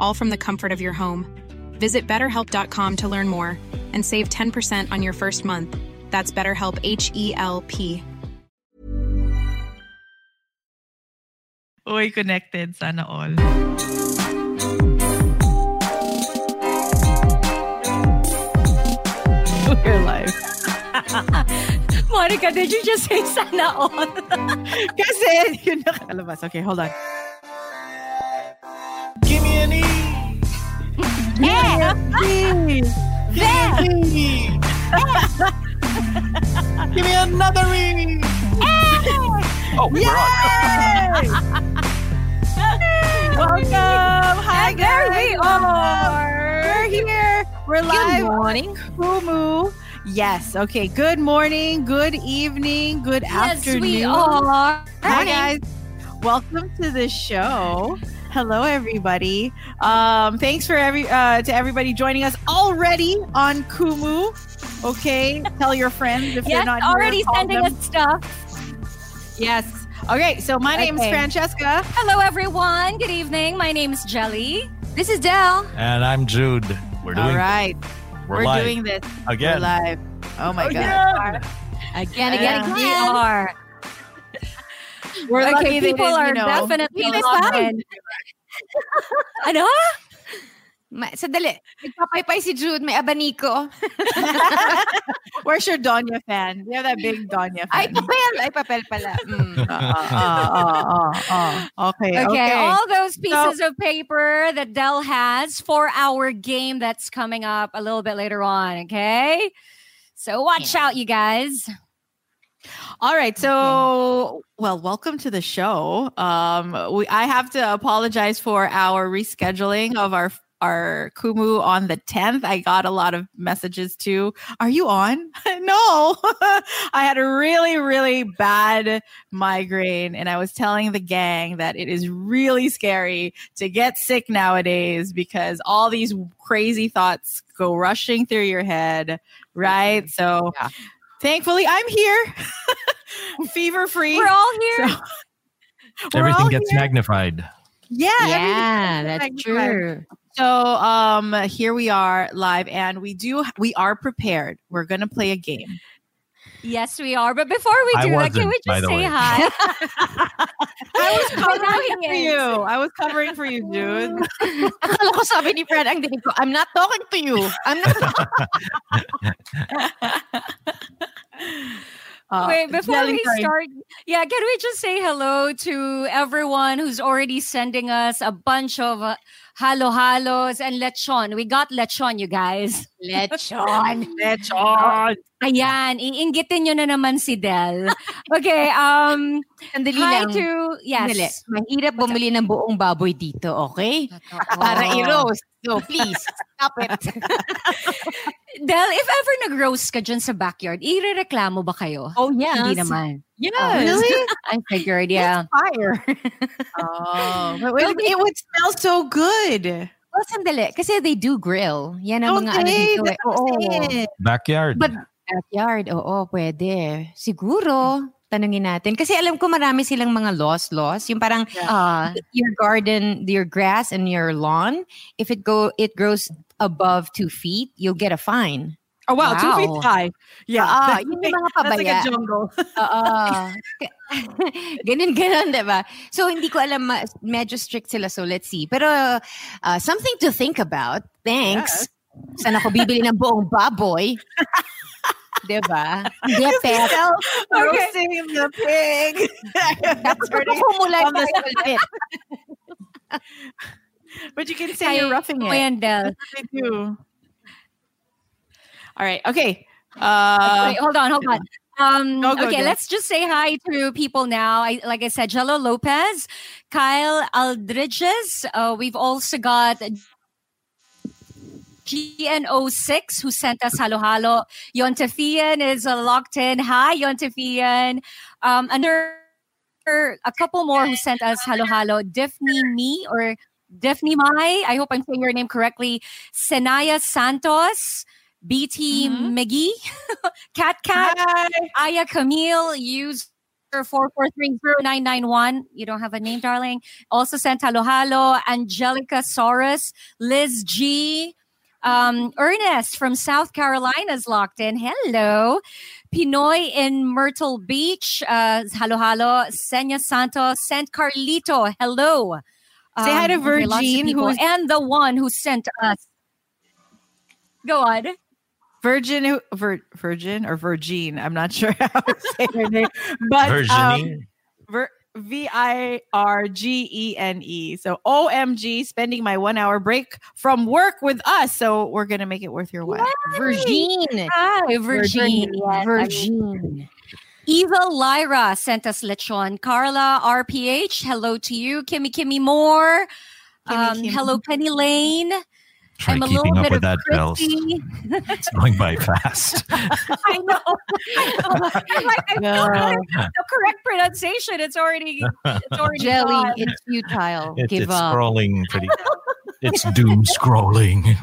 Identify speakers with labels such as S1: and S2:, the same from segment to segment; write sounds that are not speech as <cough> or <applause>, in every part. S1: all from the comfort of your home. Visit betterhelp.com to learn more and save 10% on your first month. That's BetterHelp H E L P.
S2: Uy, connected. Sana all. We're live.
S3: <laughs> Monica, did you just say sana all? <laughs>
S2: Kasi, yun nakalabas. Okay, hold on.
S4: Give me an E. Give
S3: eh!
S4: me an E. Give me another E. Oh, we're
S2: Welcome! Hi,
S3: And there we
S2: guys!
S3: are.
S2: We're here! We're
S3: Good
S2: live
S3: morning.
S2: on Kumu. Yes, okay. Good morning, good evening, good afternoon.
S3: Yes, we are.
S2: Hi, guys. Welcome to the show. Hello, everybody. Um, thanks for every uh, to everybody joining us already on Kumu. Okay, tell your friends if
S3: Yes,
S2: they're not
S3: already
S2: here, call
S3: sending
S2: them.
S3: us stuff.
S2: Yes. Okay, so my name is
S3: Okay.
S2: Francesca.
S3: Hello, everyone. Good evening. My name's Jelly. This is Del.
S5: And I'm Jude. We're doing
S2: All right,
S5: we're,
S2: we're
S5: live
S2: doing this. We're
S5: again.
S2: live. Oh my
S3: <laughs>
S4: Again.
S2: god.
S3: Again, again,
S2: Yeah.
S3: again. We <laughs> are.
S2: We're
S3: okay,
S2: lucky they
S3: people
S2: didn't,
S3: are
S2: you know.
S3: definitely
S2: Hindi
S3: logged
S2: live. <laughs>
S3: in. ano? Ma- sandali. Nagpapaypay si Jude. May abaniko.
S2: <laughs> Where's your Donya fan? We have that big Donya fan.
S3: Ay, papel. Ay, papel pala. Mm.
S2: Ah, ah, ah, ah, ah, ah. Okay,
S3: Okay,
S2: okay.
S3: all those pieces of paper that Dell has for our game that's coming up a little bit later on, okay? So watch out, you guys.
S2: All right. So, well, welcome to the show. Um, we I have to apologize for our rescheduling of our our Kumu on the 10th. I got a lot of messages too. Are you on? <laughs> no. I had a really really bad migraine and I was telling the gang that it is really scary to get sick nowadays because all these crazy thoughts go rushing through your head, right? So,
S6: Yeah.
S2: thankfully I'm here. Fever free.
S3: We're all here.
S2: So-
S5: <laughs>
S2: We're
S5: Everything
S2: all
S5: gets
S2: here.
S5: magnified.
S2: yeah, everything-
S6: Yeah,
S2: Like,
S6: that's true.
S2: So um here we are live and we do we are prepared. We're going to play a game.
S3: yes, we are. But before we
S5: I
S3: do that, can
S5: wasn't,
S3: we
S5: by
S3: just
S5: the
S3: say
S5: way. <laughs>
S3: hi? <laughs>
S2: <laughs> I was
S3: But now
S2: covering for
S3: he
S2: you.
S3: is.
S2: I was covering for you, dude.
S6: <laughs> Akala ko sabi ni Fred, ang dinig ko, I'm not talking to you. I'm not
S2: <laughs>
S6: talking
S2: Uh,
S3: Wait, before
S2: Jelly,
S3: we
S2: sorry.
S3: start, yeah, can we just say hello to everyone who's already sending us a bunch of uh, halo halos and lechon? We got lechon, you guys. <laughs> Oh,
S6: lechon.
S3: Ayan, iinggitin nyo na naman si Del. Okay, um,
S6: Sandali
S3: hi
S6: lang.
S3: to,
S6: Sandali.
S3: yes.
S6: Mahirap bumili ng buong baboy dito, okay? Para i-roast. So, please, stop it.
S3: Del, if ever nag-roast ka dyan sa backyard, irereklamo ba kayo?
S6: Oh,
S3: Hindi naman.
S6: Yes.
S2: <laughs> Really?
S3: Oh, <laughs> I figured, yeah. <laughs>
S6: Fire.
S2: Oh, but it, it would smell so good.
S6: Well, sandali. Kasi they do grill. Yan ang mga ano
S2: Okay,
S6: dito. Eh.
S2: that's what I'm
S6: Oo.
S2: saying.
S5: Backyard.
S7: Hmm.
S6: But- Backyard, oo, pwede. Siguro. tanungin natin. Kasi alam ko marami silang mga loss loss, yung parang uh,
S3: Ah,
S6: your garden, your grass and your lawn, if it go it grows above two feet, you'll get a fine.
S7: Oh, wow, two feet
S6: Wow.
S7: high. Yeah.
S6: Ah,
S7: that's
S6: yun yung
S7: like-
S6: mga
S7: That's like
S6: pabaya.
S7: a jungle. <laughs>
S6: Oo. <laughs> ganun, ganun, diba? So, hindi ko alam, ma- medyo strict sila, so let's see. Pero, uh, something to think about. Thanks. Saan ako bibili ng buong
S2: <laughs>
S6: baboy? diba? Hindi, pet.
S2: Roasting the pig. <laughs>
S6: Tapos pagkukumulay
S2: on the
S6: tayo ulit.
S2: <laughs> But you can say you're roughing
S3: mo
S2: it.
S3: yan, Del.
S2: I do. <laughs> All right. Okay. Uh,
S3: Wait, hold on, hold on. Um,
S2: Go, go,
S3: okay,
S2: Del.
S3: let's just say hi to people now. I, like I said, Jello Lopez, Kyle Aldridges. Uh, we've also got GNO6 who sent us halo halo. Yontefian is uh, locked in. Hi, Yontefian. Um, and there are a couple more who sent us halo halo. Daphne Me or Daphne Mai. I hope I'm saying your name correctly. Senaya Santos. BT McGee, <laughs> Cat Cat, Aya Camille, user 4430991. You don't have a name, darling. Also sent halo halo. Angelica Soros, Liz G. Um, Ernest from South Carolina is locked in. Hello. Pinoy in Myrtle Beach. Uh, halo halo. Senya Santos. Sent Carlito. Hello. Um,
S2: Say hi to
S3: okay, lots of
S2: Virgin,
S3: people.
S2: who's-
S3: and the one who sent us. Go on.
S2: Virgin, who- vir, Virgin or Virgin? I'm not <laughs> sure how to say her name. But um,
S5: Virginie.
S2: Vir- V I R G E N E. So OMG, spending my one hour break from work with us. So we're going to make it worth your while.
S6: Virgin.
S3: Hi, Virgin. Yes, I mean-
S6: Virgin.
S3: Eva Lyra sent us lechon. Carla RPH, hello to you. Kimmy Kimmy Moore.
S2: Kimmy,
S3: um,
S2: Kimmy.
S3: Hello, Penny Lane.
S5: Try
S3: I'm a little
S5: keeping up
S3: bit
S5: with
S3: of
S5: that, Bells.
S3: Christy.
S5: <laughs> It's going
S3: <laughs>
S5: by fast.
S3: I know. Oh, I know. I'm like, I feel
S2: No.
S3: like the correct pronunciation. It's already,
S5: <laughs>
S3: it's already
S6: Jelly,
S3: gone.
S6: it's futile.
S5: It,
S6: Give
S5: it's
S6: up.
S5: scrolling pretty. It's doom scrolling.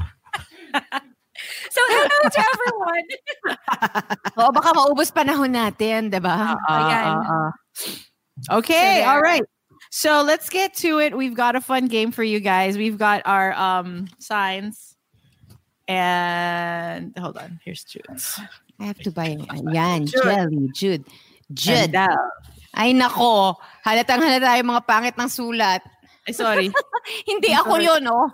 S3: So hello to everyone.
S6: Oo, baka maubos panahon natin, diba?
S2: Uh, uh, uh, uh. Okay,
S3: So
S2: all
S3: there.
S2: right. So let's get to it. We've got a fun game for you guys. We've got our um signs. And hold on, here's Jude's.
S6: I have to buy. Ayan,
S2: Jude.
S6: Jelly, Jude. Jude.
S2: And, uh,
S6: Ay nako, halatang halata yung mga pangit ng sulat.
S2: Ay, sorry.
S6: <laughs> Hindi ako yun, oh.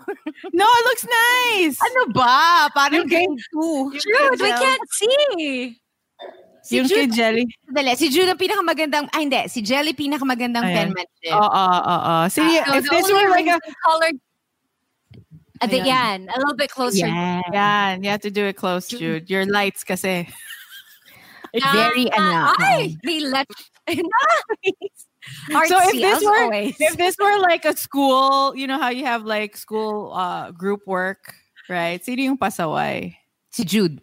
S2: no, it looks nice.
S6: Ano ba? Parang
S2: Yung kay-
S6: game 2.
S3: Dude, we can't see.
S6: Si
S2: Yung kay
S6: Jude,
S2: Jelly.
S6: dali, si Jude ang pinakamagandang, ah hindi, si Jelly pinakamagandang Ah,
S2: Ayan.
S6: penmanship.
S2: Oo, oo, oo. uh, See,
S3: So
S2: if
S3: the
S2: this
S3: Ah, only
S2: were like a
S3: reason colored at the end,
S2: Ayan.
S3: a little bit closer.
S2: Yeah, you have to do it close, Jude. Your lights, kasi.
S6: Very anak.
S3: Ay, they let <laughs> nice.
S2: So if
S3: Artsy, as
S2: this were-
S3: always.
S2: If this were like a school, you know how you have like school uh, group work, right? Sino yung pasaway?
S6: Si Jude.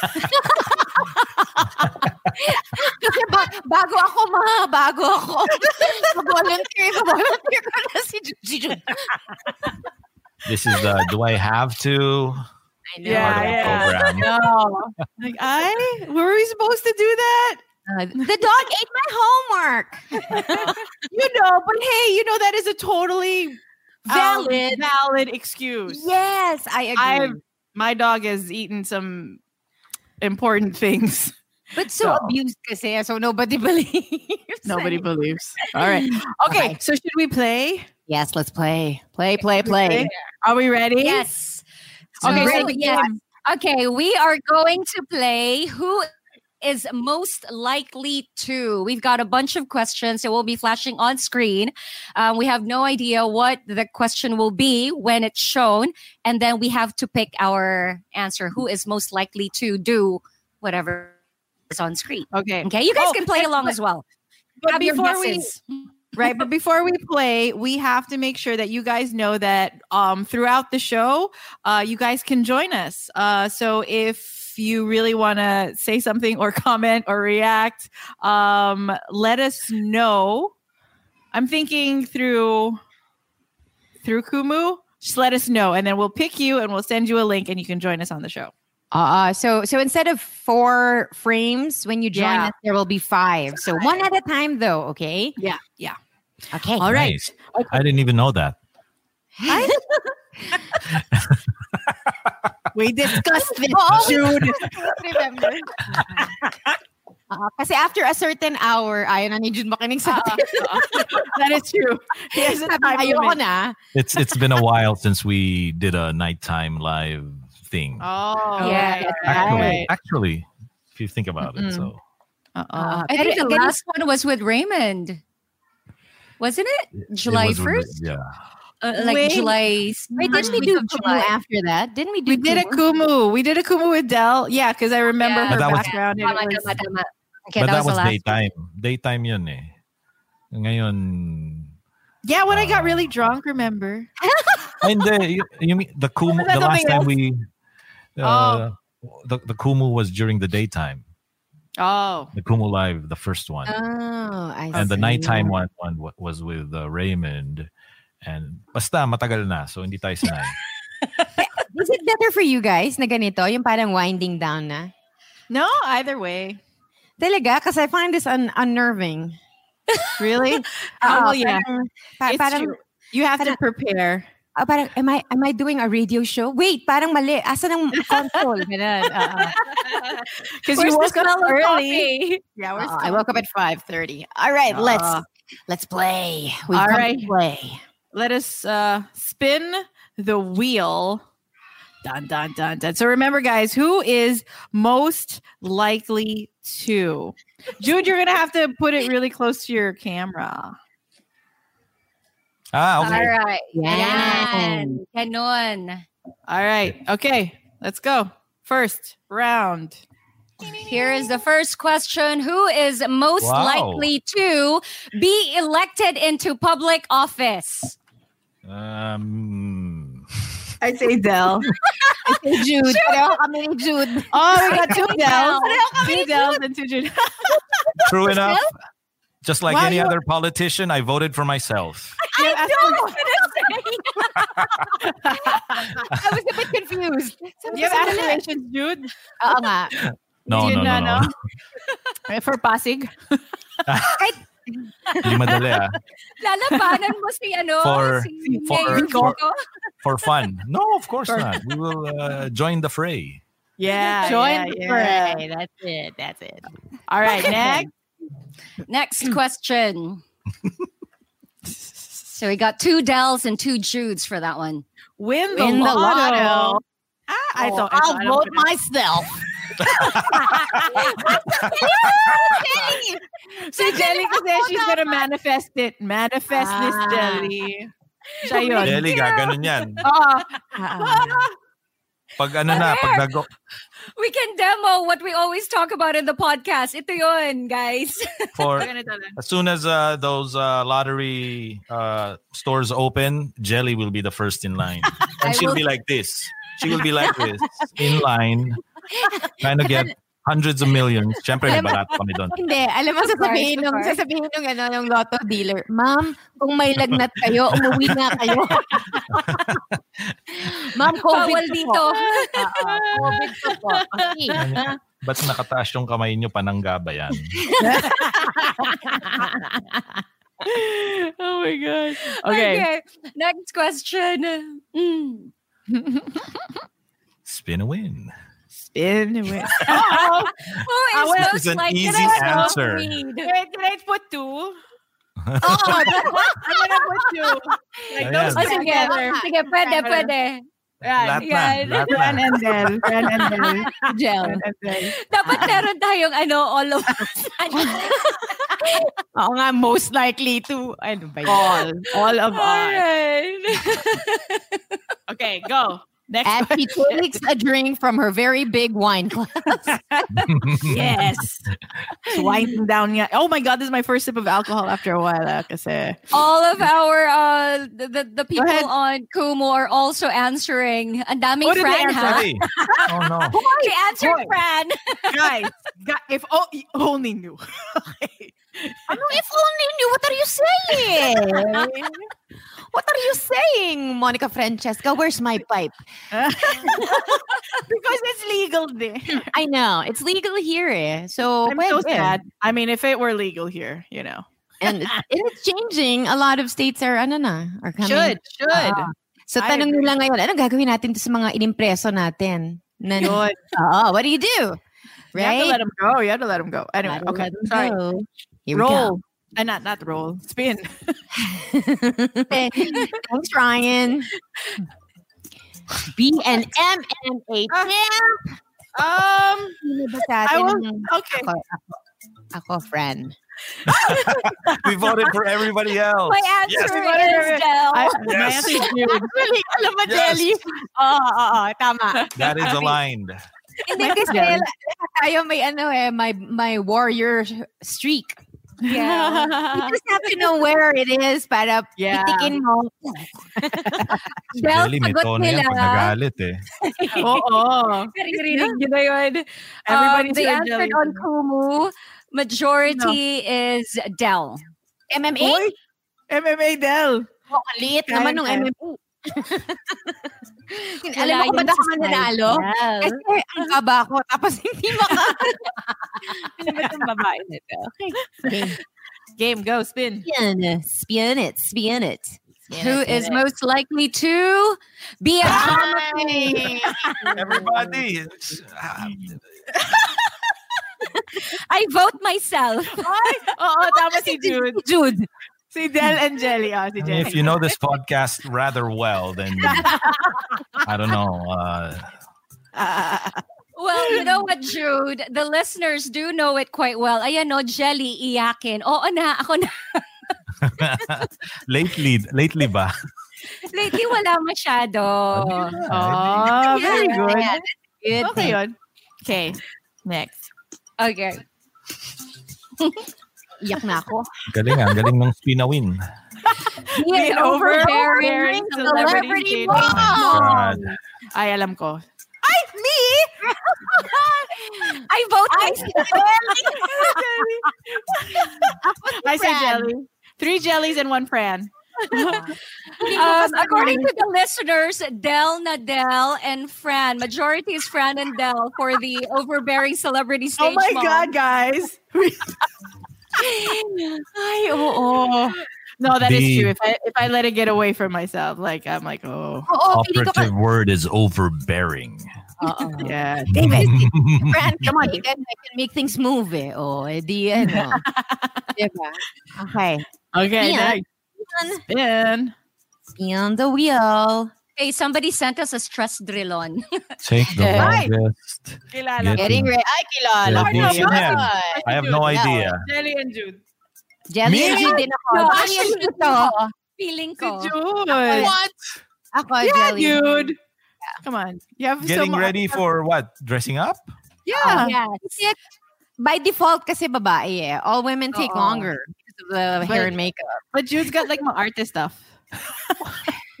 S6: Kasi <laughs> ba- bago ako ma, bago ako.
S2: <laughs>
S6: Mag-volunteer, mag-volunteer ko na si Jude. Si Jude.
S5: This is the do I have to
S6: I
S2: know. Yeah,
S5: part of the
S2: yeah.
S5: program.
S2: No. like, I? Were we supposed to do that?
S6: Uh, the dog ate my homework.
S2: You know, but hey, you know, that is a totally um,
S6: Valid.
S2: valid excuse.
S6: Yes, I agree.
S2: I've, my dog has eaten some important things.
S6: But so,
S2: So-
S6: abused kasi, so nobody <laughs> believes.
S2: Nobody
S6: it.
S2: believes. All right. Okay,
S6: Okay.
S2: so should we play?
S6: Yes, let's play. Play, play, play.
S2: Are we ready?
S3: yes.
S2: Okay,
S3: So,
S2: so
S3: yes. Okay, we are going to play who is most likely to. We've got a bunch of questions that will be flashing on screen. Um, we have no idea what the question will be when it's shown, and then we have to pick our answer. Who is most likely to do whatever is on screen?
S2: Okay.
S3: Okay, you guys
S2: Oh,
S3: can play
S2: and-
S3: along as well.
S2: But
S3: Grab your
S2: before we
S3: guesses.
S2: right, but before we play, we have to make sure that you guys know that um, throughout the show, uh, you guys can join us. Uh, so if you really want to say something or <laughs> comment or react, um, let us know. I'm thinking through through Kumu. Just let us know, and then we'll pick you and we'll send you a link, and you can join us on the show.
S6: Uh, so so instead of four frames when you join
S2: Yeah.
S6: us, there will be five. So one at a time, though. Okay.
S2: Yeah, yeah.
S6: Okay.
S2: All right.
S5: Nice. I didn't even know that.
S2: <laughs> We discussed this,
S6: Oh,
S2: Jude.
S6: Remember. <laughs> Uh, kasi after a certain hour, ayaw na ni June makinig sa atin.
S2: Ah, that is
S6: <laughs>
S2: true. eh. He has a
S6: Sabi,
S2: time
S6: Ayoko
S2: limit.
S6: na.
S5: It's it's been a while since we did a nighttime live thing.
S2: Oh,
S3: Yeah,
S2: right,
S5: actually,
S2: right.
S5: actually, if you think about it,
S3: Mm-hmm.
S5: so
S2: Mm-mm.
S6: Oh.
S2: Uh-oh.
S3: I think the
S6: Uh, Pero-
S3: last one was with Raymond. Wasn't it?
S5: it
S3: July
S5: was really-
S3: 1st?
S5: Yeah.
S3: Uh, like
S2: Wait.
S3: July.
S6: Wait,
S3: first
S6: didn't we
S3: week
S6: do
S3: of
S6: Kumu
S3: July.
S6: after that? Didn't we
S2: We
S6: do
S2: did a
S6: Kumu?
S2: Kumu. We did a Kumu with Dell. Yeah, because I remember
S3: Yeah.
S5: But
S2: her
S5: that was-
S2: background. It
S3: Tama,
S2: was-
S3: tama, tama. Okay,
S5: But that was
S3: the last
S5: daytime. Daytime yun eh. Ngayon,
S2: yeah, when I got
S5: Uh,
S2: really drunk, remember?
S5: and the you, you mean the Kumu the
S2: Wala
S5: last
S2: namang
S5: time we uh,
S3: Oh.
S5: the, the Kumu was during the daytime.
S2: Oh,
S5: The Kumu live, the first one.
S3: Ah,
S6: Oh, I
S5: and the
S6: see.
S5: nighttime one one wa- was with uh, Raymond and basta matagal na so hindi tayo sanay.
S6: Is it better for you guys na ganito? Yung parang winding down na?
S2: no, either <laughs> way.
S6: Talaga? Because I find this un- unnerving.
S2: Really? <laughs>
S6: Oo,
S2: oh, well, yeah.
S6: Parang, pa-
S2: It's
S6: parang,
S2: true. You have to
S6: parang-
S2: prepare.
S6: ah, parang, am I, am I doing a radio show? Wait, parang mali. Asan ang
S2: <laughs>
S6: console? Ganun. Oo.
S2: Because you woke up early. Yeah, we're
S6: Oo,
S2: still-
S6: Uh, I woke up at 5.30. All right, let's
S2: Ah.
S6: let's play. We
S2: All
S6: come
S2: right.
S6: to play.
S2: let us uh, spin the wheel. Dun, dun, dun, dun. So remember, guys, who is most likely to? Jude, you're going to have to put it really close to your camera.
S5: ah, okay.
S3: All right.
S6: Yan.
S3: Yan. Ganon.
S2: All right. Okay. Let's go. First round.
S3: Here is the first question. Who is most
S5: Wow.
S3: likely to be elected into public office?
S5: Um
S2: I say <laughs> Dell.
S6: Jude. Pareho kami ni Jude.
S2: Oh, we got two Dells.
S3: many
S2: Two Dells and two Jude.
S5: true enough. Just like
S2: Why
S5: any
S2: you-
S5: other politician, I voted for myself.
S2: I know. <laughs>
S6: I was a bit confused. Sabi
S2: You
S6: ko,
S2: have
S6: sandali.
S2: aspirations, Jude?
S6: Oo nga.
S5: <laughs> No, no,
S2: Yun na,
S5: no, no. <laughs>
S2: For Pasig?
S5: <laughs> <laughs> Hindi madali,
S3: <laughs>
S5: ah.
S3: Lalabanan mo si ano?
S5: For-
S3: si
S5: for-
S3: Mayor
S5: for-
S3: <laughs> Vico?
S5: For fun. No, of course not. We will uh, join the fray.
S2: Yeah. yeah,
S6: Join the
S2: yeah.
S6: fray. That's it. That's it.
S2: All right. Next.
S5: <clears throat>
S3: Next question. so we got two Dells and two Judes for that one.
S2: Win the
S6: Win the
S2: lotto.
S6: lotto.
S2: Ah, I
S6: Oh,
S2: thought I
S6: I'll
S2: thought I
S6: vote
S2: would've- <laughs>
S6: <laughs> myself.
S2: Si Jelly kasi she's <laughs> gonna manifest it. Manifest this
S6: Ah.
S2: Jelly. Siya yun.
S5: Jelly, gaganon yan.
S2: Oh, ah.
S5: Pag ano na, pag nago-
S3: We can demo what we always talk about in the podcast. Ito yun, guys.
S5: <laughs> for as soon as uh, those uh, lottery uh, stores open, Jelly will be the first in line, and
S3: I
S5: she'll be
S3: will-
S5: like this. She will be like
S6: <laughs>
S5: this in line, trying to get hundreds of millions. Siyempre,
S6: Alam mo-
S5: barato kami doon.
S6: Hindi, alam mo
S3: So far,
S6: sasabihin
S3: so
S6: nung
S3: far.
S6: sasabihin nung ano nung lotto dealer, "Ma'am, kung may lagnat kayo, umuwi na
S2: <laughs>
S6: kayo." Ma'am, COVID
S3: Bawal
S6: po.
S3: <laughs> dito. Ah,
S6: Oo, COVID po po. Okay.
S5: Ba't nakataas yung kamay niyo panangga ba yan?
S2: oh my gosh.
S5: <laughs>
S2: Okay.
S3: Next question. Mm.
S2: <laughs>
S5: Spin a win.
S2: Spin. <laughs> Wait.
S3: Who
S2: Ah,
S3: is
S2: well,
S3: most
S5: this is an
S3: likely
S5: easy
S3: to
S5: answer. <laughs>
S3: read?
S2: Wait, can I put two?
S6: Oh,
S3: <laughs>
S2: I'm gonna put
S5: <laughs>
S2: two. Like those
S3: Oh,
S5: Ayan.
S2: two
S3: sige.
S2: together.
S3: Sige, pwede, pwede.
S5: Lahat na.
S3: Yan.
S5: Lahat na.
S2: Ren and Del. Ren and Del.
S6: gel.
S2: Ren and Del. <laughs>
S3: Dapat meron tayong ano, all of us.
S6: <laughs>
S3: <laughs>
S6: Oo nga, most likely to. Ano ba yun?
S2: All. All of us.
S3: Alright.
S2: <laughs> Okay, go. Next
S6: And
S2: one.
S6: she takes a drink from her very big wine
S2: <laughs>
S6: glass.
S5: <laughs>
S2: Yes. It's winding down. Yeah. Oh my God, this is my first sip of alcohol after a while. ah, <laughs> kasi.
S3: all of our uh the, the, the people
S2: ahead.
S3: on Kumu are also answering. Ang daming
S2: What did
S3: Fran,
S2: they answer?
S3: ha?
S5: Sorry. <laughs> Oh
S3: <laughs>
S5: no.
S3: They answered
S2: Hoy.
S3: Fran.
S2: Guys, guys, if oh, o- <laughs> only knew. okay.
S6: ano if only knew? What are you saying? What are you saying, Monica Francesca? Where's my
S2: <laughs>
S6: pipe?
S2: because it's legal there.
S6: I know. It's legal here. Eh. So,
S2: I'm so
S6: pwede.
S2: sad. I mean, if it were legal here, you know.
S6: And it's, it's changing. A lot of states are, ano na, are coming.
S2: should.
S6: Ah. so,
S2: I
S6: tanong nila ngayon, anong gagawin natin to sa mga inimpreso natin? Na,
S2: Yun.
S6: <laughs> Oo, what do you do?
S2: You have to
S6: uh, Right?
S2: let him go. You have to let him go. Anyway,
S6: Gotta
S2: okay.
S6: let 'em
S2: Sorry.
S6: go. Here we go.
S2: Roll. Uh, not not roll. <laughs> Spin.
S6: Okay. Thanks, Ryan. B and M and <laughs> A.
S2: Ah, Um.
S6: I
S2: will- Okay.
S6: Ako, ako, ako, friend.
S5: We voted for everybody else.
S3: My answer is Del.
S2: I, my
S5: Yes.
S2: answer
S6: <laughs>
S2: is
S5: <laughs>
S2: Jude.
S6: Actually, alam mo,
S5: Yes.
S6: Jelly. Oo, oo, oo, oh, tama. <laughs>
S5: That is aligned.
S3: Hindi
S6: Kasi
S3: kasi
S6: lahat tayo may ano eh, my, my warrior streak.
S3: Yeah.
S6: You just have to know where it is para
S2: Yeah.
S6: itikin mo.
S3: Del,
S5: Jelly, may
S3: sagot
S5: tono yan
S3: nila.
S5: pag nagalit eh.
S3: <laughs>
S2: Oo.
S3: Naririnig nyo na yun. Um,
S2: Everybody
S3: they
S2: said
S3: answered
S2: jelly.
S3: on Kumu. Majority is Del.
S6: MMA?
S2: Oy, MMA Del.
S6: Oh, ang liit
S2: Kaya,
S6: naman nung
S2: kaya. <laughs>
S6: MMA. Alam mo kung ba't ako mananalo?
S3: Yes.
S6: Kasi ang kaba ko, tapos hindi maka... ano ba itong babae na ito?
S2: Game go spin.
S6: Spin, spin it, spin it.
S3: Who is most likely to be a comedy?
S5: Everybody. it's- ah,
S3: I vote myself.
S2: Ay, oo, tama si Jude.
S6: Jude.
S2: Si Del
S3: <laughs>
S2: and Jelly. Ah, si Jelly.
S5: If you know this podcast rather well, then I don't know. Uh, <laughs>
S2: Ah, ah,
S3: Well, you know what, Jude? The listeners do know it quite well. Ayan no, Jelly, iyakin. Oo na, ako na.
S5: lately, lately ba?
S3: Lately, wala masyado.
S2: ah. Oh, very good.
S6: Good
S2: Okay yun. Okay. Next.
S3: Okay.
S6: Iyak na ako.
S5: Galing ah, galing ng spinawin.
S3: He is
S2: Being overbearing
S3: overbearing celebrity.
S2: celebrity dating.
S5: Oh my God.
S2: Ay, alam ko.
S6: Me? <laughs>
S3: I vote myself.
S2: I say
S6: Fran.
S2: Jelly. Three jellies and one Fran.
S3: Um, according to the listeners, Del, Nadel, and Fran. Majority is Fran and Del for the overbearing celebrity stage.
S2: Oh my
S3: mom.
S2: God, guys. Ay, oo. No, that is
S5: The-
S2: true. If I if I let it get away from myself, like I'm like, oh,
S6: Oo, pili ko ka.
S5: Operative word is overbearing.
S2: yeah.
S6: David, Fran,
S2: <laughs>
S6: come on, you can, I can make things move eh. Oh, eh, di ano. diba? Okay.
S2: Okay,
S6: Yeah.
S2: next. Spin.
S6: Spin the wheel.
S3: Hey, somebody sent us a stress drill on. <laughs>
S5: Take the
S2: Right.
S5: longest.
S2: Kilala.
S5: Yeah.
S6: Getting ready. Ay, kilala.
S5: Yeah,
S6: ko
S5: di
S6: yun.
S5: yan. I have no
S6: Yeah.
S5: idea.
S2: Jelly and Jude.
S6: Jelly
S5: Me?
S6: and Jude din ako.
S3: No,
S6: Jelly and
S3: actually,
S6: Jude to.
S3: Feeling
S2: Si
S3: ko.
S2: Jude.
S6: Ako,
S2: Yeah,
S6: Jelly. and Jude.
S2: dude. Come on. You have so
S5: Getting
S2: much.
S5: ready for what? Dressing up?
S2: Yeah.
S3: Yes.
S6: Oh, By default kasi babae eh. All women take
S2: Oh.
S3: Oo.
S6: longer because of the hair
S2: But-
S6: and makeup.
S2: But Jude's got like my artist stuff.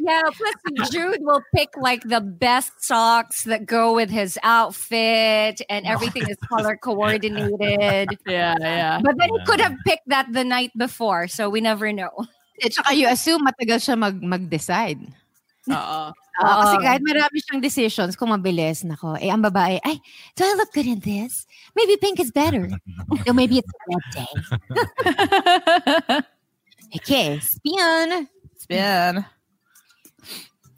S3: Yeah,
S2: <laughs>
S3: plus Jude will pick like the best socks that go with his outfit and everything is color coordinated.
S2: Oh. <laughs> Yeah, yeah.
S3: But then he could have picked that the night before, so we never know.
S6: At saka you
S3: <laughs>
S6: assume matagal siya mag- mag-decide.
S2: Uh-oh.
S6: Oo, kasi
S3: Oo.
S6: kahit marami siyang decisions, kung mabilis, nako, eh, ang babae, ay, do I look good in this? Maybe pink
S5: <laughs>
S6: is better. no, maybe it's a red day. Okay, spin.
S2: Spin.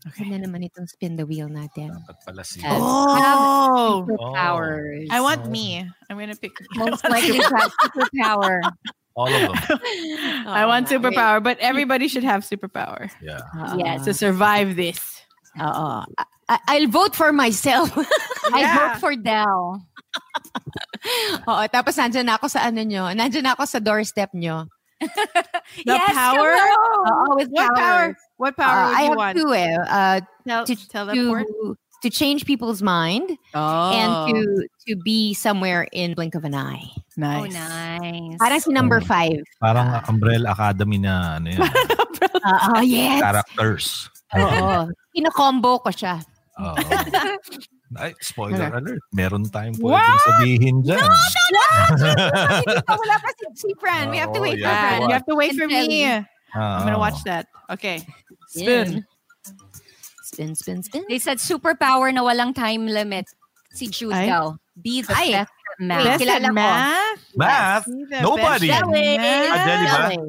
S6: Okay. Ano naman itong spin the wheel natin?
S5: Dapat pala si-
S2: <laughs>
S6: Yes.
S2: Oh.
S6: Superpowers.
S2: I want me. I'm going to pick <laughs> me.
S3: Most likely to have
S2: <laughs>
S3: superpower.
S5: All of them.
S2: I want
S6: Oo, wait.
S2: superpower, but everybody should have superpower
S5: Yeah.
S6: Oo.
S3: Yes.
S2: to survive this.
S6: Oo. I- I'll vote for myself. <laughs>
S3: I
S2: Yeah.
S3: vote for Dell.
S6: Oo, tapos nandyan na ako sa ano nyo. Nandyan na ako sa doorstep nyo.
S2: The
S3: yes,
S2: power?
S3: hello.
S6: Oo, Uh-uh, with
S2: What power?
S6: powers.
S2: What power
S6: Uh,
S2: would
S6: I
S2: you
S6: have
S2: want? <laughs>
S6: two eh. Uh,
S2: Tell,
S6: to,
S2: teleport.
S6: to, to change people's mind
S2: Oh,
S6: and to to be somewhere in blink of an eye.
S3: Oh,
S2: nice.
S3: nice. Mm.
S6: Parang si number
S5: Oh.
S6: <laughs> five.
S5: Parang Umbrella Academy na ano yun,
S6: Oo, Ah, oh, yes.
S5: characters.
S3: <laughs>
S6: Oo. Kinakombo ko siya.
S5: Oo. Ay, spoiler alert. Meron tayong
S2: What?
S5: pwedeng sabihin dyan. <laughs>
S6: Hindi pa, wala pa si, si Fran. We have
S3: Oh,
S6: to
S5: Oo,
S6: wait
S5: yeah.
S6: for Fran.
S2: You have to wait for me.
S6: Intelligent.
S5: Ah,
S2: I'm gonna watch that. Okay.
S5: Spin.
S6: Spin, spin, spin.
S3: They said superpower na walang time limit. Si Jude
S2: Ay.
S3: daw. Be the
S6: Ay.
S3: best at math.
S6: Wait,
S2: Best
S6: kilala
S2: at
S6: ko.
S2: math?
S5: Math.
S2: Be the
S5: Nobody.
S2: best at math.
S5: Ah, Jelly ba?
S6: Spelling.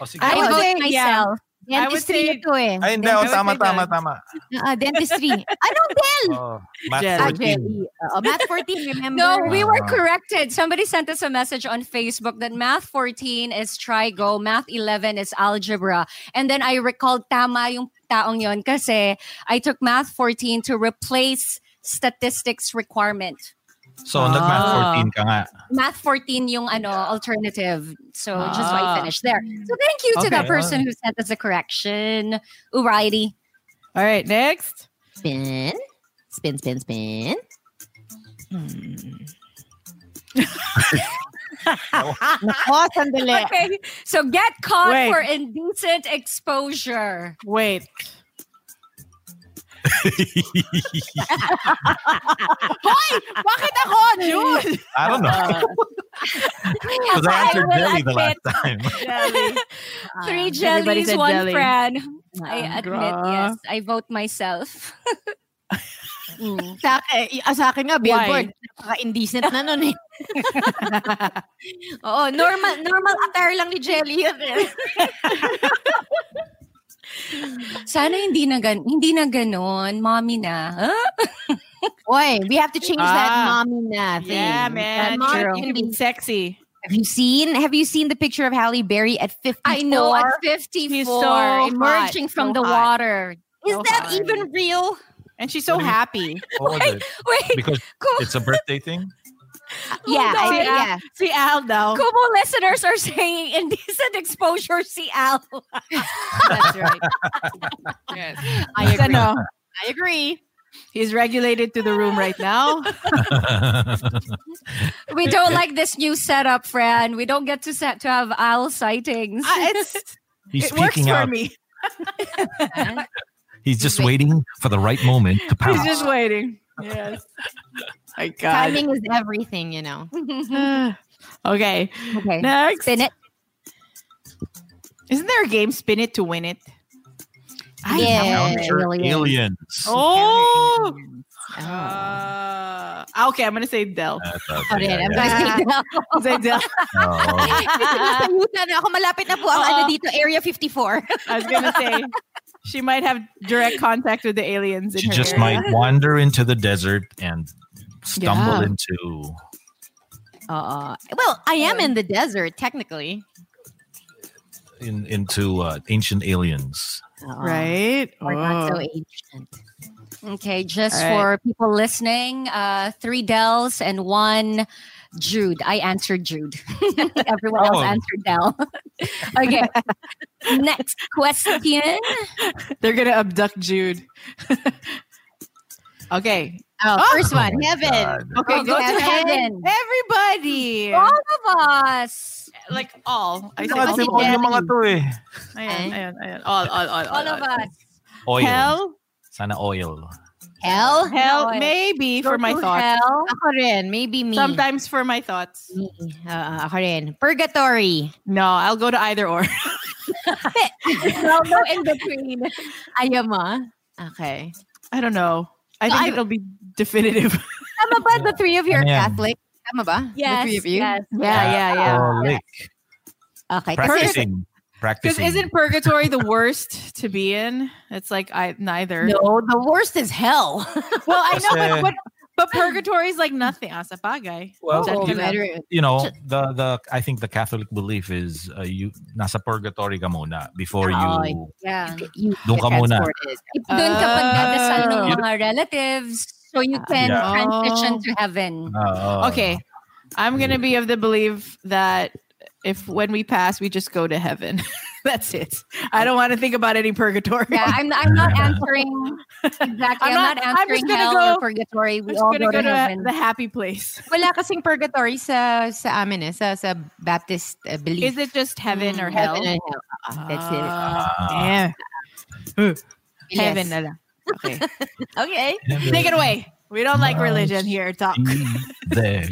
S5: O, sige.
S3: I
S6: I would
S3: vote
S2: say, yeah.
S3: myself.
S2: I would
S6: Dentistry
S2: say-
S6: ito eh.
S5: Ay, hindi. O,
S2: Dentistry
S5: tama,
S2: ba?
S5: tama, tama.
S6: Ah,
S2: <laughs>
S6: dentistry. ano, Del?
S5: Oh, math
S2: Jelly.
S6: Ah,
S5: 14.
S6: Jelly. Oo, math 14, remember?
S3: No, we were
S5: Ah.
S3: corrected. Somebody sent us a message on Facebook that math 14 is trigo, math 11 is algebra. And then I recalled tama yung taong yon kasi I took math 14 to replace statistics requirement.
S5: So, nag-math
S2: Ah.
S5: 14 ka nga.
S3: Math 14 yung ano alternative. So just so I
S2: Ah.
S3: finished there. So thank you to
S5: Okay,
S3: that person who sent us a correction. Alrighty.
S2: All right, next.
S6: Spin. Spin, spin, spin. Hmm. Nako, sandali.
S3: <laughs> Okay. So get caught
S2: Wait.
S3: for indecent exposure.
S2: Wait. Hoy! Bakit ako, Jude?
S5: <laughs> I don't know.
S6: Uh-uh.
S5: Because
S6: <laughs>
S5: I
S3: I
S5: answered
S3: will
S5: Jelly the
S3: admit.
S5: last <laughs> time.
S3: <laughs>
S2: <laughs>
S3: Three
S2: Ah, everybody
S3: jellies,
S2: said
S3: one
S2: jelly.
S3: friend. I
S2: Ah,
S3: admit,
S2: gra-
S3: yes. I vote
S2: <laughs>
S3: myself.
S6: <laughs> Sa, eh, ah, sa akin nga, billboard.
S2: Why?
S6: Napaka-indecent na nun eh. <laughs> Oo, normal, normal attire lang ni Jelly yun eh.
S3: Sana hindi na, gan- hindi na ganun. Mommy na. <laughs> Huh?
S6: Oy, we have to change that
S2: Ah.
S6: mommy na thing. <laughs>
S2: Yeah, man.
S6: That mommy
S2: You're
S6: can
S2: gonna
S6: be-
S2: be sexy.
S6: Have you seen? Have you seen the picture of Halle Berry at 54?
S3: I know at 54,
S2: She's so hot,
S3: emerging from
S2: so
S3: the
S2: hot.
S3: water.
S6: Is
S2: so
S6: that
S2: hard.
S6: even real?
S2: And she's so
S5: What do you-
S2: happy. <laughs>
S5: What was it?
S3: Wait,
S5: Because
S3: Kumu,
S5: it's a birthday thing? <laughs>
S6: yeah, I,
S2: on.
S6: yeah.
S2: eh, Si Al daw.
S3: Kumu listeners are saying indecent exposure, si
S5: <laughs>
S3: Al.
S6: That's right. I agree.
S2: Ano,
S6: I agree.
S2: he's regulated to the room right now.
S3: <laughs> We don't like this new setup, Fran. We don't get to set to have Al sightings.
S2: Ah,
S3: <laughs>
S2: it's,
S5: He's
S2: it works
S5: speaking
S2: for
S5: out.
S2: me.
S5: He's just waiting for the right moment to pounce.
S2: He's just waiting. Yes. <laughs> My God.
S6: Timing is everything,
S2: <laughs>
S6: you know.
S2: okay.
S3: okay.
S2: Next.
S3: Spin it.
S2: Isn't there a game, Spin It to Win It?
S6: I
S5: Counter aliens.
S2: Oh.
S6: Oh.
S2: Uh, okay, I'm going to say Dell.
S5: Ah, That's
S6: Oh,
S5: okay,
S6: din.
S5: yeah,
S6: I'm
S5: yeah.
S2: <laughs>
S6: gonna say that.
S2: Say Del.
S5: Oh,
S6: Nasa yuta na <laughs> ako. Malapit na po ang ano dito, Area 54.
S2: I was going to say she might have direct contact with the aliens in
S5: she
S2: her
S5: just
S2: area.
S5: might wander into the desert and stumble
S2: Yeah.
S5: into.
S6: Oo. Uh-uh. Well, I am in the desert, technically.
S5: In, into uh, ancient aliens.
S6: Oo.
S2: Right?
S6: Uh-uh. We're not so
S2: Oh.
S6: ancient.
S3: Okay, just
S2: All
S3: for
S2: right.
S3: people listening, uh, three Dells and one Jude. I answered Jude. <laughs> Everyone
S5: Oh.
S3: else answered Dell. <laughs>
S2: <laughs>
S3: okay. Next question.
S2: <laughs> They're going to abduct Jude. <laughs> okay.
S6: Oh,
S2: Oh.
S6: first one,
S5: Oh my
S6: heaven.
S5: God.
S2: Okay,
S3: Oh,
S2: go
S3: go
S2: to
S3: to
S2: heaven.
S3: heaven.
S2: Everybody.
S3: All of us.
S2: Like all. I
S5: Ay,
S2: said
S5: kasi
S2: all.
S5: all yung mga to eh.
S2: Ayan, ayan, ayan. All, all, all, all.
S3: All of us.
S5: Oil.
S2: Hell,
S5: Sana oil.
S6: Hell?
S2: hell,
S3: No, eh.
S2: maybe
S3: Go
S2: for my
S3: to
S2: thoughts.
S3: hell.
S6: Ako rin. Maybe me.
S2: Sometimes for my thoughts.
S6: Me. Oo, ako rin. Uh, Purgatory.
S2: No, I'll go to either
S6: <laughs>
S2: or. <laughs>
S6: no, no in between. Ayaw mo? Okay.
S2: I don't know. I think
S6: I-
S2: it'll be
S6: <laughs>
S2: definitive.
S6: Tama ba the three of you are
S5: Ano yan?
S6: Catholic? Tama ba?
S3: Yes,
S6: The three of you?
S3: yes.
S2: Yeah, yeah, yeah.
S5: Catholic.
S6: Okay. Kasi,
S5: Oh, Practicing.
S2: Because
S5: Practicing.
S2: isn't purgatory the worst to be in? It's like I neither.
S6: no, the worst is hell. <laughs>
S2: Well, I know, but,
S5: Kasi-
S2: but but purgatory is like nothing. Asa bagay.
S5: Well,
S2: Sa
S6: Oh,
S5: you,
S2: akin lang.
S6: matter-
S5: you know, the the I think the Catholic belief is uh, you nasa purgatory ka muna before
S6: Oo,
S5: you
S3: Yeah.
S6: you
S5: Doon
S6: get
S5: ka muna.
S6: transported.
S3: Doon ka pagdadasal ng
S2: Oh.
S3: mga relatives so you can
S5: Yeah.
S3: transition to heaven.
S5: Uh,
S2: Okay, I'm gonna be of the belief that if when we pass, we just go to heaven. <laughs> That's it. I don't want to think about any purgatory.
S3: Yeah, I'm, I'm not answering exactly. I'm
S2: I'm not-
S3: not,
S2: I'm
S3: answering
S2: just gonna
S3: hell
S2: go-
S3: or purgatory.
S2: I'm
S3: We
S2: just
S3: all
S2: gonna
S3: go
S2: go
S3: to
S2: to
S6: <laughs>
S3: heaven.
S2: the happy place.
S6: Wala kasing purgatory sa sa amin eh, sa sa Baptist uh, belief. Mm,
S2: Is it just heaven or hell?
S6: heaven and hell? Oo, that's it.
S2: Ah,
S5: Ah.
S2: damn. <laughs>
S6: Yes.
S2: <laughs> Heaven na lang. Okay.
S6: Okay.
S2: Take it away. We don't like religion
S5: Nice.
S2: here. Talk.
S5: There.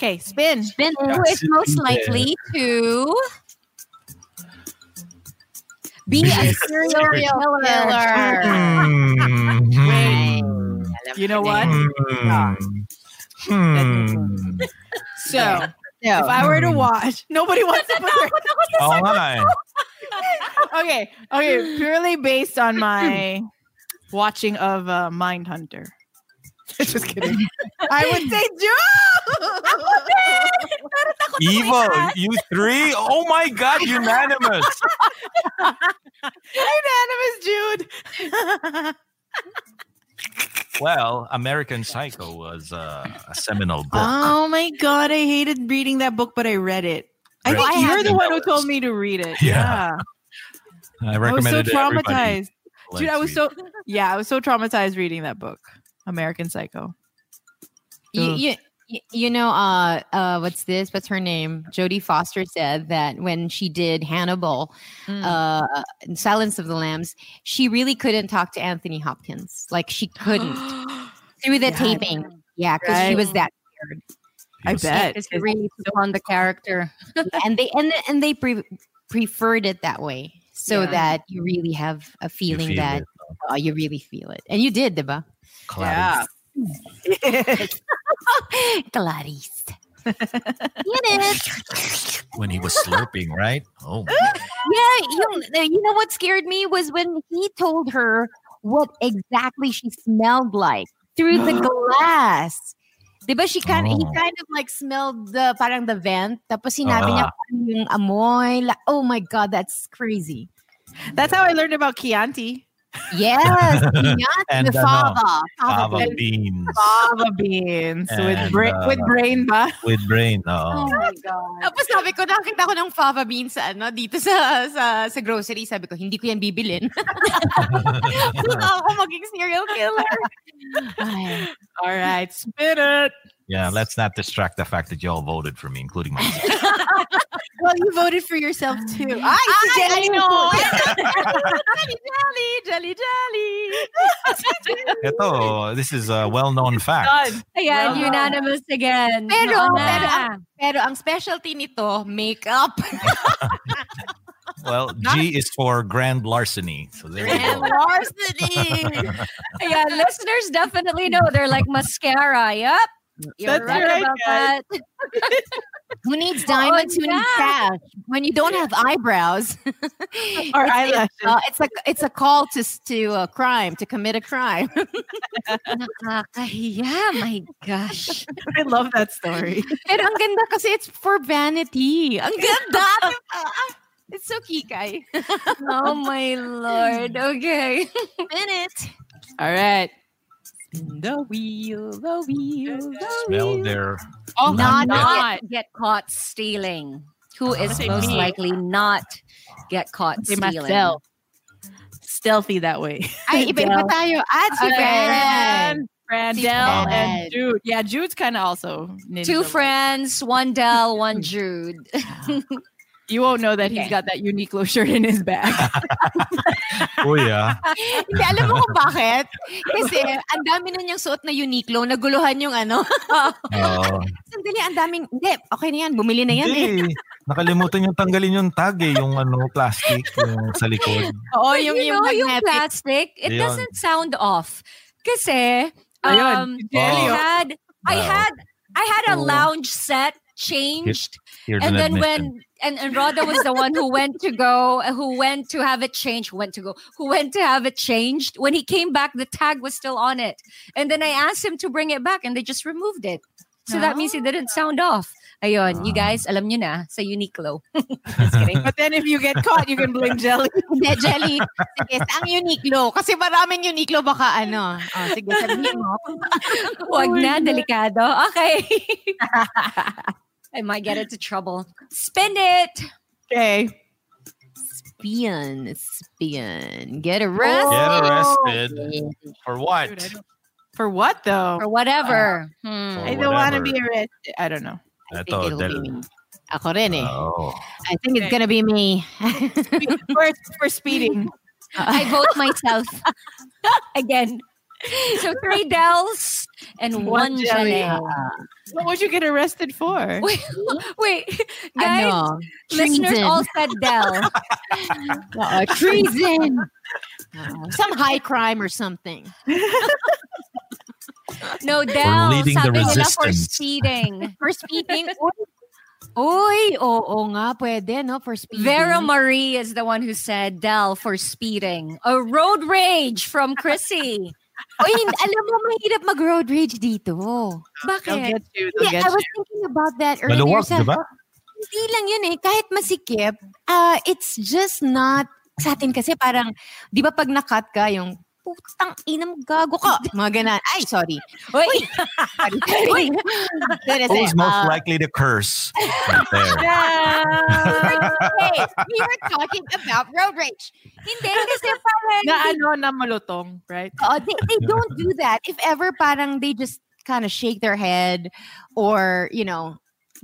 S2: Okay, spin.
S3: Then who is most likely to Be a serial killer. Mm-hmm.
S2: You know what?
S3: Hmm.
S2: So
S6: No.
S2: if I were to watch, nobody wants
S3: <laughs>
S2: to put their
S5: Oo nga eh.
S2: <laughs> okay, okay, purely based on my watching of uh, Mindhunter. <laughs> Just kidding. <laughs> I would say Joe.
S5: Evil, you three? Oh my god,
S3: <laughs>
S2: <laughs>
S5: unanimous.
S2: Unanimous, Jude. <laughs>
S5: Well, American Psycho was uh, a seminal book.
S2: oh my god, I hated reading that book, but I read it. I
S5: Right.
S2: think
S5: I
S2: you're
S5: haven't.
S2: the one who told me to read it.
S5: Yeah. I
S2: I was so
S5: recommended it to everybody
S2: traumatized. Dude,
S5: last
S2: I was
S5: week.
S2: so yeah, I was so traumatized reading that book. American Psycho.
S6: you,
S2: Ugh.
S6: you, you- you know, uh, uh, what's this? What's her name? Jodie Foster said that when she did Hannibal,
S2: Mm.
S6: uh, in Silence of the Lambs, she really couldn't talk to Anthony Hopkins.
S2: <gasps>
S6: Like she couldn't through the
S2: Yeah.
S6: taping. Yeah, because she
S2: Right.
S6: was that.
S2: I
S5: Yes.
S2: bet.
S3: It's really took on the character.
S6: and they and and they pre- preferred it that way so
S2: Yeah.
S6: that you really have
S5: You
S6: a feeling
S5: feel
S6: that
S5: it,
S6: oh, you really feel it, and you did, Deba.
S5: Clarence.
S6: <laughs> Clarice. Get it?
S5: When he was slurping, right? Oh,
S6: <laughs>
S2: <laughs>
S6: Yeah, you, uh, you know what scared me was when he told her what exactly she smelled like through the glass. Diba she kind he
S5: Oh.
S6: kind of like smelled the parang the vent tapos sinabi niya
S5: Ah.
S6: parang yung amoy like, oh my god that's crazy.
S2: That's how I learned about Chianti.
S6: Yes, not
S5: And
S6: the
S5: ano,
S6: fava, fava.
S5: Fava
S6: bean.
S5: beans
S2: Baba beans with
S5: And,
S2: bra-
S5: uh,
S2: with brain ba?
S5: with brain. Oh.
S3: my god.
S6: Tapos sabi ko nakita ko ng fava beans sa ano dito sa sa, sa grocery sabi ko hindi ko yan bibilin. <laughs> Kung ako maging serial killer. Ay.
S2: All right, spit it.
S5: Yeah, let's not distract the fact that y'all voted for me, including <laughs>
S2: <laughs>
S5: myself.
S2: Well, you voted for yourself too. I,
S6: Ay, I know.
S2: jelly, jelly, jelly.
S5: Ito, this is a well-known fact.
S2: Done.
S3: Ayan,
S2: Wow.
S3: unanimous again.
S6: Pero,
S3: Noon
S6: pero,
S3: na.
S6: ang, pero ang specialty nito, makeup. <laughs>
S5: Well, G is for grand larceny. So there you
S6: and
S5: go.
S2: <laughs>
S6: larceny.
S3: yeah, listeners definitely know. They're like mascara. Yep. You're
S2: That's
S3: right,
S2: right,
S3: about
S2: guys. Oh,
S3: that. <laughs>
S6: Who needs diamonds? Who needs
S3: yeah.
S6: cash? When you don't have eyebrows,
S2: Or
S6: it's,
S2: eyelashes.
S6: uh, it's a it's a call to s- to uh, crime to commit a crime. <laughs>
S3: Nakakahiya, my gosh.
S2: I love that
S6: <laughs>
S2: story.
S6: Pero ang ganda kasi it's for vanity. Ang ganda. diba? Ang- ah, it's so kikay.
S3: Oh my
S6: <laughs>
S3: lord. Okay.
S6: Minute.
S2: All right.
S6: The wheel, the wheel,
S3: <laughs>
S6: the
S5: Smell
S6: wheel.
S5: their
S2: Oh,
S5: Not
S3: Not
S2: not.
S3: get, get caught stealing. Who is
S5: Say
S3: most
S5: me.
S3: likely not get caught
S2: Say
S3: stealing?
S2: myself. Stealthy that way.
S6: Ay, iba-iba
S3: Del.
S6: tayo. Ah, si Fran.
S2: Fran,
S6: Si
S2: Del,
S6: Fran.
S2: and Jude. Yeah, Jude's kind of also ninja.
S3: Two friends, one Dell,
S2: <laughs>
S3: one Jude.
S2: You won't know that
S3: Okay.
S2: he's got that Uniqlo shirt in his bag.
S5: Oh yeah.
S6: Hindi, alam mo kung bakit? Kasi ang dami na niyang suot na Uniqlo, naguluhan yung ano.
S5: Oh.
S6: Sandali, ang daming, hindi, okay na yan, bumili na yan. eh.
S5: Hindi. Nakalimutan yung tanggalin yung tag eh, yung ano, plastic yung sa likod.
S6: <laughs> Oo,
S3: But
S6: yung,
S3: you
S6: yung
S3: know, yung
S6: magnetic.
S3: plastic, it
S5: Mm. Ayun.
S3: doesn't sound off. Kasi, um,
S2: Ayun.
S5: Oh.
S3: I
S2: Jelly.
S3: had, I
S5: Wow.
S3: had, I had a
S5: Oh.
S3: lounge set changed
S5: Here's
S3: and
S5: an
S3: then
S5: admission.
S3: when and, and Rhoda was the one who went to go, uh, who went to have it changed, who went to go, who went to have it changed. When he came back, the tag was still on it, and then I asked him to bring it back, and they just removed it. So that means it didn't sound off. Ayun, you
S5: Ah.
S3: guys, alam nyo na sa Uniqlo.
S2: but then if you get caught, you can blame
S6: <laughs>
S2: Jelly.
S6: Hindi,
S2: <laughs>
S6: Jelly. Sige, ang <laughs> Uniqlo. Kasi maraming Uniqlo baka ano. Oh, sige, sabihin mo.
S3: Wag na, delikado. Okay. <laughs> I might get into trouble. Spin it.
S2: Okay.
S6: Spion, spion. Get
S5: Get
S6: arrested.
S5: arrested for
S2: Dude, I
S5: what?
S2: don't- For what though?
S3: Or whatever. Hmm.
S2: I don't want to
S5: whatever.
S2: be arrested. I don't know.
S6: I think
S5: Ito,
S6: it'll
S5: del-
S6: be me. Ako rin eh.
S5: Oh.
S6: I think it's
S3: <laughs>
S6: gonna be me.
S2: for, for speeding.
S3: I vote myself <laughs> again. So three Dells and one, jelly.
S2: What would you get arrested
S6: <laughs>
S2: for?
S3: Wait, <laughs> wait, guys, listeners
S6: treason.
S3: all said Dell.
S6: Oo, treason. Oo, some high crime or something.
S3: No Dell.
S5: leading the
S3: Sabi nila for
S5: resistance.
S3: speeding.
S6: For speaking, uy, uy, oo nga, pwede, no? For speaking.
S3: Vera Marie is the one who said Dell for speeding. Oh, A road rage from Chrissy.
S6: Uy,
S2: <laughs>
S6: alam mo, mahirap mag-road rage dito.
S2: They'll
S3: Bakit?
S2: get you. They'll
S6: Yeah,
S2: get
S6: I was
S2: you.
S6: thinking about that earlier.
S5: Maluwag, diba?
S6: sa-
S5: di ba?
S6: Hindi lang yun eh. Kahit masikip, ah, it's just not sa atin kasi parang, di ba pag nakat ka yung putang inam gago
S2: <laughs>
S6: ka. Mga ganun. Ay, sorry.
S3: Wait,
S6: Sorry, sorry. <laughs> Sorry, sorry.
S5: Who's most
S6: Ah,
S2: uh,
S5: likely to curse? Right
S2: <laughs>
S5: there.
S6: Hey, we were talking about road rage. Hindi kasi parang,
S2: <laughs> Na ano, na malutong, right?
S6: Oo, Uh, they, they don't do that. If ever parang they just kind of shake their head or, you know,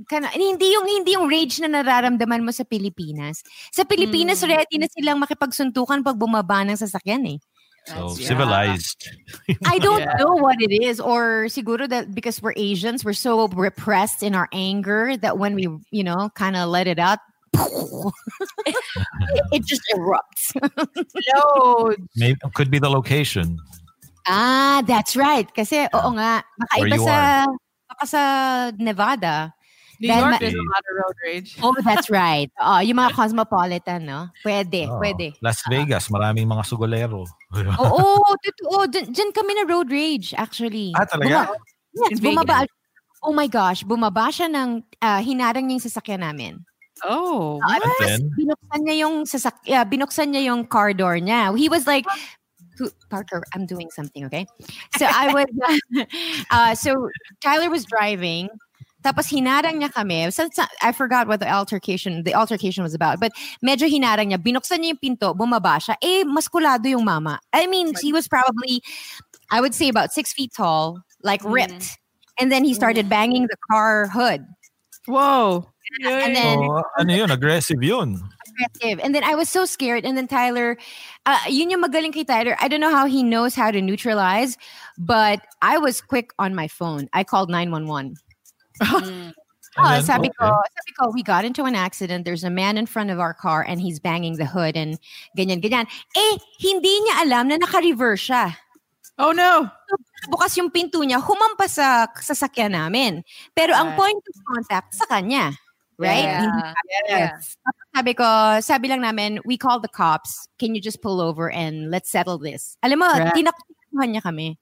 S6: kana hindi yung hindi yung rage na nararamdaman mo sa Pilipinas. Sa Pilipinas ready na silang makipagsuntukan pag bumaba ng sasakyan eh.
S5: So
S2: That's- yeah.
S5: civilized.
S6: I don't
S2: Yeah.
S6: know what it is or siguro that because we're Asians, we're so repressed in our anger that when we, you know, kind of let it out, <laughs> it just erupts.
S2: Loads.
S5: Maybe could be the location.
S6: Ah, that's right. Kasi oo nga, baka
S5: Where
S6: iba
S5: you
S6: sa baka sa Nevada.
S2: New
S6: Then
S2: York,
S5: ma-
S2: there's a lot of road rage.
S6: <laughs> Oh, that's right. Oo, yung mga cosmopolitan, no? Pwede,
S5: Oh,
S6: pwede.
S5: <laughs> Las Vegas, maraming mga sugolero.
S6: Oo, totoo. Dyan, dyan kami na road rage, actually.
S5: Ah, talaga?
S6: Buma- yes,
S2: In Vegas?
S6: bumaba. Oh my gosh, bumaba siya ng ah, hinarang niya yung sasakyan namin.
S2: Oh.
S6: Ah,
S5: And
S6: tapos
S5: then?
S6: binuksan niya yung sasak ah, binuksan niya yung car door niya. He was like, "Who- Parker, I'm doing something, okay? So I was, <laughs> uh, so Tyler was driving. Tapos hinarang niya kami. So, so- I forgot what the altercation, the altercation was about. But medyo hinarang niya. Binuksan niya yung pinto, bumaba siya. Eh, maskulado yung mama. I mean, he was probably, I would say about six feet tall, like ripped. And then he started banging the car hood.
S2: Whoa.
S6: And then,
S5: So, ano yun? Aggressive yun.
S6: aggressive. And then I was so scared. And then Tyler, uh, yun yung magaling kay Tyler. I don't know how he knows how to neutralize, but I was quick on my phone. I called
S5: And
S6: 911. <laughs> Oh,
S5: then,
S6: sabi, ko,
S5: okay.
S6: sabi ko, we got into an accident. There's a man in front of our car and he's banging the hood and ganyan, ganyan. Eh, hindi niya alam na naka-reverse siya.
S2: Oh no.
S6: Bukas yung pinto niya, humampa sa sasakyan namin. Pero ang
S2: Right.
S6: point of contact sa kanya. Right?
S3: Yeah.
S6: Hindi
S2: Yes.
S6: Sabi ko, sabi lang namin, we call the cops. Can you just pull over and let's settle this? Alam mo,
S2: Right.
S6: tinakbuhan niya kami.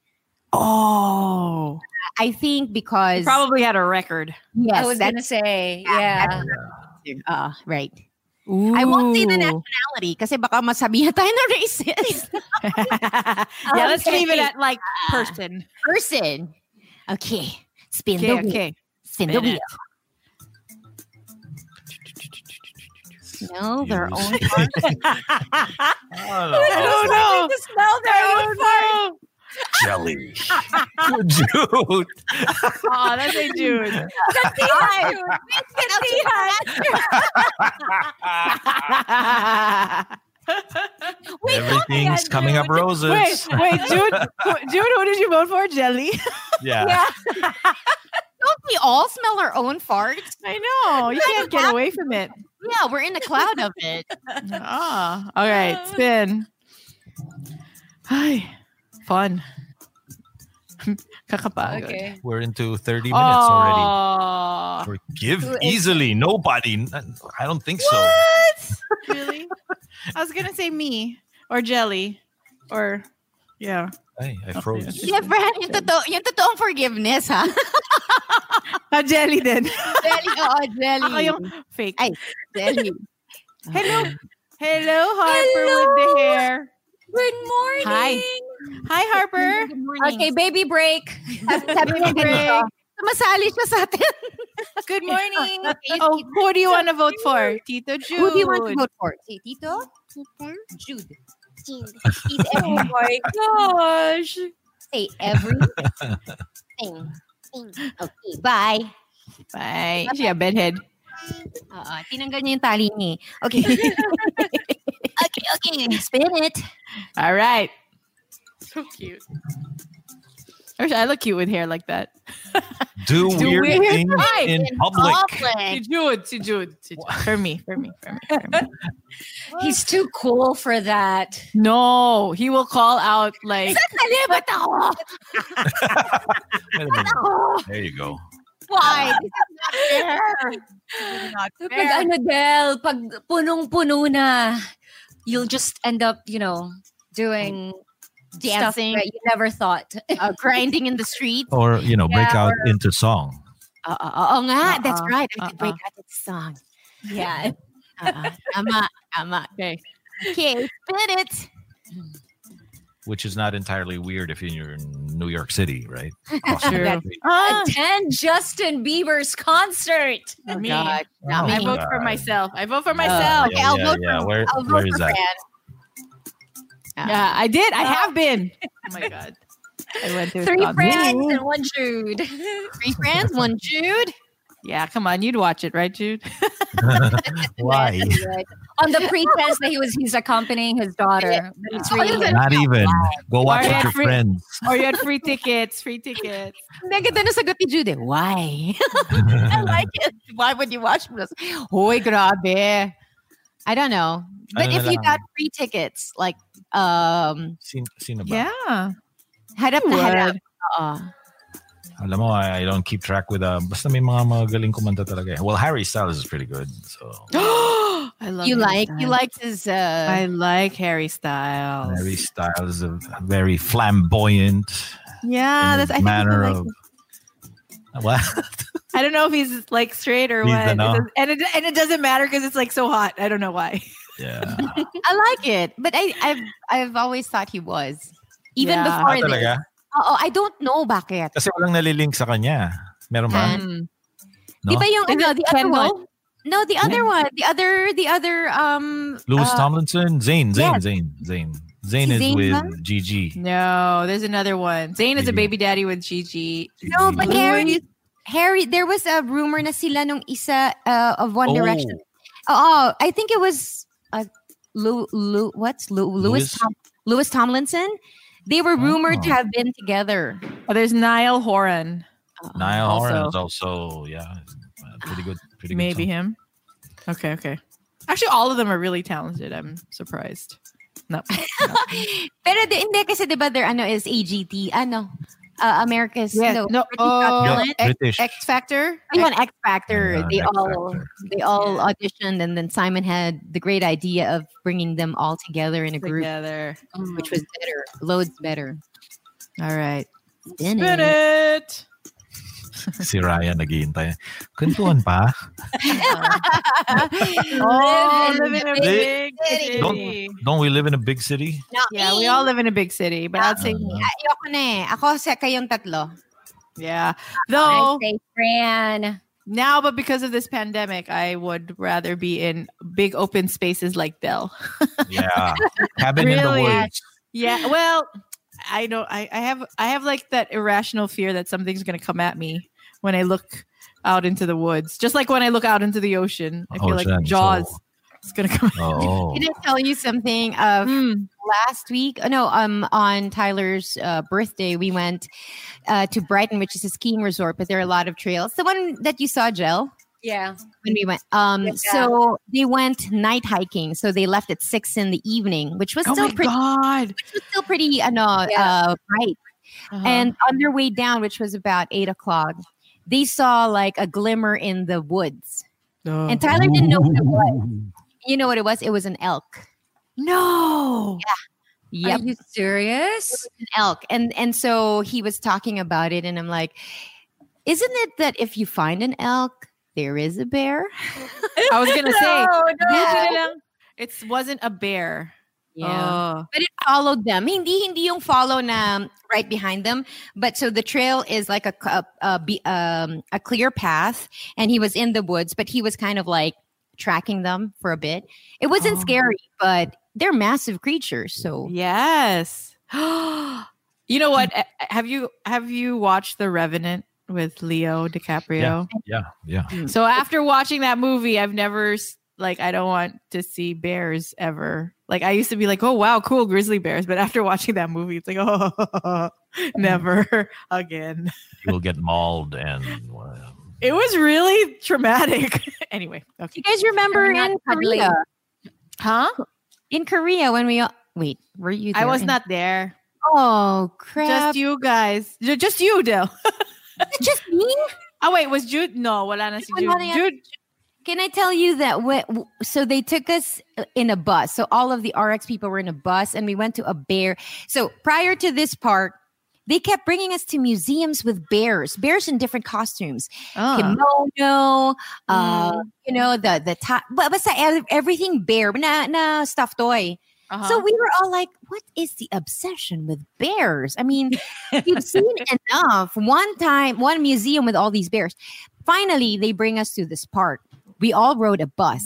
S6: Uh,
S2: Oh.
S6: I think because...
S2: Probably had a record.
S3: I
S6: yes,
S3: was
S6: that-
S3: gonna say,
S6: Yeah,
S3: yeah.
S6: uh, right. I won't say the nationality kasi baka masabihan tayo na racist
S2: <laughs> <laughs> yeah, let's leave it at like
S6: <laughs>
S2: person.
S6: person. Okay. Spin
S2: Okay,
S6: the wheel.
S2: okay.
S6: Spin the
S2: Spin
S6: wheel.
S2: it.
S6: No, their
S5: Use.
S6: own.
S5: Hello.
S2: Oh no. Oh no.
S5: <laughs> Jelly. Jude.
S2: Oh, that's a
S6: <laughs>
S2: dude. <laughs>
S5: Everything's coming up roses. <laughs>
S2: Wait, wait, dude, who- dude, who did you vote for? Jelly. <laughs>
S5: yeah.
S6: Don't we all smell our own farts?
S2: I know. Oh, You can't get away from it.
S6: Yeah, we're in a cloud of it.
S2: <laughs> Ah, all right,
S6: <laughs>
S2: spin. Hi, fun. Kakapagod.
S3: Okay.
S5: We're into 30 minutes already.
S2: Oh,
S5: Forgive easily. Nobody. I don't think so.
S2: really? <laughs> I was gonna say me or jelly or yeah.
S5: Ay, I <laughs> froze.
S6: <laughs> Yeah, Fran, yung, totoo, yung totoong forgiveness, ha? <laughs>
S2: Ah, jelly then.
S6: jelly, oo, jelly.
S2: Ako yung fake.
S6: Ay. jelly. Ah.
S2: Hello. Hello, Harper with the hair.
S3: Good morning.
S2: Hi. Hi, Harper.
S3: Okay, baby break.
S6: Sabi niya ganito. Masali siya sa atin. <laughs>
S3: Good morning.
S2: <laughs> Oh, who do you want to vote for? Tito Jude.
S6: Who do you want to vote for? Si Tito?
S4: Tita
S6: Jude.
S4: Jude.
S6: He's
S2: Oh
S6: every, <laughs>
S3: my gosh.
S2: <laughs>
S6: say everything. Okay, bye.
S2: Bye. She a bedhead.
S6: Oo, tinanggal niya yung tali niya. eh. Okay.
S2: <laughs>
S6: okay, okay. Spin it.
S2: All right.
S7: So cute.
S2: I wish I look cute with hair like that.
S5: <laughs> Do, weird, things
S7: Right,
S5: in public.
S7: Si Jude, si Jude, si Jude.
S2: For me, for me, for me.
S3: He's too cool for that.
S2: No, he will call out like
S3: Nakalibat ako.
S5: Wait a <laughs> minute. There you go.
S2: <laughs>
S6: Why? This is not fair.
S2: not
S3: Pag ano, Del, pag punong-puno na, you'll just end up, you know, doing
S6: Dancing.
S3: stuff that you never thought.
S6: Uh, grinding in the street.
S3: <laughs>
S5: Or, you know, break
S3: Yeah,
S5: out into song.
S6: Oo, oo nga. That's
S2: Uh-uh,
S6: right. I
S2: uh-uh.
S6: could break out that song.
S3: yeah.
S6: <laughs> Uh-uh. Tama, tama.
S2: okay.
S6: Okay, split it.
S5: which is not entirely weird if you're in New York City, right? <laughs> Across
S2: True.
S5: the street.
S2: Ah,
S3: Attend Justin Bieber's concert.
S2: me.
S6: God, not
S5: Oh,
S2: I
S6: me.
S2: vote for
S5: God.
S2: myself. I vote for
S5: Yeah,
S2: myself.
S6: Okay, I'll vote
S5: yeah. Where,
S6: I'll
S5: where
S6: vote
S5: is
S6: for
S5: that?
S6: Fran. Ah.
S2: Yeah, I did. I have been.
S6: <laughs>
S2: Oh my god. I went to his
S3: Three
S2: concert.
S3: friends and one Jude.
S6: Three friends, one Jude.
S2: Yeah, come on, you'd watch it, right, Jude?
S5: <laughs> Why?
S3: On the pretense that he was he's accompanying his daughter. But it's really
S5: Not even. Go watch
S2: Why?
S5: with your
S2: Free-
S5: friends.
S2: Or you had free tickets, free tickets.
S6: Naganda na sagot ni Jude.
S5: <laughs>
S6: eh, Why? I like it. Why would you watch this? Hoy, grabe. I don't know. But
S5: Ano na
S6: if you
S5: lang.
S6: got free tickets, like, um,
S5: Sin- sino ba?
S2: Yeah.
S6: harap na harap.
S2: Would.
S6: Oo.
S5: Alam mo, I, I don't keep track with uh, basta may mga magaling kumanta talaga. eh. Well, Harry Styles is pretty good. So
S2: <laughs> I love
S6: You
S2: Harry
S6: like,
S2: Styles.
S6: you liked his, uh,
S2: I like Harry Styles.
S5: Harry Styles is a very flamboyant
S2: yeah,
S5: in
S2: that's I think people
S5: manner
S2: like
S5: of <laughs> what?
S2: <laughs> <laughs> I don't know if he's like straight or
S5: He's
S2: what. It
S5: the no.
S2: does- and it and it doesn't matter because it's like so hot. I don't know why.
S5: Yeah.
S6: <laughs> I like it. But I, I've, I've always thought he was. Even
S2: Yeah.
S5: Ah,
S6: before this.
S5: talaga?
S6: Oo, I don't know bakit.
S5: Kasi walang nalilink sa kanya. Meron ba?
S6: Di
S5: No?
S6: ba yung
S2: Is
S6: ano,
S2: it
S6: the other
S2: Hmm. Kendall?
S6: one? No, the other one. The other, the other, um,
S5: Louis
S6: uh,
S5: Tomlinson? Zane, Zane,
S6: yes.
S5: Zane, Zane. Zane
S6: Si
S5: is
S6: Zane
S5: with
S6: ba?
S5: Gigi.
S2: No, there's another one. Zayn is
S5: Gigi.
S2: a baby daddy with Gigi.
S6: No, but
S2: Who
S6: Harry,
S2: is-
S6: Harry, there was a rumor na sila nung isa uh, of One
S5: Oh.
S6: Direction. Oh, I think it was uh, Lou, Lou, what's Lou, Louis,
S5: Louis?
S6: Tom, Louis Tomlinson. They were rumored to
S5: Oh.
S6: have been together.
S2: Oh, there's Niall Horan.
S5: Niall
S2: Also-
S5: Horan is also yeah, uh, pretty good. Pretty
S2: Maybe
S5: Good
S2: him. Okay, okay. Actually, all of them are really talented. I'm surprised. No.
S3: <laughs>
S6: Pero di, hindi kasi 'di ba their ano is AGT, ano? Uh, America's
S2: Yes,
S6: no,
S2: no,
S6: British
S2: oh,
S6: Got
S5: song.
S6: Talent.
S5: yeah,
S2: X-
S5: British.
S2: X Factor.
S6: Ayun, X Factor.
S5: Yeah,
S6: they
S5: X
S6: all
S5: Factor.
S6: they all auditioned, and then Simon had the great idea of bringing them all together in a group,
S2: Together.
S6: which was better, loads better.
S2: All right.
S6: Spin
S2: Spin it.
S6: it.
S5: si Ryan naghihintay. Kuntuan
S6: <laughs>
S5: pa.
S2: 어,
S8: 네,
S2: Oh, live in a big
S5: 네.
S6: city.
S2: city.
S5: Don't we live in a big city?
S6: Not
S2: Yeah,
S6: me.
S2: we all live in a big city, but I'd say,
S5: Uh,
S6: Ayoko na eh. Ako sa kayong tatlo.
S2: yeah.
S3: I
S2: Though
S3: say Fran.
S2: now, but because of this pandemic, I would rather be in big open spaces like Dell. <laughs>
S5: yeah, cabin in the
S2: Really?
S5: woods.
S2: Yeah. Well, I don't. I, I have. I have like that irrational fear that something's going to come at me when I look out into the woods. Just like when I look out into the ocean, I feel like
S5: Ocean,
S2: Jaws.
S5: Oh, so-
S2: It's going to come.
S5: Oh,
S6: Did I tell you something of
S2: Mm.
S6: last week? Oh, no, um, on Tyler's uh, birthday, we went uh, to Brighton, which is a skiing resort, but there are a lot of trails. The one that you saw, Jill,
S3: Yeah.
S6: when we went. Um,
S3: Yeah.
S6: So they went night hiking. So they left at six in the evening, which was
S2: Oh
S6: still
S2: my
S6: pretty,
S2: god! Uh-huh.
S6: which was still pretty, uh, no,
S3: Yeah.
S6: uh, bright. And on their way down, which was about eight o'clock, they saw like a glimmer in the woods.
S2: <laughs> no.
S6: And Tyler didn't know what it was. You know what it was? It was an elk.
S2: no.
S6: Yep,
S3: Are you serious?
S6: an elk. And and so he was talking about it, and I'm like, isn't it that if you find an elk, there is a bear?
S2: <laughs> I was going to
S6: <laughs>
S2: say
S6: Yeah.
S2: it wasn't a bear. Oh.
S6: But it followed them. Hindi hindi yung follow na right behind them. But so the trail is like a a, a, be- um, a clear path, and he was in the woods, but he was kind of like tracking them for a bit. It wasn't
S2: Oh.
S6: scary, but they're massive creatures. So
S2: Yes. Oh. <gasps> you know what? Eh, eh, Have you have you watched The Revenant with Leo DiCaprio?
S5: yeah, yeah.
S3: Hmm.
S2: Mm. So after watching that movie, I've never s- like I don't want to see bears ever. Like I used to be like, oh wow, cool grizzly bears, but after <laughs> watching that movie, it's like, oh,
S3: Hmm.
S2: never again.
S5: You will get mauled and. Uh,
S2: It was really traumatic. <laughs> anyway,
S3: You
S2: okay.
S3: guys remember
S6: You're not
S3: in
S6: cuddling.
S3: Korea?
S2: Huh?
S3: In Korea when we all- wait, were you? there
S2: I was
S3: in-
S2: not there.
S6: Oh
S2: Just
S6: crap!
S2: you guys. Ju- Just you, Del.
S6: just me?
S2: Oh wait, was Jude? No, wala na si
S6: Jude,
S2: Jude.
S6: wala yan.
S2: Jude,
S6: Can I tell you that? What, so they took us in a bus. So all of the RX people were in a bus, and we went to a bear. So prior to this park, they kept bringing us to museums with bears, bears in different costumes,
S2: Ah.
S6: kimono, uh, you know the the top, but basta ev- everything bear, na na stuffed toy.
S2: Uh-huh.
S6: So we were all like, what is the obsession with bears? I mean, you've seen enough. One time, one museum with all these bears. Finally, they bring us to this park. We all rode a bus,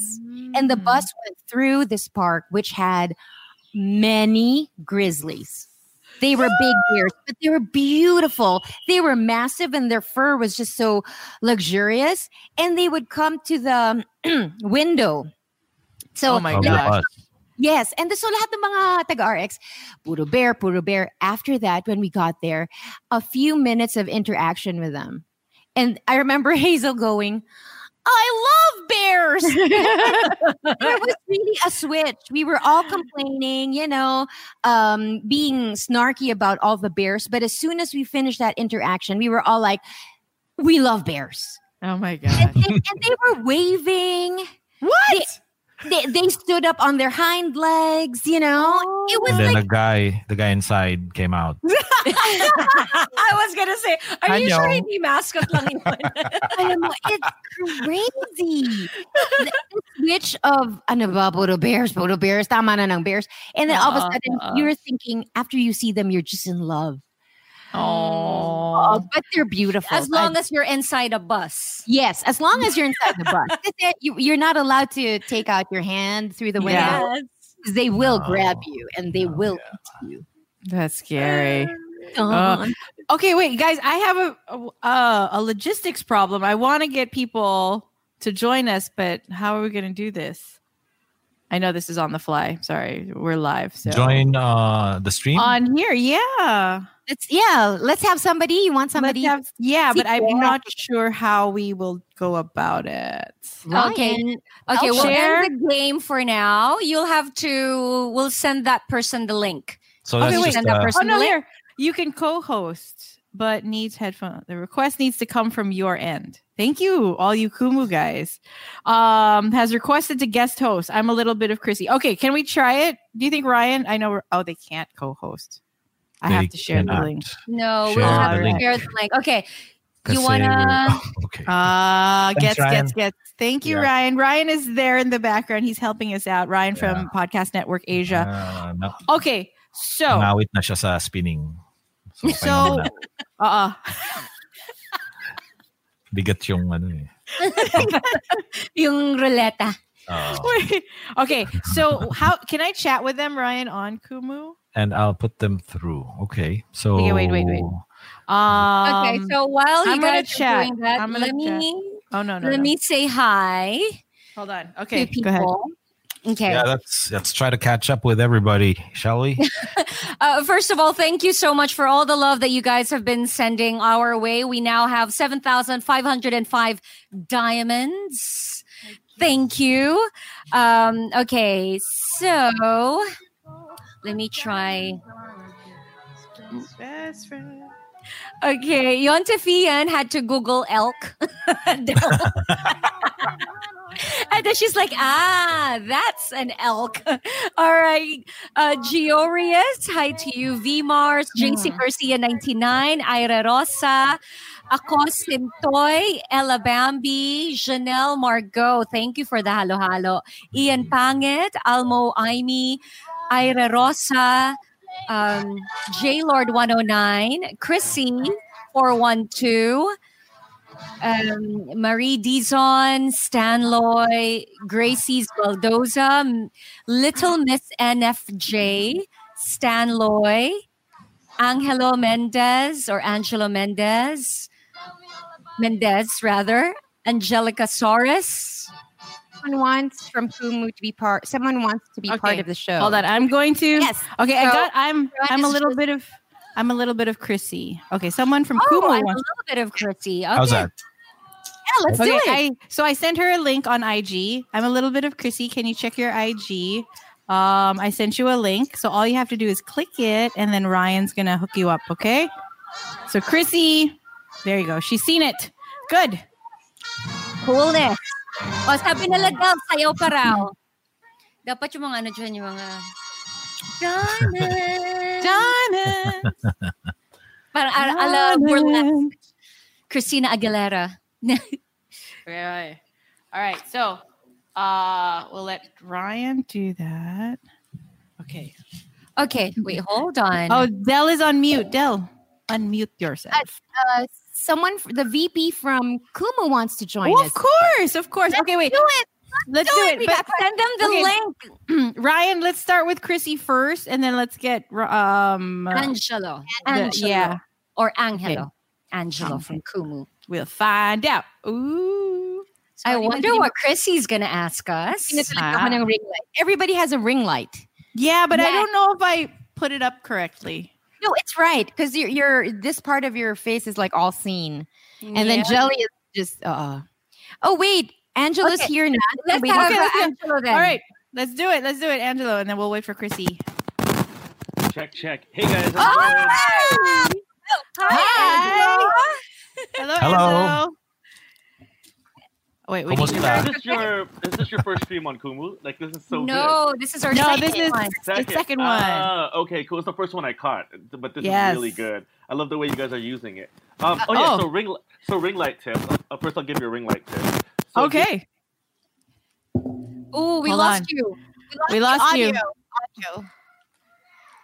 S6: and the
S2: Mm.
S6: bus went through this park, which had many grizzlies. They were
S2: <gasps>
S6: big bears, but they were beautiful. They were massive, and their fur was just so luxurious. And they would come to the um, <clears throat> window. So
S2: Oh my
S5: of the
S2: gosh.
S5: bus.
S6: Yes, and so lahat ng mga taga-RX, puro bear, puro bear. After that, when we got there, a few minutes of interaction with them. And I remember <laughs> Hazel going, I love bears. <laughs> there was really a switch. We were all complaining, you know, um, being snarky about all the bears. But as soon as we finished that interaction, we were all like, we love bears.
S2: oh my god.
S6: and, and they were waving
S2: What?
S6: they, they stood up on their hind legs, you know. It was
S5: And then
S6: like
S5: the guy, the guy inside came out.
S6: <laughs>
S3: I was gonna say, are you
S5: Hello.
S3: sure hindi mascot
S5: <laughs>
S3: lang yun?
S6: alam mo, it's crazy. The the switch of ano ba, puro bears, puro bears, tama na ng bears. And then all of a
S2: Oo,
S6: sudden
S2: oo.
S6: you're thinking after you see them, you're just in love.
S2: Oh.
S6: but they're beautiful.
S3: as long as you're inside a bus.
S6: yes, as long as you're inside
S3: <laughs>
S6: the bus. That's it. You, you're not allowed to take out your hand through the window.
S2: Yeah.
S3: Yes.
S6: 'cause They will
S5: No.
S6: grab you and they
S5: No,
S6: will
S5: Oh. yeah.
S6: eat you.
S2: That's scary.
S6: Uh,
S2: Uh, Uh-huh.
S6: Aw.
S2: Okay, wait, guys. I have a a, a logistics problem. I want to get people to join us, but how are we going to do this? I know this is on the fly. Sorry, we're live. So Oh,
S5: Join uh, the stream.
S2: on here, yeah.
S6: Let's yeah, let's have somebody. You want somebody?
S2: Let's have- yeah, but I'm
S6: Secret.
S2: not sure how we will go about it.
S3: Okay. Okay,
S6: I'll
S3: we'll
S2: share.
S3: end the game for now. You'll have to. We'll send that person the link.
S5: so
S2: okay,
S5: that's
S2: wait.
S5: just
S3: And that
S5: uh,
S3: person-
S2: Oh no,
S3: Personally-
S2: here you can co-host, but needs headphone. The request needs to come from your end. Thank you, all you Kumu guys. Um, has requested to guest host. I'm a little bit of Chrissy. Okay, can we try it? Do you think Ryan? I know. we're- Oh, they can't co-host. I
S5: they
S2: have to share
S5: cannot.
S2: the link.
S3: No,
S5: Share
S3: we'll have
S2: the
S3: to
S2: link.
S3: share the link. Okay,
S5: Kasi
S3: you wanna?
S5: we're- Oh, okay.
S2: <laughs> Ah,
S5: Thanks,
S2: gets,
S5: Ryan.
S2: gets, gets. Thank you,
S5: Yeah.
S2: Ryan. Ryan is there in the background. He's helping us out. Ryan from Podcast Network Asia.
S5: Ah, na-
S2: Okay, so uh
S5: Nawit na siya sa spinning. So,
S2: <laughs>
S5: so
S2: So- uh
S5: bigat yung ano eh.
S3: <laughs> Yung ruleta.
S5: Oo.
S2: <laughs> Wait. Okay. So how can I chat with them, Ryan, on Kumu?
S5: and I'll put them through. Okay. So
S2: Okay, wait, wait, wait. Um,
S3: Okay, so while you
S2: I'm gonna
S3: guys are doing
S2: check.
S3: that,
S2: I'm gonna
S3: let me
S2: oh no, no,
S3: let
S2: no.
S3: me say hi
S2: hold on. Okay,
S3: to people.
S2: go ahead.
S3: Okay.
S5: Yeah, let's let's try to catch up with everybody, shall
S2: <laughs>
S5: we?
S3: Uh, first of all, thank you so much for all the love that you guys have been sending our way. We now have 7,505 diamonds. Thank you. Um, okay, so let me try.
S7: Best friend.
S3: Okay, Yonta Fian had to Google elk. <laughs> and then she's like, ah, that's an elk. <laughs> All right. Uh, Giorius, hi to you. V Mars, JC Garcia 99, Ira Rosa, Ako Sintoy, Ella Bambi, Janelle Margot. Thank you for the halo halo. Ian Panget, Almo Aimee, Ira Rosa, um, J Lord 109, Chrissy 412, um, Marie Dizon, Stanloy, Gracie's Baldoza, M- Little Miss NFJ, Stanloy, Angelo Mendez or Angelo Mendez, Mendez rather, Angelica Soros,
S6: someone wants from Kumu to be part. Someone wants to be part
S2: Okay.
S6: of the show.
S2: Hold on, I'm going to.
S6: Yes.
S2: Okay, I
S6: So,
S2: got. I'm.
S6: Joanne
S2: I'm a
S6: is
S2: little
S6: just-
S2: bit of. I'm a little bit of Chrissy. Okay, someone from
S3: Oh,
S2: Kumu.
S3: I'm a
S2: wants-
S3: little bit of Chrissy. Okay.
S5: How's that?
S3: Yeah, let's do
S2: Okay,
S3: it.
S2: I, so I sent her a link on IG. I'm a little bit of Chrissy. Can you check your IG? Um, I sent you a link. So all you have to do is click it, and then Ryan's gonna hook you up. Okay. So Chrissy, there you go. She's seen it. Good.
S3: Coolness. O, sabi nila daw, sayaw pa raw. Dapat yung mga ano dyan, yung mga... Donna!
S2: Donna.
S3: <laughs> Parang al- ala burlesque. Christina Aguilera. <laughs>
S2: Okay, okay. All right. So uh we'll let Ryan do that. Okay.
S3: Okay, wait, hold on.
S2: Oh, Dell is on mute. Dell, unmute yourself.
S6: Uh, someone, f- the VP from Kumu wants to join
S2: Oh,
S6: us.
S2: of course, of course. Okay, wait.
S3: do it.
S2: Let's do it. But
S3: send them the
S2: okay.
S3: link.
S2: Ryan, let's start with Chrissy first, and then let's get um.
S3: Angelo.
S2: the-
S3: Angelo.
S2: yeah,
S3: Or Angelo. Angelo from Kumu.
S2: we'll find out. Ooh,
S3: I
S6: Sorry,
S3: wonder
S6: hindi
S3: what Chrissy's gonna ask us.
S6: Hindi talaga ako
S2: Ah.
S6: ng ring light. Everybody has a ring <clears throat> light.
S2: yeah, but I
S6: Yeah.
S2: don't know if I put it up correctly.
S6: No, it's right because your your this part of your face is like all seen, and then jelly is just. uh Oh wait, Angela's
S3: Okay.
S6: here now.
S3: Let's
S6: Wait,
S3: have
S2: okay, let's do it.
S3: Angelo then.
S2: All right, let's do it. Let's do it, Angelo, and then we'll wait for Chrissy.
S9: Check, check. Hey guys.
S3: Oh!
S9: how's it going?
S3: Ah! Hi, Angelo.
S2: Hello,
S5: Hello.
S2: Angelo. Oh, wait, wait.
S5: Kumusta?
S9: Is this your is this your first stream on Kumu? Like this is so
S3: no, this is our
S2: No,
S3: second
S2: this is
S3: one.
S9: good.
S2: the second one.
S9: Ah, okay, cool. It's the first one I caught, but this
S2: Yes.
S9: is really good. I love the way you guys are using it. Um, oh yeah,
S2: oh.
S9: so ring li- so ring light tip. Uh, first, I'll give you a ring light tip. So
S2: okay.
S3: Oh, we
S2: Hold
S3: lost
S2: on.
S3: you.
S2: We lost you.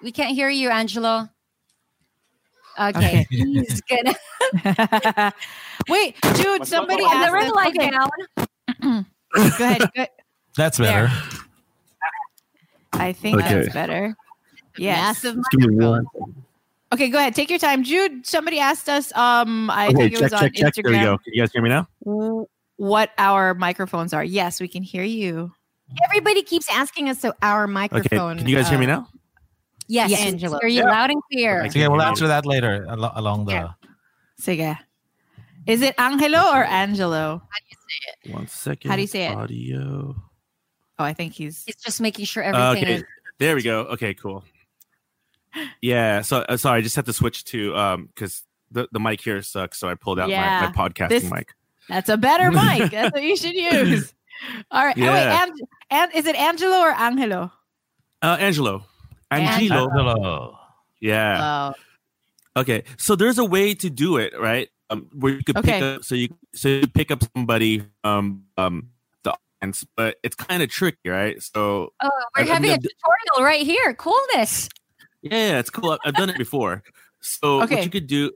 S3: We can't hear you, Angelo. Okay.
S9: <laughs>
S3: He's gonna
S2: <laughs> Wait, dude,
S9: What's
S2: somebody
S9: up?
S3: put the
S2: asked.
S3: ring
S2: us-
S3: light
S2: okay,
S3: down.
S2: go ahead. Go-
S5: That's better.
S2: I think
S9: Okay.
S2: that's better. Yes.
S6: Massive
S9: Give me one.
S2: Okay, go ahead. Take your time. Jude, somebody asked us, um, I think it was on Instagram
S9: Can you guys hear me now?
S2: w- what our microphones are. Yes, we can hear you.
S6: Everybody keeps asking us, so our microphone. uh,
S9: now?
S3: Yes,
S2: Yes,
S3: Angelo.
S6: Angelo.
S3: Hear you loud and clear.
S5: Okay, we'll answer that later al- along the.
S2: Sige. Is it Angelo or Angelo?
S9: One second. <laughs>
S2: How do you say it?
S9: Audio. Uh,
S2: Oh, I think he's
S3: He's just making sure everything is
S9: There we go. Okay, cool. Yeah. So uh, sorry, I just had to switch to um because the, the mic here sucks, so I pulled out
S2: Yeah.
S9: my, my podcasting
S2: This-
S9: mic.
S2: that's
S9: <laughs>
S2: a better mic. That's what you should use. All right. Oh,
S9: Yeah.
S2: wait, Ang- An- is it Angelo or Angelo?
S9: Uh, Angelo. Angelo.
S2: Angelo.
S5: Angelo.
S9: Yeah.
S2: Oh.
S9: okay. So there's a way to do it, right? Um, where you could
S2: Okay.
S9: pick up so you so you pick up somebody um um the audience, but it's kind of tricky, right? So
S3: Oh,
S9: I've-
S3: we're
S9: I've
S3: having a
S9: done-
S3: tutorial right here. Coolness.
S9: Yeah, it's cool. I've- I've done it before. So
S2: Okay.
S9: what you could do.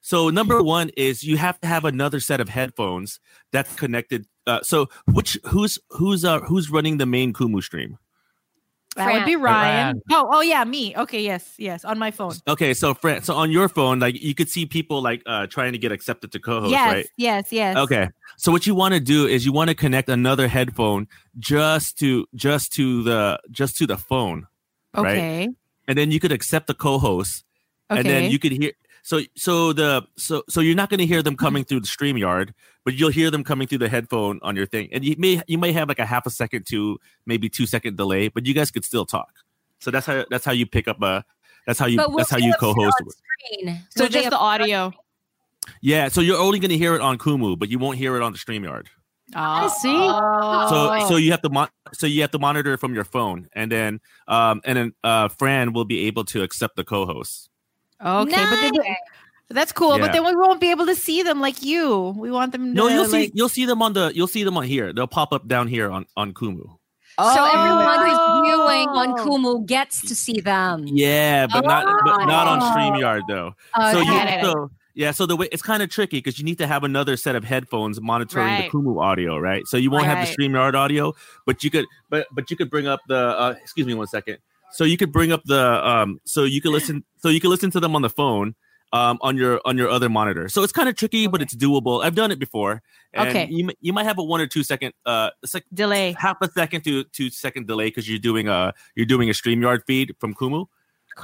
S9: So number one is you have to have another set of headphones that's connected. Uh, so which who's who's uh, who's running the main Kumu stream?
S2: That would be Ryan.
S5: Fran.
S2: Oh, oh yeah, me. Okay, yes, yes, on my phone.
S9: Okay, so Fran, so on your phone, like you could see people like uh, trying to get accepted to co-host,
S2: yes,
S9: right?
S2: yes, yes.
S9: Okay. So what you want to do is you want to connect another headphone just to just to the just to the phone, right?
S2: Okay.
S9: and then you could accept the co-host
S2: Okay.
S9: and then you could hear so so the so so you're not going to hear them coming through the stream yard but you'll hear them coming through the headphone on your thing and you may you may have like a half a second to maybe two second delay but you guys could still talk so that's how that's how you pick up a that's how you
S3: But we'll
S9: that's how
S3: still
S9: you
S3: appear
S9: co-host
S3: on
S9: with.
S3: screen.
S2: so
S3: Will they
S2: just the audio.
S9: yeah so you're only going to hear it on kumu but you won't hear it on the stream yard
S2: I
S6: see.
S9: so
S3: Oh.
S9: so you have to mon- so you have to monitor it from your phone and then um and then uh fran will be able to accept the co-host
S2: okay, but then,
S3: Nice.
S2: that's cool. But
S9: Yeah.
S2: then we won't be able to see them like you. We want them. To,
S9: no you'll
S2: like,
S9: see you'll see them on the you'll see them on here they'll pop up down here on on kumu
S3: So everyone who's viewing on
S2: Oh.
S3: Kumu gets to see them.
S9: Yeah, but not but not on
S3: Oh.
S9: StreamYard though.
S3: Oh,
S9: so you
S3: got it.
S9: so yeah, so the way it's kind of tricky because you need to have another set of headphones monitoring
S2: Right.
S9: the Kumu audio, right? So you won't have the
S2: Right.
S9: StreamYard audio, but you could but but you could bring up the uh, excuse me one second. So you could bring up the um so you could listen so you could listen to them on the phone um, on your on your other monitor. So it's kind of tricky, but it's doable. I've done it before. And
S2: Okay.
S9: You, mi- you might have a one or two second uh sec-
S2: delay,
S9: half a second to two second delay because you're doing a you're doing a Streamyard feed from Kumu.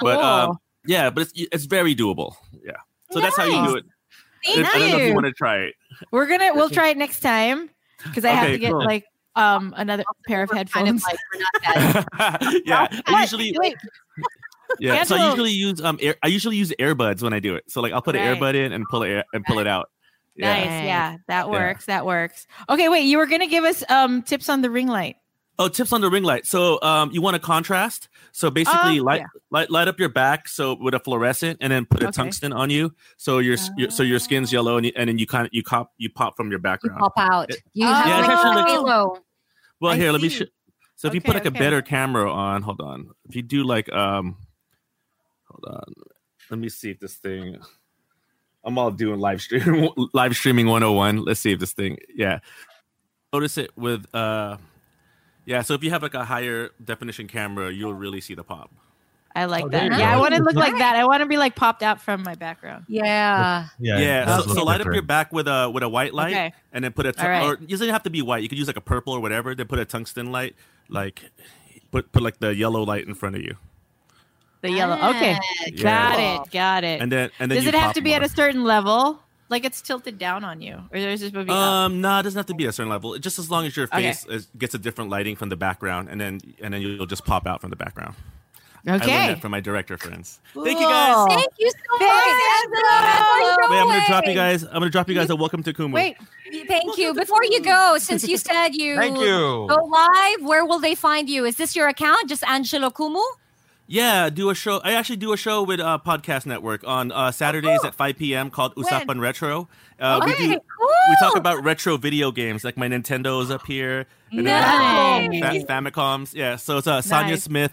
S9: But um,
S2: Cool.
S9: yeah, but it's it's very doable. Yeah. So that's how you do
S2: Nice.
S9: it. I don't know if
S2: Thank
S9: you
S2: you.
S9: want to try it. <laughs>
S2: We're gonna we'll try it next time because I have
S9: Okay,
S2: to get
S9: cool.
S2: like um another pair of headphones.
S9: yeah, I usually
S2: <laughs> Wait,
S9: <laughs> yeah. So I
S2: Schedule.
S9: usually use um air, I usually use earbuds when I do it. So like I'll put an
S2: Right.
S9: earbud in and pull it and pull it out. Yeah.
S2: Nice, yeah, that
S9: Yeah.
S2: works. That works. Okay, wait, you were gonna give us um tips on the ring light.
S9: Oh, tips on the ring light. So um, you want to contrast. So basically,
S2: Um,
S9: light,
S2: yeah.
S9: light light up your back. So with a fluorescent, and then put a
S3: Okay.
S9: tungsten on you. So your, s your so your skin's yellow, and, you, and then you kind of you cop you pop from your background.
S3: Pop out.
S9: It-
S3: You
S9: Yeah,
S3: have
S9: it's
S3: like
S9: actually
S3: a
S9: like-
S3: halo.
S9: Well,
S3: I
S9: here let me.
S3: see.
S9: Sh- so if you
S3: Okay,
S9: put like
S3: okay.
S9: a better camera on, hold on. If you do like um, hold on. Let me see if this thing. I'm all doing live stream <laughs> live streaming 101. Let's see if this thing. Yeah, notice it with uh, yeah. So if you have like a higher definition camera, you'll really see the pop.
S2: I like
S9: Oh, there
S2: that.
S9: you
S2: Yeah,
S9: go.
S2: I want to look like
S9: Nice.
S2: that. I want to be like popped out from my background.
S3: Yeah.
S9: Yeah,
S5: it does
S9: So,
S5: look
S9: so light up
S5: different.
S9: your back with a with a white light,
S2: Okay.
S9: and then put a
S2: All right.
S9: or it doesn't have to be white. You could use like a purple or whatever. Then put a tungsten light, like put put like the yellow light in front of you.
S2: The yellow. Okay,
S9: Yeah.
S2: got
S9: Cool.
S2: it. Got it.
S9: And then- and then
S2: does
S9: you
S2: it have
S9: pop
S2: to be
S9: more.
S2: at a certain level? Like it's tilted down on you, or there's just supposed to be up?
S9: Um, no, it doesn't have to be at a certain level. It- Just as long as your
S2: Okay.
S9: face is, gets a different lighting from the background, and then and then you'll just pop out from the background. I learned
S2: Okay.
S9: that from my director friends.
S4: Thank you guys.
S3: Thank you so much.
S9: Wait, I'm gonna drop you guys. I'm gonna drop you guys a welcome to Kumu.
S3: Wait. Thank you. Before you go, since you said you
S9: Thank you.
S3: go live, where will they find you? Is this your account? Just Angelo
S9: <laughs>
S3: Kumu?
S9: Yeah, do a show. I actually do a show with uh, Podcast Network on uh, Saturdays at 5 p.m. called Usapan Retro. Uh,
S3: Okay,
S9: we do.
S3: cool.
S9: We talk about retro video games, like my Nintendo's up here, and then
S3: Nice.
S9: Fa- Famicoms. Yeah, so it's uh, Sonia
S10: Nice.
S9: Smith.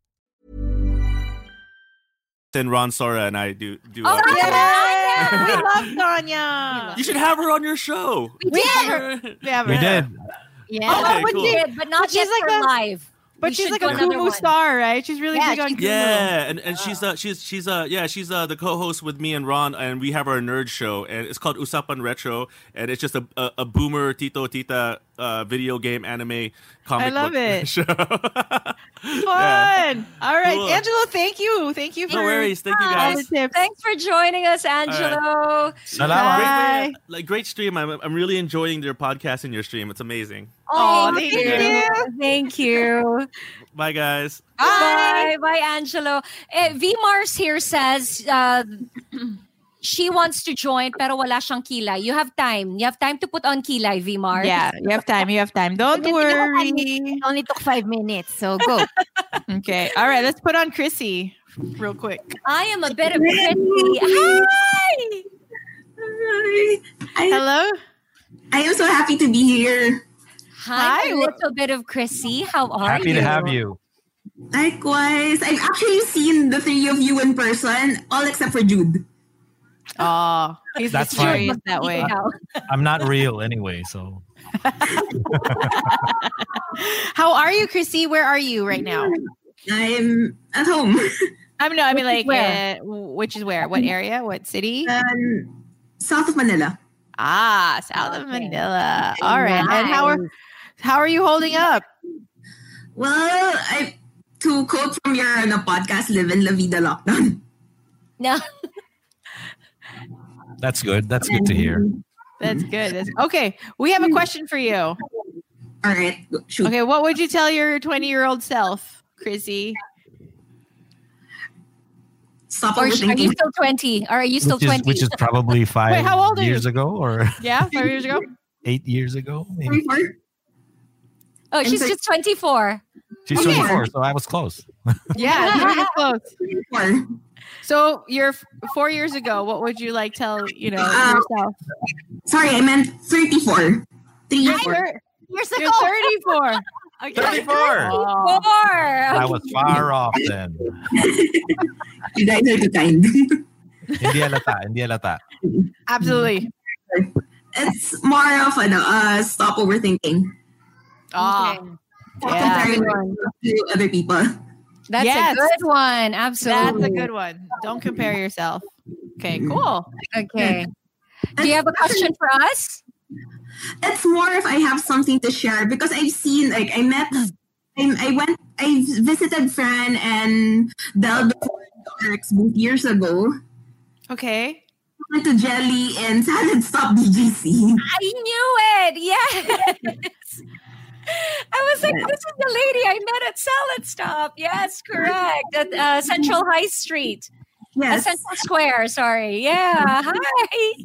S9: Then Ron Sora and I do do.
S2: Oh,
S9: a-
S2: yeah, we love Sonia.
S9: You should have her on your show. <laughs>
S2: We did. We, have her. Yeah,
S3: Oh,
S2: but
S3: cool.
S2: she-
S3: did, but not
S2: but
S3: yet
S2: she's
S3: for
S2: like a,
S3: live.
S2: But
S3: We
S2: she's
S3: should
S2: like
S3: do
S2: a
S3: another
S2: Kumu
S3: one.
S2: star, right? She's really
S3: Yeah,
S2: big <laughs> on Kumu.
S9: Yeah, and, and she's uh she's she's uh yeah she's uh the co-host with me and Ron, and we have our nerd show, and it's called Usapan Retro, and it's just a a, a boomer Tito Tita uh, video game anime comic.
S2: love
S9: book <laughs>
S2: it.
S9: Show.
S2: Fun. All right,
S9: Cool.
S2: Angelo. Thank you. Thank you.
S9: No
S2: for
S9: worries. Thank you,
S2: all the
S9: guys.
S2: tips.
S3: Thanks for joining us, Angelo.
S9: Great- great- Like great stream. I'm I'm really enjoying your podcast and your stream. It's amazing.
S3: Oh, thank,
S2: thank you.
S3: you. Thank you.
S9: Bye guys.
S3: Bye. Bye, Angelo. Eh, v Mars here says uh, she wants to join pero wala siyang kilay. You have time. You have time to put on kilay, V Mars.
S2: Yeah, you have time. You have time. Don't worry.
S6: It only took five minutes, so go.
S2: <laughs> Okay. All right. Let's put on Chrissy real quick.
S3: I am a bit of <laughs> pretty. Hi.
S2: Hello.
S11: I am so happy to be here.
S3: Hi, a little bit of Chrissy. How are you?
S5: Happy to have you.
S11: Likewise, I've actually seen the three of you in person, all except for Jude.
S2: Oh, he's
S5: That's
S2: mysterious
S5: fine.
S2: that way.
S5: I'm not real anyway, so
S2: How are you, Chrissy? Where are you right now?
S11: I'm at home.
S2: I'm no, I mean like
S11: Which is where?
S2: uh, which is where? What area? What city?
S11: Um, south of Manila.
S2: Ah, south of Manila. All right. And how are how are you holding up?
S11: Well, I to quote from your ano, podcast, live in La Vida
S2: <laughs>
S11: Lockdown.
S3: No.
S5: that's good. That's good to hear.
S3: Mm-hmm.
S2: That's good.
S11: <laughs>
S2: That's, okay, we have a question for you. All
S11: Hmm. right.
S2: Okay, what would you tell your 20 year old self, Chrissy?
S11: Stop
S3: Or sh- are you still 20? Or are you still
S5: which, is,
S3: 20?
S5: which is
S3: <laughs>
S5: probably five
S3: how old are you?
S5: years ago or <laughs>
S2: yeah, five years ago.
S5: eight years ago. Maybe.
S3: Oh, she's just 24.
S5: She's
S3: Okay.
S5: 24, so I was close.
S2: Yeah, you were
S11: <laughs>
S2: close. So you're f- four years ago. What would you like tell you know
S11: Uh,
S2: yourself?
S11: Sorry, I meant 34. Three
S2: You're
S11: four.
S2: thir-
S3: Years
S2: You're
S3: ago.
S2: 34. Okay.
S5: 34.
S2: Oh.
S3: Oh.
S5: I was far off then.
S11: You guys are too kind. <laughs>
S5: hindi alata, hindi alata.
S2: Absolutely.
S11: It's more of a uh, stop overthinking.
S2: Ah,
S11: Comparing
S2: yeah.
S11: to other people.
S3: That's
S2: Yes.
S3: a good one. Absolutely.
S2: That's a good one. Don't compare yourself. Okay, cool.
S3: Okay. Do you have a question for us?
S11: It's more if I have something to share because I've seen like I met I, I went I visited Fran and Del before the RX booth years ago.
S2: Okay.
S11: Went to Jelly and Salad Stop DGC.
S3: I knew it. Yes. <laughs> I was like, this is the lady I met at Salad Stop. Yes, correct. At uh, Central High Street. Uh,
S11: Yes.
S3: Central Square, sorry. Yeah. Hi.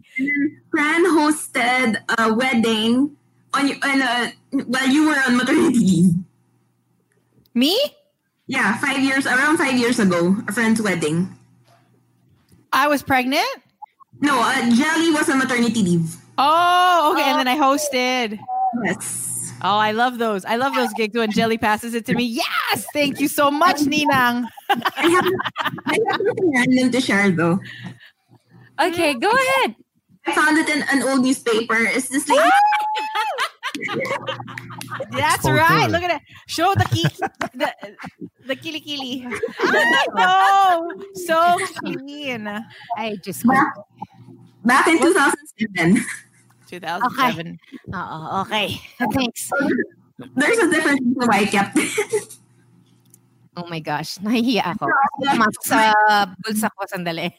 S11: Fran hosted a wedding on your on a, while you were on maternity leave.
S2: Me?
S11: Yeah, five years around five years ago, a friend's wedding.
S2: I was pregnant.
S11: No, uh, Jelly was on maternity leave.
S2: Oh, okay. And then I hosted.
S11: Yes.
S2: Oh, I love those. I love those gigs when Jelly passes it to me. Yes. Thank you so much, Ninang.
S11: I have, I have something random to share though.
S3: <laughs> Okay, go ahead.
S11: I found it in an old newspaper. It's this <laughs> lady.
S2: Ah! That's
S11: Exposure.
S2: right. Look at it. Show the key, the, the kili
S11: <laughs>
S2: kili. Oh, so clean.
S3: I just
S11: Back in 2007,
S2: 2007.
S3: Uh-oh, okay. Thanks.
S11: there's a different reason why I kept it.
S6: Oh my gosh, nahihiya ako. Pumasok sa bulsa ko
S11: <laughs>
S6: sandali.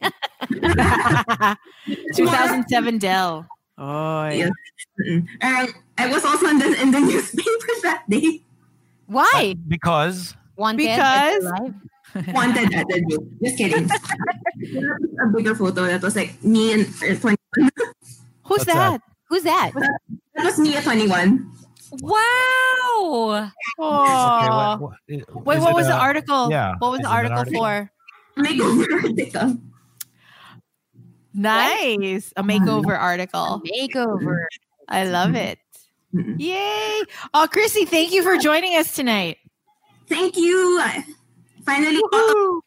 S2: 2007 Dell. Oh,
S11: yeah. And I was also in the, in the newspaper that day.
S6: Why?
S5: Because
S6: Wanted.
S2: Because-
S6: <laughs>
S11: Wanted at the day. Just kidding. There was a bigger photo that was like me and uh, at 21.
S2: Who's
S11: What's that?
S6: Who's that?
S11: That was me at 21.
S3: Wow.
S5: Okay,
S2: Oh.
S5: what- what-
S2: Wait,
S5: is
S2: what
S5: it
S2: was the
S5: a-
S2: article?
S5: Yeah.
S2: What was
S5: is
S2: the
S5: it an
S2: article for?
S11: Makeover article.
S2: Nice. A makeover article.
S6: Makeover.
S5: Mm-hmm.
S2: I
S11: Mm-hmm.
S2: love it. Yay. Oh, Chrissy, thank you for joining us tonight.
S11: Thank you. I finally caught up.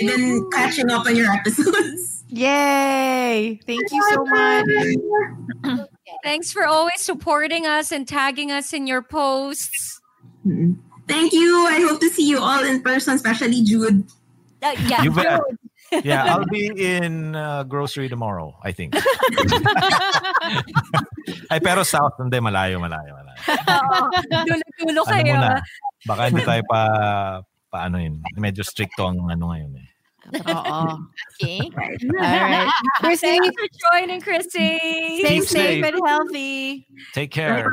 S11: I've been catching up on your episodes.
S2: Yay. Thank you so much.
S3: <clears throat> Thanks for always supporting us and tagging us in your posts.
S11: Thank you. I hope to see you all in person, especially Jude.
S3: Uh, yeah.
S5: You bet. yeah, I'll be in uh, grocery tomorrow, I
S3: <laughs>
S5: think. <laughs> Ay, pero south, hindi, malayo, malayo, malayo.
S3: <laughs> Oo.
S5: Ano
S3: Dulo-dulo kayo. <laughs>
S5: muna, baka hindi tayo pa, paano yun, medyo stricto ang ano ngayon eh.
S2: Uh-oh.
S6: Okay.
S2: All
S11: <laughs>
S2: <laughs> right. Chrissy,
S3: Thanks for joining, Chrissy.
S2: stay
S5: Keep safe.
S2: safe and healthy.
S5: Take care.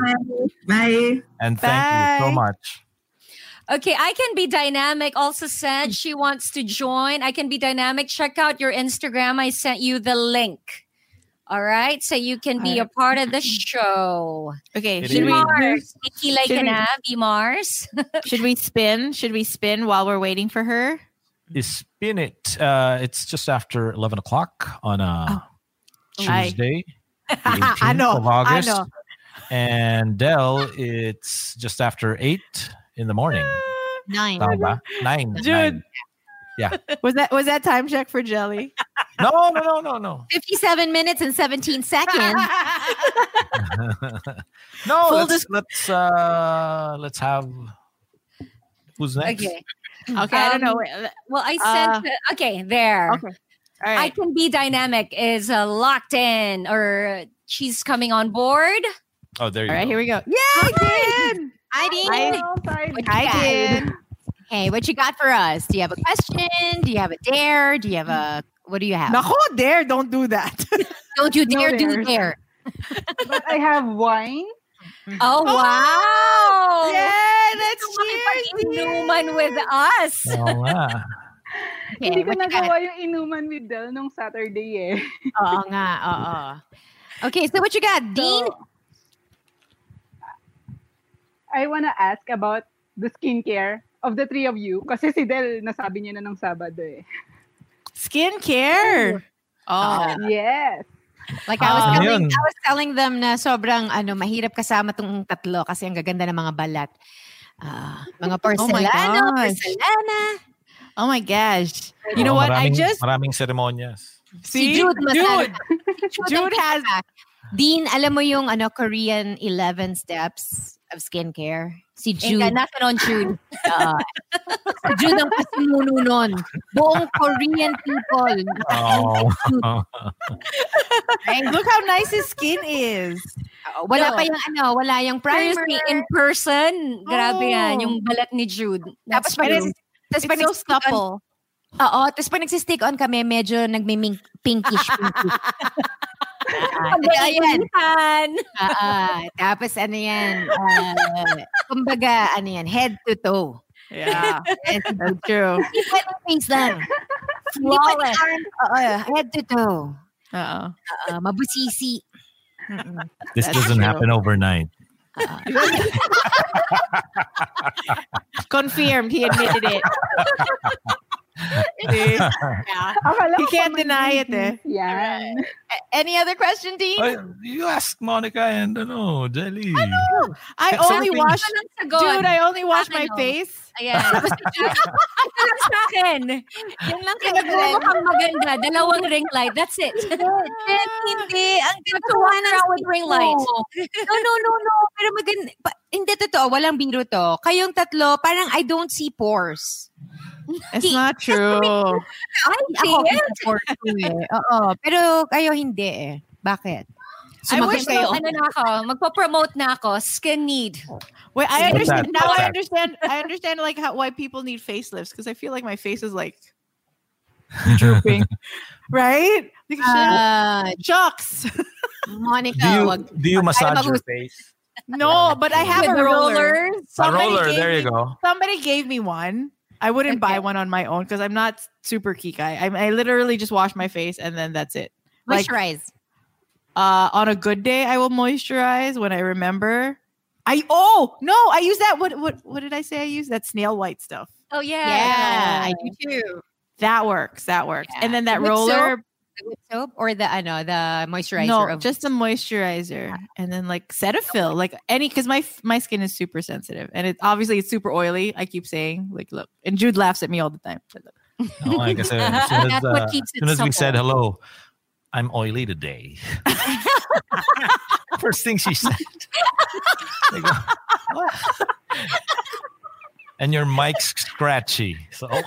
S11: Bye.
S5: And thank you so
S2: Bye.
S5: much.
S3: Okay, I can be dynamic. Also said she wants to join. I can be dynamic. Check out your Instagram. I sent you the link. All right, so you can be a part of the show.
S2: Okay.
S3: Good
S2: Should we,
S3: Mars, Nikki Lake
S2: should
S3: and
S2: we-
S3: Abby Mars.
S2: <laughs>
S3: <laughs>
S2: should we spin? Should we spin while we're waiting for her?
S5: Is Spin It, uh, it's just after 11 o'clock on
S2: Oh.
S5: a
S2: Ay.
S5: Tuesday. the
S2: <laughs> I know.
S5: 18th of August.
S2: I know. <laughs>
S5: And Dell, it's just after 8 in the morning.
S6: Nine.
S5: Tama ba? Nine. Nine.
S2: Jude.
S5: Yeah.
S2: Was that was that time check for Jelly?
S5: No, no, no, no, no.
S6: 57 minutes and
S2: <laughs>
S6: 17 seconds.
S5: No,
S6: Full
S5: let's let's, uh, let's have who's next?
S3: Okay. Um,
S2: Okay, I don't know.
S3: Well, I sent.
S2: Uh,
S3: the- okay, there. Okay.
S2: All
S3: I
S2: right.
S3: can be dynamic is uh, locked in, or she's coming on board.
S5: Oh, there you
S3: All right,
S5: go.
S3: here
S2: we go.
S3: Yeah, <laughs> I did.
S6: I did.
S3: What
S6: I
S3: you
S6: did. Hey, what you got for us? Do you have a question? Do you have a dare? Do you have a what do you have?
S2: Nako, dare, don't do that.
S6: <laughs> don't you
S2: No
S6: dare do
S2: dares.
S6: dare.
S12: But I have wine.
S3: Oh, wow!
S2: Yay,
S3: let's cheers! Inuman with us.
S5: Oo nga.
S12: <laughs> Hindi ko
S6: what you
S12: nagawa yung inuman with Del nung Saturday eh. <laughs>
S6: Oo Oh, nga, uh-uh. oo. Okay, so what you got, Dean?
S12: I wanna ask about the skincare of the three of you. Kasi si Del, nasabi niya na ng Sabado eh.
S2: Skincare.
S12: Ah, <laughs> yes.
S6: Like I was
S12: Ah, yun.
S6: telling, I was telling them na sobrang ano, mahirap kasama tong tatlo kasi ang gaganda ng mga balat. Ah,
S12: Oh
S6: mga porcelano,
S2: gosh.
S6: porcelana.
S2: Oh my gosh. You
S12: Oh,
S2: know what?
S5: Oh,
S2: I
S5: Maraming-
S2: just
S5: maraming ceremonias.
S6: si Jude Masala.
S2: Jude.
S6: Si Jude, Jude has Dean, alam mo yung ano Korean 11 steps of skincare? Si
S3: Jude.
S6: Jude.
S3: Inganasan on Jude.
S6: Oo. si Jude ang pasimuno nun. Buong Korean people.
S2: <laughs>
S3: <laughs>
S5: Oh.
S2: Look how nice his skin is.
S6: Oo, Wala pa yung ano, wala yung primer.
S3: Seriously, in person, grabe
S6: Oo.
S3: yan, yung balat ni Jude. That's
S6: Tapos pag,
S3: true.
S6: tapos
S3: It's so
S6: pag nagsistick on-
S3: supple.
S6: Oo, tapos pag nagsistick on kami, medyo nagmimink pinkish pinkish.
S2: Ah,
S3: Pagdating ulitan.
S6: Oo, tapos ano yan, ah, kumbaga ano yan, head to toe.
S2: Yeah.
S6: Head to
S2: That's true.
S6: Hindi pwedeng face lang. Hindi pwedeng
S3: Flawless.
S6: arm. Oo, head to toe.
S2: Oo.
S6: Oo, mabusisi.
S5: This doesn't happen overnight.
S2: <laughs> Confirmed. He admitted it.
S5: <laughs>
S2: See? yeah.
S12: Akala
S2: He
S12: ko
S2: can't
S12: pa may
S2: deny it eh.
S12: disease Yan.
S2: Any other question, Dean?
S5: Ay, you ask Monica and ano, Jelly.
S2: I
S5: Sa-
S2: only
S5: something-
S2: wash,
S3: Ito lang sagot.
S2: dude. I only wash
S3: Akin,
S2: my
S3: oh.
S2: face.
S3: Ayan.
S2: <laughs>
S3: Ito lang sa akin. Yan lang kaya mukhang maganda. Dalawang ring light. That's <laughs> it.
S6: Jen, hindi. Ang
S3: Nagtuwa
S6: gagawa ng
S3: around with ring lights.
S6: No, no, no, no. Pero maganda. Pa, hindi totoo. Walang biro to. Kayong tatlo, parang I don't see pores.
S2: It's not true.
S6: <laughs> I Ako, may pores ko eh. Oo. Pero kayo hindi eh. Bakit?
S3: I
S6: Sumagot
S3: wish
S6: kayo.
S3: ano na ako, magpo-promote na ako, skin need.
S2: Wait, I
S6: What's
S2: understand
S6: that?
S2: now.
S6: What's
S2: I
S6: that?
S2: understand. I understand like how why people need facelifts because I feel like my face is
S5: <laughs>
S2: like
S5: drooping.
S2: right. Like,
S6: Ah,
S2: <laughs> Chucks.
S6: Monica,
S5: do you
S6: wag-
S5: do you
S6: wag tayo
S5: massage your
S6: mag-usap.
S5: face?
S2: No, but I have
S3: With
S2: a
S3: the
S2: roller.
S3: rollers?
S5: A roller,
S2: gave
S5: there you
S2: me-
S5: go.
S2: Somebody gave me one. I wouldn't buy one on my own because I'm not super geek. I, I I literally just wash my face and then that's it. Like,
S6: Moisturize.
S2: Uh, on a good day, I will moisturize when I remember. I oh no, I use that. What what what did I say? I use that snail white stuff.
S3: Oh yeah.
S6: yeah, I do too.
S2: That works. That works. And then that
S6: With
S2: roller.
S6: soap? The whip soap or the ano, the moisturizer
S2: no,
S6: of
S2: just a moisturizer, and then like Cetaphil, like any, because my f- my skin is super sensitive, and it obviously it's super oily. I keep saying, like, look, and Jude laughs at me all the time. But look.
S5: No, like
S2: <laughs>
S5: I said, as
S6: <laughs>
S5: soon as,
S2: That's
S5: uh,
S2: what keeps
S5: as soon
S2: it
S5: as we said
S2: supple.
S5: hello, I'm oily today. First thing she said. Like, what? and your mic's scratchy. So oh,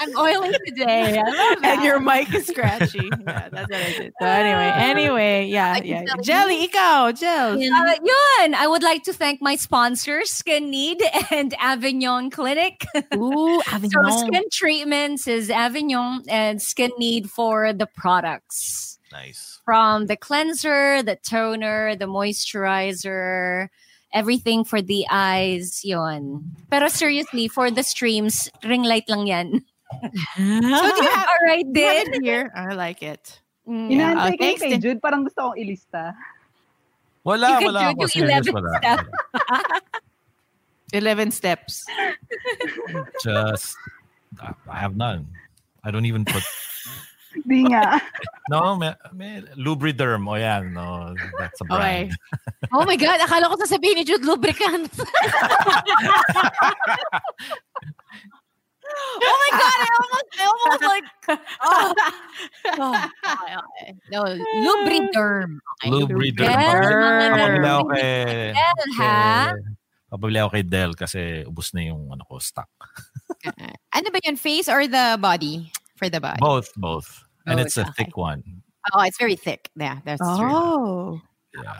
S6: I'm oily today. I love
S2: and
S6: that.
S2: your mic is
S6: <laughs>
S2: scratchy. yeah, that's what I did.
S3: <laughs>
S2: So anyway, anyway, yeah, yeah.
S3: tell you.
S2: Jelly, ikaw, Jill.
S3: Uh, yun, I would like to thank my sponsors, Skin Need and Avignon Clinic. <laughs>
S2: Ooh,
S3: So
S2: Avignon.
S3: skin treatments is Avignon and Skin Need for the products.
S5: Nice.
S3: From the cleanser, the toner, the moisturizer, everything for the eyes, yun. Pero seriously, for the streams, ring light lang yan. <laughs>
S2: <laughs> so do you
S12: <laughs>
S2: have,
S3: All right,
S2: do you have
S3: then.
S2: it here? I like it.
S12: Inaantay
S2: Yeah, Oh,
S12: kayo
S2: thanks
S12: kay
S2: din.
S12: Jude, parang gusto kong ilista.
S5: Wala,
S12: You can
S5: wala
S12: do
S5: ako.
S12: yung
S5: Serious,
S12: 11
S5: wala.
S12: <laughs> step.
S2: Eleven steps.
S5: Just, I I have none. I don't even put
S12: Di nga.
S5: No, may, may Lubriderm. O yan, no. That's a brand.
S6: Oh my God, akala ko sasabihin ni Jude lubricant.
S2: Oh my god, I almost, I almost like,
S3: <laughs>
S2: oh, oh, okay, okay.
S6: no, lubriderm.
S5: Lubriderm. Papabilaw
S6: Lubriderm.
S5: kay...
S6: Del, ha?
S5: kay- Papabilaw kay Del kasi ubus na yung ano ko, stock.
S6: <laughs> Ano ba yun, face or the body? For the body.
S5: Both, both. And
S6: Both,
S5: it's a thick one.
S6: Oh, it's very thick. Yeah, that's true.
S2: Oh.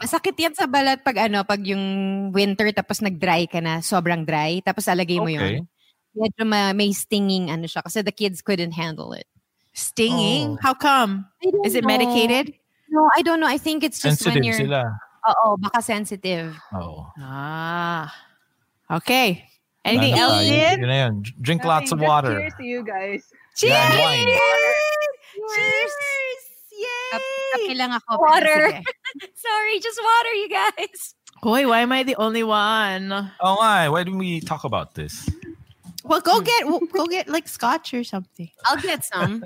S6: Masakit yan sa balat pag ano, pag yung winter tapos nag-dry ka na, sobrang dry, tapos alagay mo
S5: Okay.
S6: yun. Medyo ma- may stinging ano siya kasi the kids couldn't handle it.
S5: Oh.
S2: Stinging? How come? Is it medicated?
S6: No, I don't know. I think it's just when
S5: Sensitive
S6: you're...
S5: sila. Oh.
S6: Oo, baka sensitive.
S5: Oo.
S2: Ah. Okay. Anything
S5: Ano
S2: else,
S5: pa?
S2: Ian?
S5: Yun na yun. Drink lots of
S12: Nothing, just
S5: water.
S12: Cheers to you guys.
S5: Cheers! And wine.
S3: Cheers!
S6: Kape lang ako. pero
S3: Water.
S2: <laughs>
S6: sige.
S3: Sorry, just water, you guys.
S2: Hoy, why am I the only one?
S5: Oh my, why didn't we talk about this?
S2: Well, go get go get like scotch or something.
S6: Hmm. I'll get some.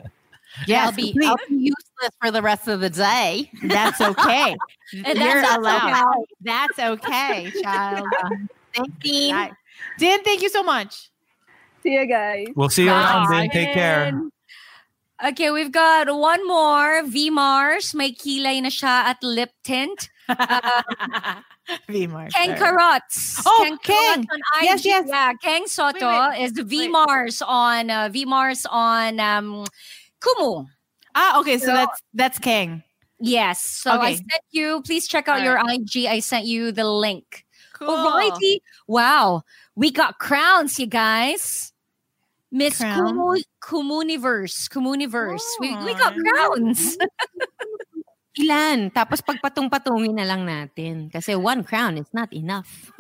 S2: Yes,
S6: I'll be,
S2: please.
S6: I'll be useless for the rest of the day.
S2: That's okay.
S6: <laughs>
S2: <laughs>
S6: And
S2: You're
S6: that's
S2: allowed.
S6: okay.
S2: That's okay, <laughs> child.
S6: Thanks, Dean.
S2: Right. Din, thank you so much.
S12: See you guys.
S5: We'll see you around, Din. Take care.
S3: Okay, we've got one more. V Mars, may kilay na siya at lip tint. Uh,
S2: V-Mart.
S3: Kang Karots.
S2: Oh,
S3: Karots
S2: Kang.
S3: on
S2: Yes,
S3: IG.
S2: yes.
S3: Yeah, Kang Soto
S2: Wait, wait,
S3: is the V Mars on uh, V Mars on um, Kumu.
S2: Ah, okay. So
S3: So-
S2: that's that's Kang.
S3: Yes. So I
S2: Okay.
S3: sent you. Please check out
S2: All
S3: your
S2: right.
S3: IG. I sent you the link.
S2: Cool.
S3: Alrighty. Wow. We got crowns, you guys. Miss
S2: Crown.
S3: Kumu Kumuniverse. Kumuniverse. We, we got
S2: Aw.
S3: crowns.
S6: <laughs> Ilan? Tapos pagpatong-patungin na lang natin. Kasi one crown is not enough.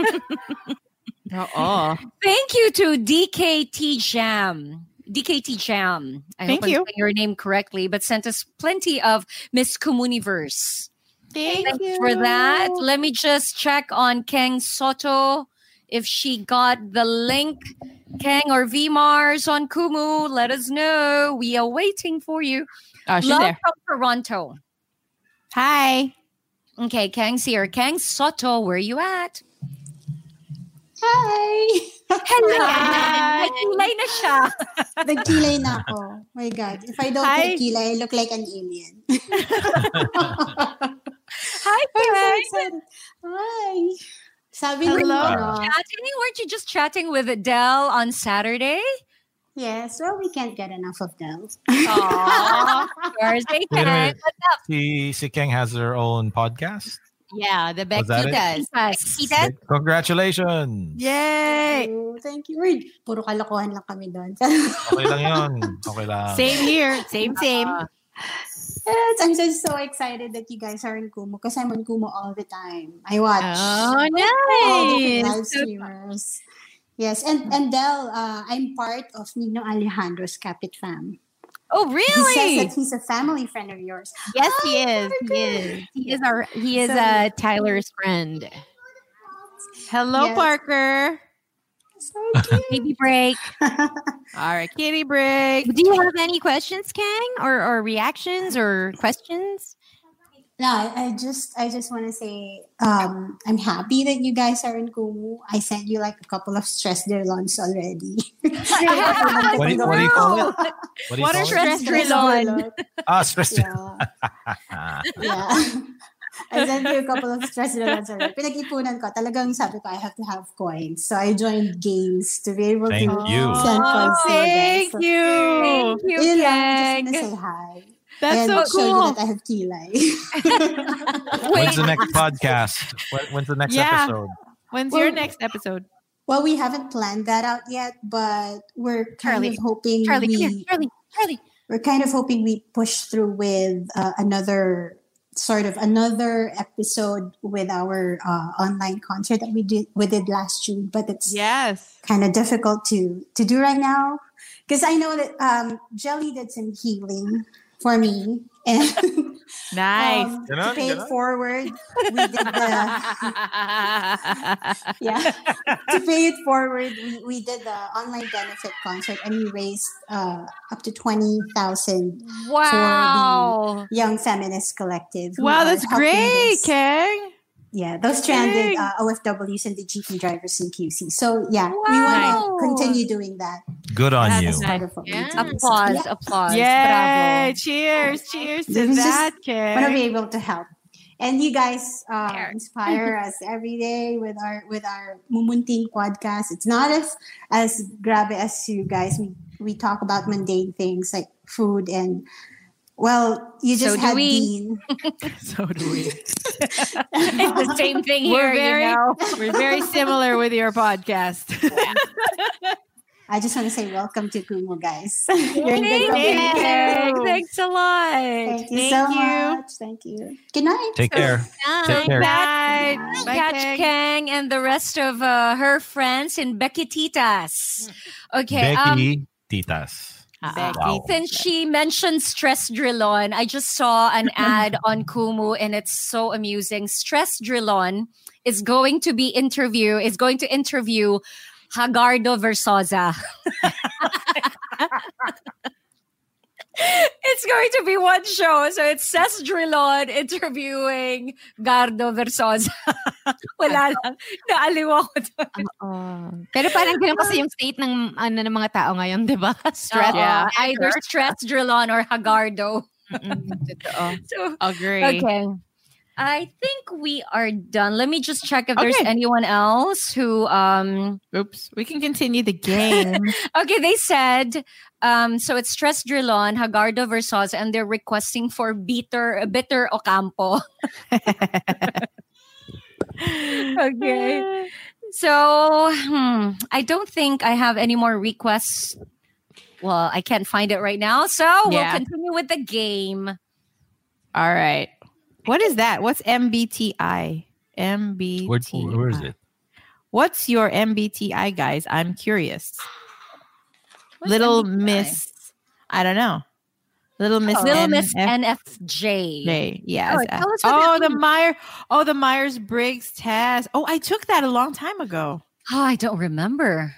S2: Oo.
S3: Thank you to DKT Jam. DKT Jam. I
S2: Thank
S3: hope
S2: you.
S3: I'm saying your name correctly, but sent us plenty of Miss Kumuniverse.
S2: Thank
S3: Thanks
S2: you
S3: for that. Let me just check on Kang Soto if she got the link. Kang or VMars on Kumu, let us know. We are waiting for you.
S2: Oh, she's
S3: Love
S2: there.
S3: from Toronto.
S2: Hi.
S3: Okay, Kang's here. Kang Soto, where you at?
S13: Hi!
S3: Hello! Nagkulay na siya.
S13: <laughs> Nagkilay na ako. My God. If I don't
S3: Hi.
S13: get kilay, I look like an alien.
S3: Hi,
S13: Kang! Hi! Sabi
S3: Hello.
S13: ni
S3: Hello.
S13: ano,
S3: Chatting? Weren't you just chatting with Adele on Saturday?
S13: yes, well, we can't get enough of them. <laughs>
S3: Aww. Thursday,
S5: Wait a
S3: Kang.
S5: minute. Si, si Kang has her own podcast.
S6: Yeah, the
S5: Was that it?
S6: Bequitas. Bequitas?
S5: Congratulations.
S2: Yay!
S13: Thank you. We're, puro kalokohan lang kami doon. <laughs>
S5: Okay lang yun. Okay lang.
S2: Same here. Same, same.
S13: yes, I'm just so excited that you guys are in Kumu because I'm on Kumu all the time. I watch. all
S2: Oh,
S13: the
S2: nice.
S13: Live streamers. Yes, and and Del, uh, I'm part of Nino Alejandro's Capit fam.
S3: Oh,
S13: <laughs> He says
S3: really?
S13: that he's a family friend of yours. Oh,
S6: Yes, he is. He is. He is our he is
S13: So-
S6: uh, Tyler's friend.
S2: Hello,
S13: Yes.
S2: Parker.
S3: Baby break.
S2: <laughs> All right, kitty break.
S6: Do you have any questions, Kang? Or or reactions or questions?
S13: No, I, I just I just want to say um, I'm happy that you guys are in Kumu. I sent you like a couple of stress their lunch already. <laughs>
S5: What do you- what do you call it? What do you
S2: What
S5: call
S2: are
S5: it?
S2: stress
S13: Stress
S2: on?
S13: alert.
S5: Ah, stress.
S13: Yeah. yeah. <laughs> I sent you a couple of stress relevance already. Pinag-ipunan ko. Talagang sabi ko, I have to have coins. So I joined games to be able
S5: Thank
S13: to
S5: you.
S13: send coins to you guys. So,
S2: Thank you.
S3: Thank you,
S13: Yun lang, I
S3: Kang.
S13: just want to say hi.
S2: That's
S13: and
S2: so
S13: show you
S2: cool.
S13: that I have kilay.
S5: When's the next podcast? When- When's the next
S2: Yeah.
S5: episode?
S2: When's
S13: Well-
S2: your next episode?
S13: well, we haven't planned that out yet, but we're kind
S6: Charlie,
S13: of hoping
S6: Charlie,
S13: we
S6: come here. Charlie, Charlie.
S13: we're kind of hoping we push through with uh, another sort of another episode with our uh, online concert that we did we did last June, but it's
S2: Yes.
S13: kind of difficult to to do right now because I know that um, Jelly did some healing for me. And <laughs>
S2: Nice.
S13: um,
S2: Ganon,
S13: to pay it
S2: ganon.
S13: forward, we did the yeah. <laughs> to pay it forward, we, we did the online benefit concert and we raised uh, up to twenty thousand.
S3: Wow.
S13: For the Young Feminist Collective. who
S2: Wow,
S13: are
S2: that's
S13: helping
S2: great,
S13: this-
S2: Kang.
S13: Yeah, those stranded
S2: Kang.
S13: uh, OFWs and the GP drivers in QC. So yeah, we want to continue doing that.
S5: Good on
S13: That's
S5: you.
S13: part of what we do.
S3: Applause,
S13: Yeah.
S3: applause.
S2: Yay! Cheers, cheers to
S13: This is
S2: that,
S13: just
S2: Kang.
S13: wanna be able to help. And you guys uh,
S3: <laughs>
S13: inspire us every day with our with our Mumunting podcast. It's not as as grabe as you guys. We we talk about mundane things like food and well, you
S3: So
S13: just
S3: do
S13: had
S3: we. <laughs>
S13: Dean.
S2: so do we.
S3: it's <laughs> the same thing here.
S2: We're very,
S3: you know?
S2: we're very similar with your podcast.
S13: <laughs> I just want to say welcome to Kumu,
S2: <laughs>
S13: guys.
S3: Thank you. Thanks, Thanks a lot.
S13: Thank you so much. Thank
S3: <laughs>
S13: you. <laughs> Good night.
S5: Take care. Take care.
S3: Bye. Catch Kang and the rest of uh, her friends in Becky Titas. Okay.
S2: um,
S3: um,
S5: Becky Titas. Ah, Wow.
S3: Since she mentioned stress drill on, I just saw an ad on Kumu and it's so amusing. Stress drill on is going to be interview is going to interview Hagardo Versosa. <laughs> it's going to be one show. So it's Cess Drillon interviewing Gardo Versosa. <laughs> Wala lang. Naaliw ako doon.
S6: Pero parang ganun <laughs> kasi yung state ng ano ng mga tao ngayon, di ba? <laughs> Stress.
S3: Oo, either Stress Drillon or Hagardo. <laughs> So,
S2: Agree.
S3: Okay. I think we are done. Let me just check if there's
S2: Okay.
S3: anyone else who um
S2: Oops. We can continue the game.
S3: <laughs> okay, they said um so it's Stress Drillon, Hagardo Versosa, and they're requesting for bitter bitter
S2: <laughs>
S3: <laughs> Ocampo.
S2: Ah.
S3: okay. So hmm, I don't think I have any more requests. Well, I can't find it right now. So
S2: Yeah.
S3: we'll continue with the game.
S2: All right. What is that? What's MBTI? MBTI.
S5: Where, where is it?
S2: What's your MBTI, guys? I'm curious. Little Miss, I don't know. Oh. Little Miss,
S3: Little Miss
S2: NF-
S3: NFJ.
S2: J. Yeah.
S3: Oh,
S2: it's-
S3: tell us what
S2: Oh,
S3: that
S2: the Meyer. Oh, the Myers Briggs test. Oh, I took that a long time ago.
S3: Oh, I don't remember.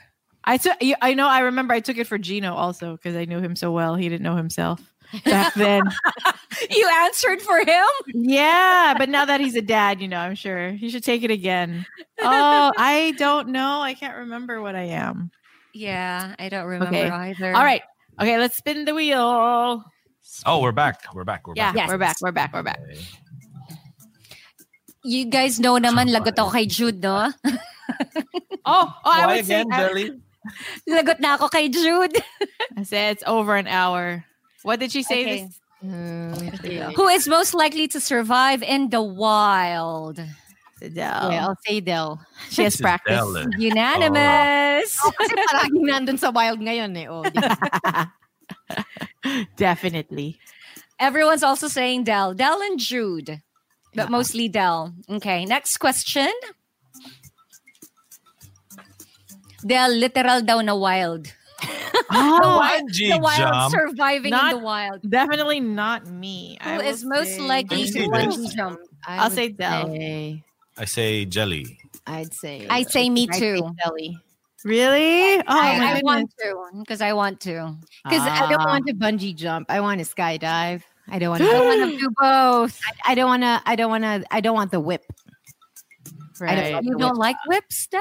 S2: I took. you- I know. I remember. I took it for Gino also because I knew him so well. He didn't know himself back then.
S3: <laughs> you answered for him.
S2: Yeah, but now that he's a dad, you know, I'm sure he should take it again.
S3: <laughs>
S2: Oh, I don't know. I can't remember what I am.
S3: Yeah, I don't remember
S2: okay.
S3: either.
S2: All right. Okay, let's spin the wheel.
S5: Oh, we're back. We're back. We're
S2: yeah,
S5: back.
S2: we're back. We're back. We're back.
S3: You guys know naman lagot ako kay Jude, no? <laughs>
S2: Oh, oh, I
S3: Why
S2: would say
S3: again,
S2: I-
S3: Jelly? Lagot na ako kay Jude. <laughs>
S2: I said it's over an hour. What did she say?
S3: Okay.
S2: This.
S6: <laughs>
S2: Mm, yeah.
S3: Who is most likely to survive in the wild?
S2: Del.
S6: Yeah, I'll
S2: <laughs>
S6: say Del.
S2: She has
S3: This is
S2: practice.
S3: Del, eh. Unanimous.
S6: Oh, kasi <laughs> parang nandun sa wild ngayon eh. Oh, di ba?
S2: Definitely.
S3: Everyone's also saying Dell. Dell and Jude, but mostly Dell. Okay, next question. Dell, literal daw na wild. <laughs>
S2: Oh,
S3: the wild,
S5: Bungee
S3: the wild
S5: jump.
S3: surviving
S2: Not-
S3: in the wild.
S2: Definitely not me.
S3: Who is most
S5: Let
S3: likely
S5: me
S3: to
S5: see
S3: bungee
S5: this.
S3: jump?
S2: I I'll say Del.
S5: I say jelly.
S6: I'd say.
S3: I say me
S6: I'd
S3: too.
S6: Delhi.
S2: Really? Oh, my
S3: I, I
S2: goodness.
S3: want to because I want to.
S6: Because I don't
S3: Ah.
S6: want to bungee jump. I want to skydive.
S2: <gasps>
S6: I don't want to.
S3: I want to do both.
S6: I, I don't want to. I don't want to. I don't want the whip.
S2: Right.
S6: want
S3: You
S6: the
S3: don't
S6: whip.
S3: like whips, Del?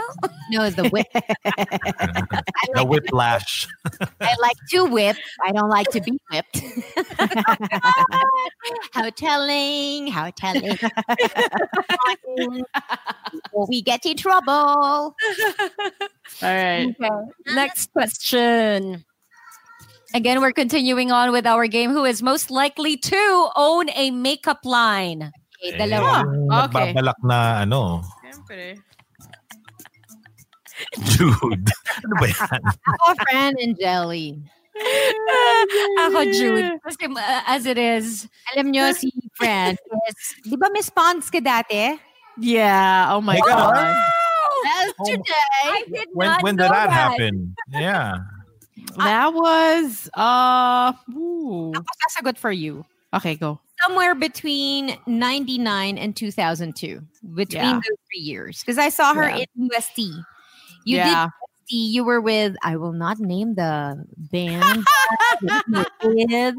S6: No, the whip.
S5: The whiplash.
S6: I like to whip. I don't like to be whipped. <laughs> how telling! How telling! Before we get in trouble.
S2: All right.
S3: Okay. Next question. Again, we're continuing on with our game. Who is most likely to own a makeup line? Okay, dalawa.
S5: Huh, Eh,
S2: okay.
S5: Nagbabalak na ano. <laughs>
S2: Siyempre.
S5: Jude. ano ba yan?
S6: Oh, Fran and Jelly.
S3: Ako, Jude. Kasi, uh, as it is.
S6: Alam nyo si Fran. Yes. Di ba may spawns ka dati?
S2: Yeah. Oh my
S5: Hey,
S2: god.
S5: God.
S6: Well, today.
S3: I did
S5: When
S3: not
S5: when
S3: know
S5: did that,
S3: that.
S5: happen? Yeah.
S2: that was uh
S6: Ako sasagot for you.
S2: okay, go.
S6: Somewhere between 99 and 2002. Between
S2: Yeah.
S6: those three years. Because I saw her
S2: Yeah.
S6: in UST. You
S2: Yeah.
S6: did UST. You were with, I will not name the band,
S2: <laughs>
S6: that you were with,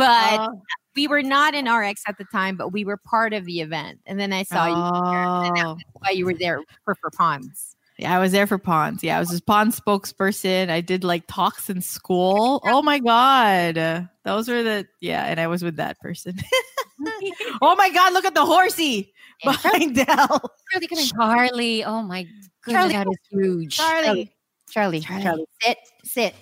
S6: but
S2: Oh.
S6: we were not in RX at the time, but we were part of the event. And then I saw you there. And
S2: Oh.
S6: that's why you were there for, for Ponds.
S2: Yeah, I was there for Pons. Yeah, I was a Pons spokesperson. I did like talks in school. Oh my god. Those were the yeah, and I was with that person. <laughs> oh my god, look at the horsey behind Dell.
S3: Charlie, oh my goodness,
S2: Charlie,
S3: that is huge.
S2: Charlie.
S6: Charlie, Charlie, sit, sit,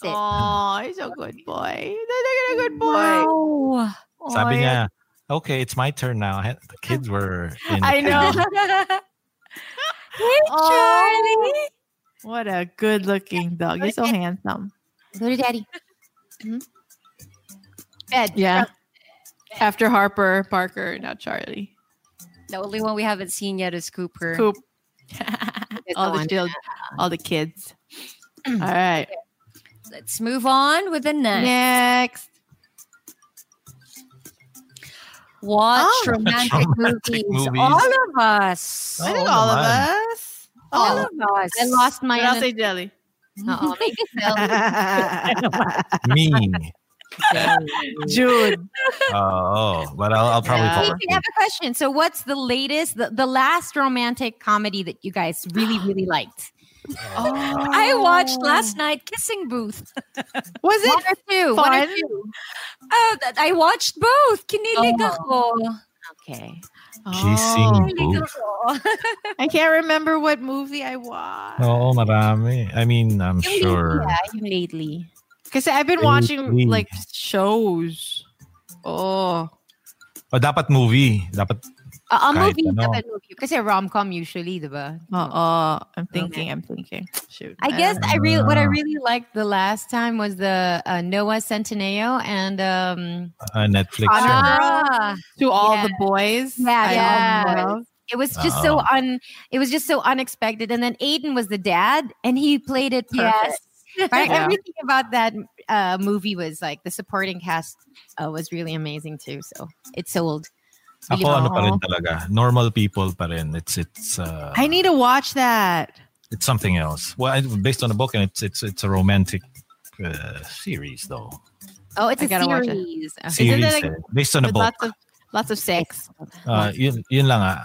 S6: sit.
S2: Oh, he's a good boy. He's a good boy.
S3: Wow.
S5: Sabi niya, okay, it's my turn now. I- The kids were in.
S2: <laughs> I know.
S5: <laughs>
S3: hey, Charlie.
S2: What a good looking dog. You're so handsome.
S6: Go to daddy. Mm-hmm.
S2: <laughs> Yeah. After Harper, Parker, now Charlie.
S3: The only one we haven't seen yet is Cooper. <laughs>
S2: Coop.
S3: That's
S2: all the
S3: one. Mm.
S2: children, all the kids.
S3: <clears throat>
S2: all right.
S3: Let's move on with the next.
S2: Next.
S3: Watch
S2: Oh.
S3: romantic,
S5: Romantic
S3: movies.
S5: movies.
S3: All of us.
S2: I think all of us. Oh, All
S3: All
S2: of
S3: of us.
S6: I lost my.
S2: But I'll say jelly. <laughs>
S3: Uh-oh, maybe
S5: Me.
S2: June.
S5: <laughs> Oh, oh, but I'll, I'll probably
S6: Wait,
S5: fall.
S6: I have a question. So, what's the latest, the, the last romantic comedy that you guys
S2: <gasps>
S6: really, really liked?
S3: I watched last night Kissing Booth.
S2: <laughs> Was
S3: it one or two? One or
S6: fun?
S3: two? Oh, th- I watched both. Kinilig ako.
S2: Oh.
S6: Okay.
S5: Kissing
S3: Kinilig
S5: Booth.
S3: ako.
S2: I can't remember what movie I watched.
S5: Oo, marami. I mean, I'm sure.
S6: Yeah, you lately.
S2: Because I've been
S5: Lately.
S2: watching like shows. Oh.
S5: O, dapat movie. Dapat
S6: A, a
S5: Kahit
S6: Ah, movie,
S5: ano.
S6: dapat movie. Kasi rom-com usually, di ba?
S2: Oh, I'm thinking. I'm thinking. Shoot.
S6: I guess I really what I
S2: Uh.
S5: Ah.
S6: really liked the last time was the uh, Noah Centineo and um
S5: uh, Netflix. yun.
S6: ah,
S2: to all the boys.
S6: yeah,
S2: I
S6: yeah.
S2: love.
S6: It was just so
S5: Oh.
S6: un it was just so unexpected. And then Aiden was the dad and he played it
S3: Yes.
S6: perfect. Right?
S2: Yeah.
S6: <laughs> Everything about that uh, movie was like the supporting cast uh, was really amazing too. So it sold.
S5: Ako ano pa rin talaga. Normal people pa rin. It's it's uh,
S2: I need to watch that.
S5: it's something else. Well, it's based on a book and it's it's it's a romantic uh, series though.
S6: Oh, it's
S2: I
S6: a
S2: gotta watch it.
S6: series. Okay.
S2: Isn't
S5: Series
S2: that like-
S5: eh, based on a
S2: with
S5: book.
S2: lots of lots of sex.
S5: Uh, yun, yun lang ah.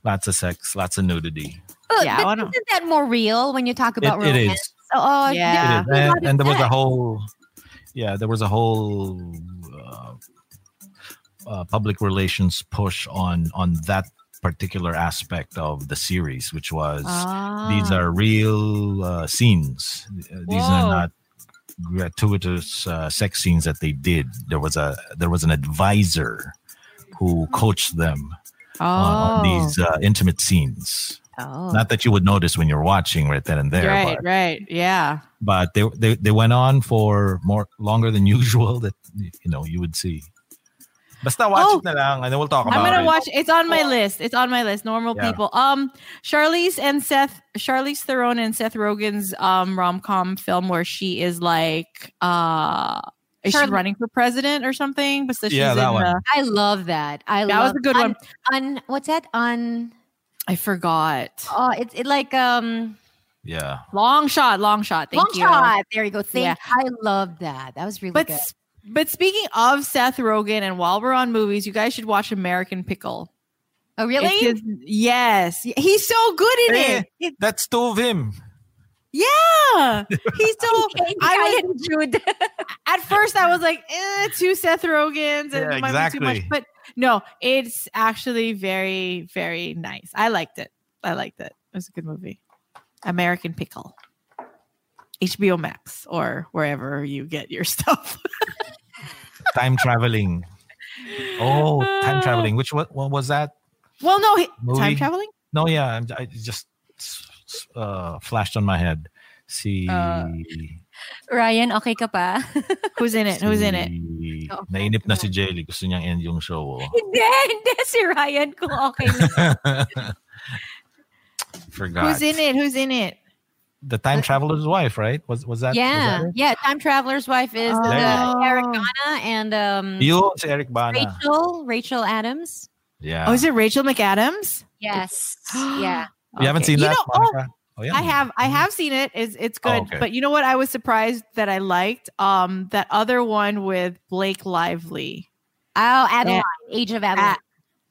S5: Lots of sex, lots of nudity.
S6: Oh,
S2: Yeah, I
S6: but
S2: wanna-
S6: isn't that more real when you talk about
S5: it
S6: romance?
S5: is.
S6: Oh, oh,
S5: It
S2: Yeah.
S5: is.
S6: there's a
S5: And,
S6: lot of
S5: and there was a
S6: sex.
S5: whole, yeah, there was a whole uh, uh, public relations push on on that particular aspect of the series, which was these are real uh, scenes. Uh, These are
S2: Ah. Whoa.
S5: not gratuitous uh, sex scenes that they did. There was a there was an advisor who coached them on, on
S2: Oh.
S5: these uh, intimate scenes.
S6: Oh.
S5: Not that you would notice when you're watching right then and there,
S2: right,
S5: but
S2: right. Yeah.
S5: but they, they they went on for more longer than <laughs> usual that you know you would see. Basta watch
S2: Oh.
S5: it na lang and then we'll talk
S2: I'm
S5: about
S2: gonna
S5: it.
S2: watch it's on my list. It's on my list. Normal
S5: Yeah.
S2: people. Um Charlize and Seth Charlize Theron and Seth Rogen's um rom com film where she is like uh is
S6: Charli-
S2: she running for president or something? But so she's
S5: Yeah, that
S2: in
S5: one.
S2: the,
S6: I love that. I
S2: That was
S6: love-
S2: a good
S6: un-
S2: one.
S6: Un, what's that? Un.
S2: I forgot.
S6: Oh, it's it like um
S5: Yeah.
S2: Long shot, long shot. Thank
S6: long
S2: you.
S6: shot. There you go. Thank.
S2: Yeah.
S6: I love that. That was really
S2: But
S6: good.
S2: s- but speaking of Seth Rogen and while we're on movies, you guys should watch American Pickle.
S6: Oh, really?
S2: It's his- yes. He's so good in
S5: Eh,
S2: it. It-
S5: That's two of him.
S2: Yeah. He's
S6: <laughs>
S2: so I was
S3: and Jude.
S2: <laughs> at first I was like, eh, two Seth Rogans and
S5: Yeah,
S2: it might be too
S5: exactly.
S2: much. But no, it's actually very, very nice. I liked it. I liked it. It was a good movie. American Pickle. HBO Max or wherever you get your <laughs> stuff.
S5: Time traveling. Oh,
S2: Ah.
S5: time traveling. Which what, what was that?
S2: well, no, he- time
S5: Movie?
S2: traveling?
S5: No, yeah, I'm, I it just uh, flashed on my head. See,
S2: Uh,
S3: Ryan, okay ka pa?
S2: Who's in it? Who's in it?
S5: si-
S2: oh.
S5: Nainip na si Jelly. Gusto niyang end yung
S2: <laughs>
S5: show. oh.
S3: hindi, hindi si Ryan kung okay lang.
S5: Forgot.
S2: Who's in it? Who's in it?
S5: the time traveler's wife, right? Was was that? was
S6: yeah,
S5: that it?
S6: yeah. Time Traveler's Wife is
S5: Oh.
S6: the Eric Bana and
S2: Mm.
S6: um,
S5: Yun, si Eric Bana.
S6: Rachel Rachel Adams.
S5: Yeah.
S2: Oh, is it Rachel McAdams? <gasps>
S6: Yes. <gasps> yeah.
S5: You haven't seen
S2: You
S5: that?
S2: know- oh,
S5: Monica? oh,
S2: I have I have seen it. It's it's
S5: Oh,
S2: good.
S5: okay.
S2: But you know what I was surprised that I liked? Um that other one with Blake Lively.
S6: Oh, Adeline. Age of Adeline.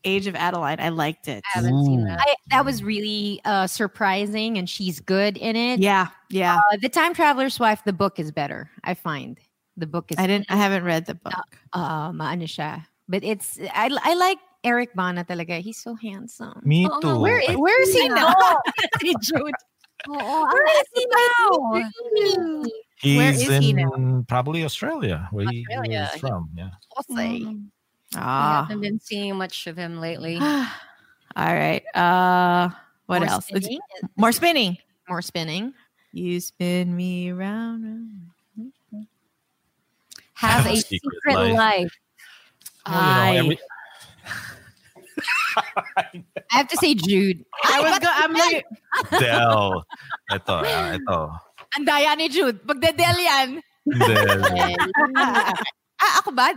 S2: Age of Adeline. I liked it.
S6: I haven't seen that. I, that was really uh, surprising, and she's good in it.
S2: Yeah, yeah.
S6: Uh, the Time Traveler's Wife, the book is better. I find the book is.
S2: I didn't I haven't read the book.
S6: Um, ano siya? But it's I I like Eric Bana talaga. He's so handsome.
S5: Me
S6: Oo nga,
S5: too.
S6: Where is
S2: Where is he now? <laughs>
S6: Si Jude. Oo,
S2: Where
S6: ang
S2: is he
S6: handsome.
S5: He's
S2: oh, Where is
S5: in
S2: he
S5: probably Australia, where he-
S3: Australia.
S5: he is from. Yeah.
S3: Mm. I
S2: Ah.
S3: haven't been seeing much of him
S2: <sighs>
S3: lately.
S2: All right. Uh what
S3: More
S2: else? It's-
S3: spinning?
S2: More spinning.
S6: More spinning.
S2: You spin me round. round.
S3: Have a
S2: a secret
S3: secret
S2: life.
S3: life.
S2: I,
S6: I have to say Jude.
S2: I was go- I'm like
S5: <laughs> Del. Ito, ah, ito.
S2: <laughs>
S6: Ang daya ni Jude. Pagdadel yan.
S5: Del.
S6: <laughs> ah, ako ba?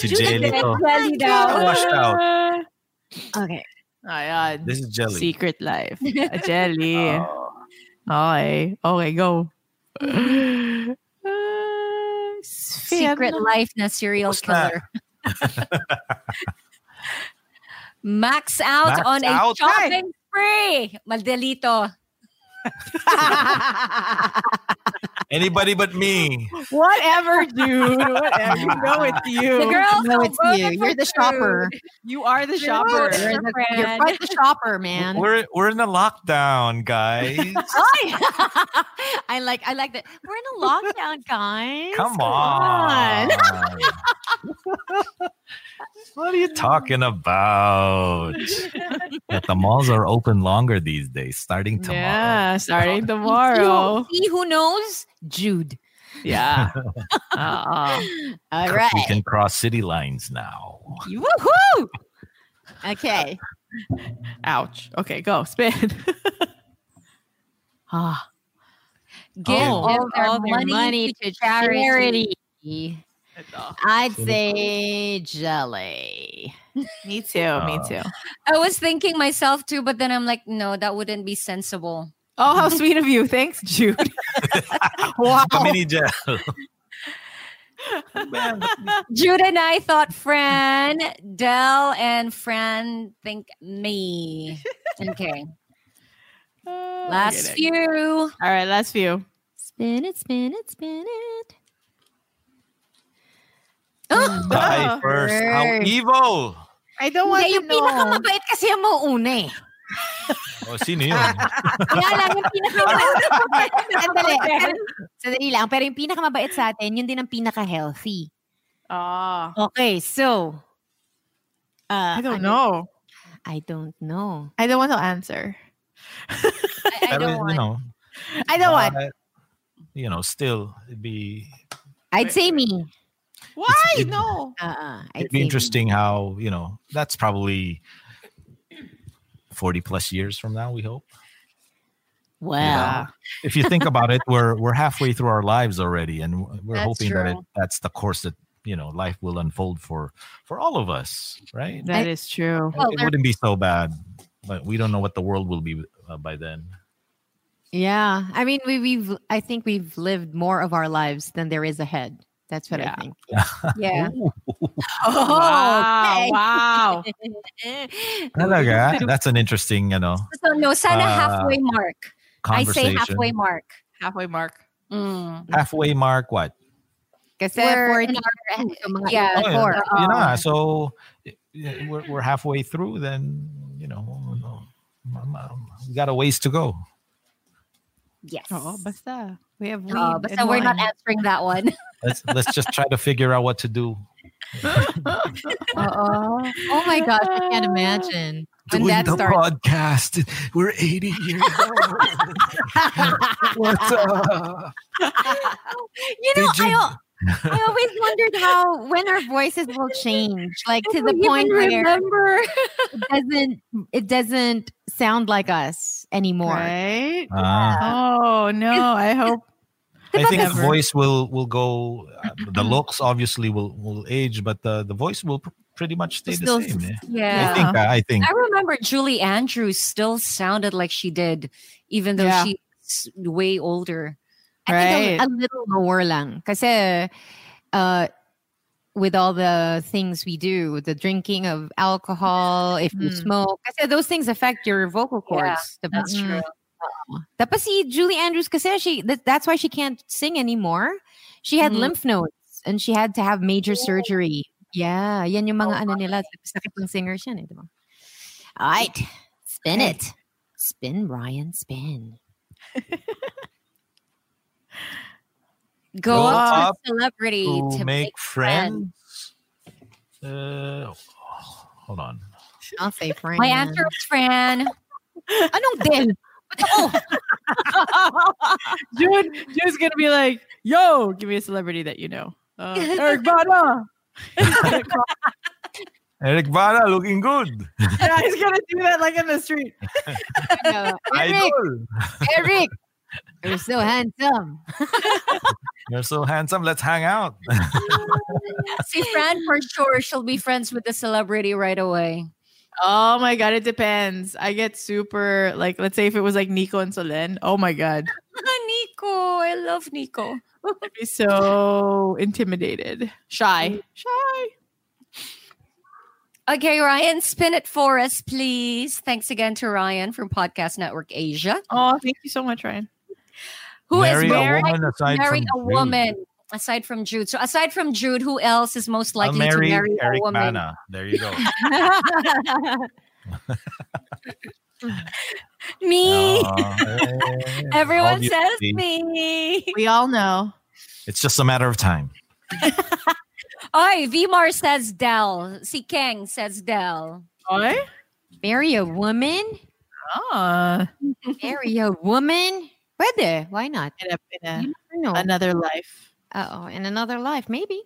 S5: Si Jelly
S6: Jude and Del.
S5: to. E.
S6: Jelly daw.
S5: Washed out.
S6: Okay.
S2: Ayan.
S5: This is jelly.
S2: Secret
S6: <laughs>
S2: life. <laughs> A jelly. Okay. Okay, go.
S3: Secret
S2: Fan.
S3: life na serial
S2: What's that?
S3: killer. <laughs> Max out
S4: Max
S3: on
S4: out?
S3: a shopping spree. Maldelito.
S5: Anybody but
S2: <laughs>
S5: me.
S2: Whatever, dude.
S5: <laughs>
S2: Whatever. You know it's you.
S6: The girls
S2: know
S6: who voted for
S2: You're the shopper. You are the shopper.
S6: You're, the, you're quite the shopper, man.
S5: We're we're in a lockdown, guys.
S6: Ay! <laughs> I like I like that. We're in a lockdown, guys.
S5: Come on.
S6: <laughs> what are you
S5: Talking
S2: <laughs>
S5: about that the malls are open longer these days, starting tomorrow.
S6: <laughs>
S2: Yeah, starting tomorrow.
S6: See who, knows? Jude.
S5: <laughs>
S2: Yeah. Uh-uh.
S6: <laughs> All
S5: We
S6: right.
S5: can cross city lines now.
S6: Woohoo! Okay.
S2: Ouch. Okay, go. Spin. <laughs> ah.
S3: Give
S2: Oh.
S3: all their
S6: All their
S3: money,
S6: money
S3: to
S6: to
S3: charity.
S6: charity. I'd say jelly.
S2: <laughs> Me too. me
S5: Oh.
S2: too.
S3: I was thinking myself too, but then I'm like, no, that wouldn't be sensible.
S2: Oh, how sweet of you. Thanks, Jude. <laughs> wow.
S5: Kami ni Jel.
S3: <laughs> Jude and I thought Fran, Dell, and Fran think me. Okay.
S2: <laughs>
S3: Last
S2: Oh, Get it.
S3: few.
S2: All right, last few.
S6: Spin it, spin it, spin <laughs> it.
S2: <laughs>
S5: Die first. How
S6: Word.
S5: evil.
S2: I don't want
S6: Hindi,
S2: to
S6: yung
S2: know.
S6: pinakamabait kasi yung mauuna
S2: <laughs>
S6: eh.
S5: Oh,
S6: <laughs>
S5: sino yun?
S6: Kaya lang, yung pinakamabait. <laughs> Sandali. pero- Sandali lang. Pero yung pinakamabait sa atin, yun din ang pinaka-healthy.
S2: Ah.
S6: Okay, so. uh,
S2: I don't know.
S6: I don't know.
S2: I don't want to answer.
S5: I, mean, you know,
S2: I don't want.
S5: uh, you know, still it'd be
S6: I'd say me.
S2: Why? no.
S6: Uh,
S5: it'd be interesting how you know that's probably forty plus years from now. We hope.
S6: Wow.
S5: you know? if you think about it, we're we're halfway through our lives already, and we're
S3: That's
S5: hoping that it,
S3: true.
S5: that's the course that you know life will unfold for for all of us, right?
S2: <laughs> That is true.
S3: Oh,
S5: it wouldn't be so bad, but we don't know what the world will be uh, by then.
S6: Yeah. I mean, we, we've, I think we've lived more of our lives than there is ahead. That's what
S5: Yeah.
S6: I think.
S3: Yeah.
S6: Oh,
S2: <laughs> Wow,
S6: okay.
S5: <laughs>
S2: wow.
S5: Talaga? That's an interesting, you know,
S3: So no, sana
S5: Uh,
S3: halfway mark. I say
S5: conversation.
S3: halfway mark.
S2: Halfway mark.
S3: Mm.
S5: halfway mark. What?
S6: Kasi
S3: We're
S6: 40
S3: in our-
S6: yung mga
S3: yeah, Uh,
S6: iba
S5: Oh,
S6: for.
S5: yeah, yeah, yeah. so y- y- we're, we're halfway through. Then you know, oh, we got a ways to go.
S3: Yes.
S2: Oh, basta. We have weed.
S3: Oh, basta
S2: and
S3: we're not
S2: wine.
S3: answering that one.
S5: Let's let's just try to figure out what to do.
S6: Oo. <laughs> Oh my gosh, I
S2: <laughs>
S6: can't imagine. When
S5: Doing
S6: that
S5: the
S6: starts.
S5: podcast. We're 80 years
S3: <laughs>
S5: old. What's up?
S3: You know,
S5: Did you-
S3: I, al-
S6: I always wondered how when our voices will change, like to
S3: If
S6: the
S3: we
S6: point
S3: even
S6: where
S3: remember.
S6: it doesn't it doesn't sound like us anymore.
S2: Right?
S5: Ah.
S2: Oh no! I hope.
S5: I think the voice will will go. uh, the looks obviously will will age, but the the voice will pr- pretty much stay
S3: Still-
S5: the same. eh?
S3: yeah.
S5: I think. I I think.
S3: I remember Julie Andrews still sounded like she did, even though
S6: Yeah.
S3: she's way older.
S6: I think a, a little lower lang. Kasi uh, with all the things we do, the drinking of alcohol, if you
S3: Mm.
S6: smoke, kasi those things affect your vocal cords.
S3: Yeah, Mm-hmm.
S6: diba?
S3: that's true. Uh-uh.
S6: Oo. Tapos si Julie Andrews kasi she that, that's why she can't sing anymore. She had
S3: Mm.
S2: Mm-hmm.
S6: lymph nodes and she had to have major surgery. Yeah, yan yung
S2: Oh,
S6: mga ano nila. Tapos sakit ng singers yan eh, di ba? All right,
S2: <laughs>
S6: spin
S3: Okay.
S6: it. Spin, Ryan, spin.
S3: Go,
S5: Go
S3: up to a
S5: up
S3: celebrity
S5: to
S3: to
S5: make
S3: make friends.
S5: Uh, hold on.
S6: I'll say Fran.
S3: My answer was <laughs> Fran.
S6: Anong
S3: <laughs>
S6: din?
S2: Jude, Jude's gonna be like, "Yo, give me a celebrity that you know." Uh, Eric
S6: <laughs>
S2: Bana.
S5: Eric Vara looking good.
S2: <laughs> yeah, he's gonna do that like in the street.
S6: Eric,
S5: Idol.
S6: Eric, you're so handsome.
S5: You're so handsome. Let's hang out.
S3: See, Fran for sure, she'll be friends with the celebrity right away.
S2: Oh my god, it depends. I get super like, let's say if it was like Nico and Solen. Oh my god,
S3: <laughs> Nico, I love Nico.
S2: I'd be so intimidated, shy. Shy.
S3: Okay, Ryan, spin it for us, please. Thanks again to Ryan from Podcast Network Asia.
S2: Oh, thank you so much, Ryan.
S3: Who is
S5: Marry a
S3: married?
S5: woman aside
S3: marry
S5: from
S3: a
S5: Jude.
S3: woman aside from Jude. So aside from Jude, who else is most
S5: I'll
S3: likely
S5: marry
S3: to marry
S5: Eric
S3: a woman?
S5: Bana. There you go.
S3: <laughs>
S5: <laughs>
S3: me.
S5: Uh,
S3: Everyone says
S5: Oh, Obviously.
S3: me.
S2: We all know.
S5: It's just a matter of time.
S3: Oi, Vimar says Dell. Si Kang says Dell.
S2: Oi?
S6: Marry a woman?
S2: Ah.
S6: Marry a woman? Pwede. Why not?
S2: In, a, in a-
S6: know.
S2: another life.
S6: oh, in another life, maybe.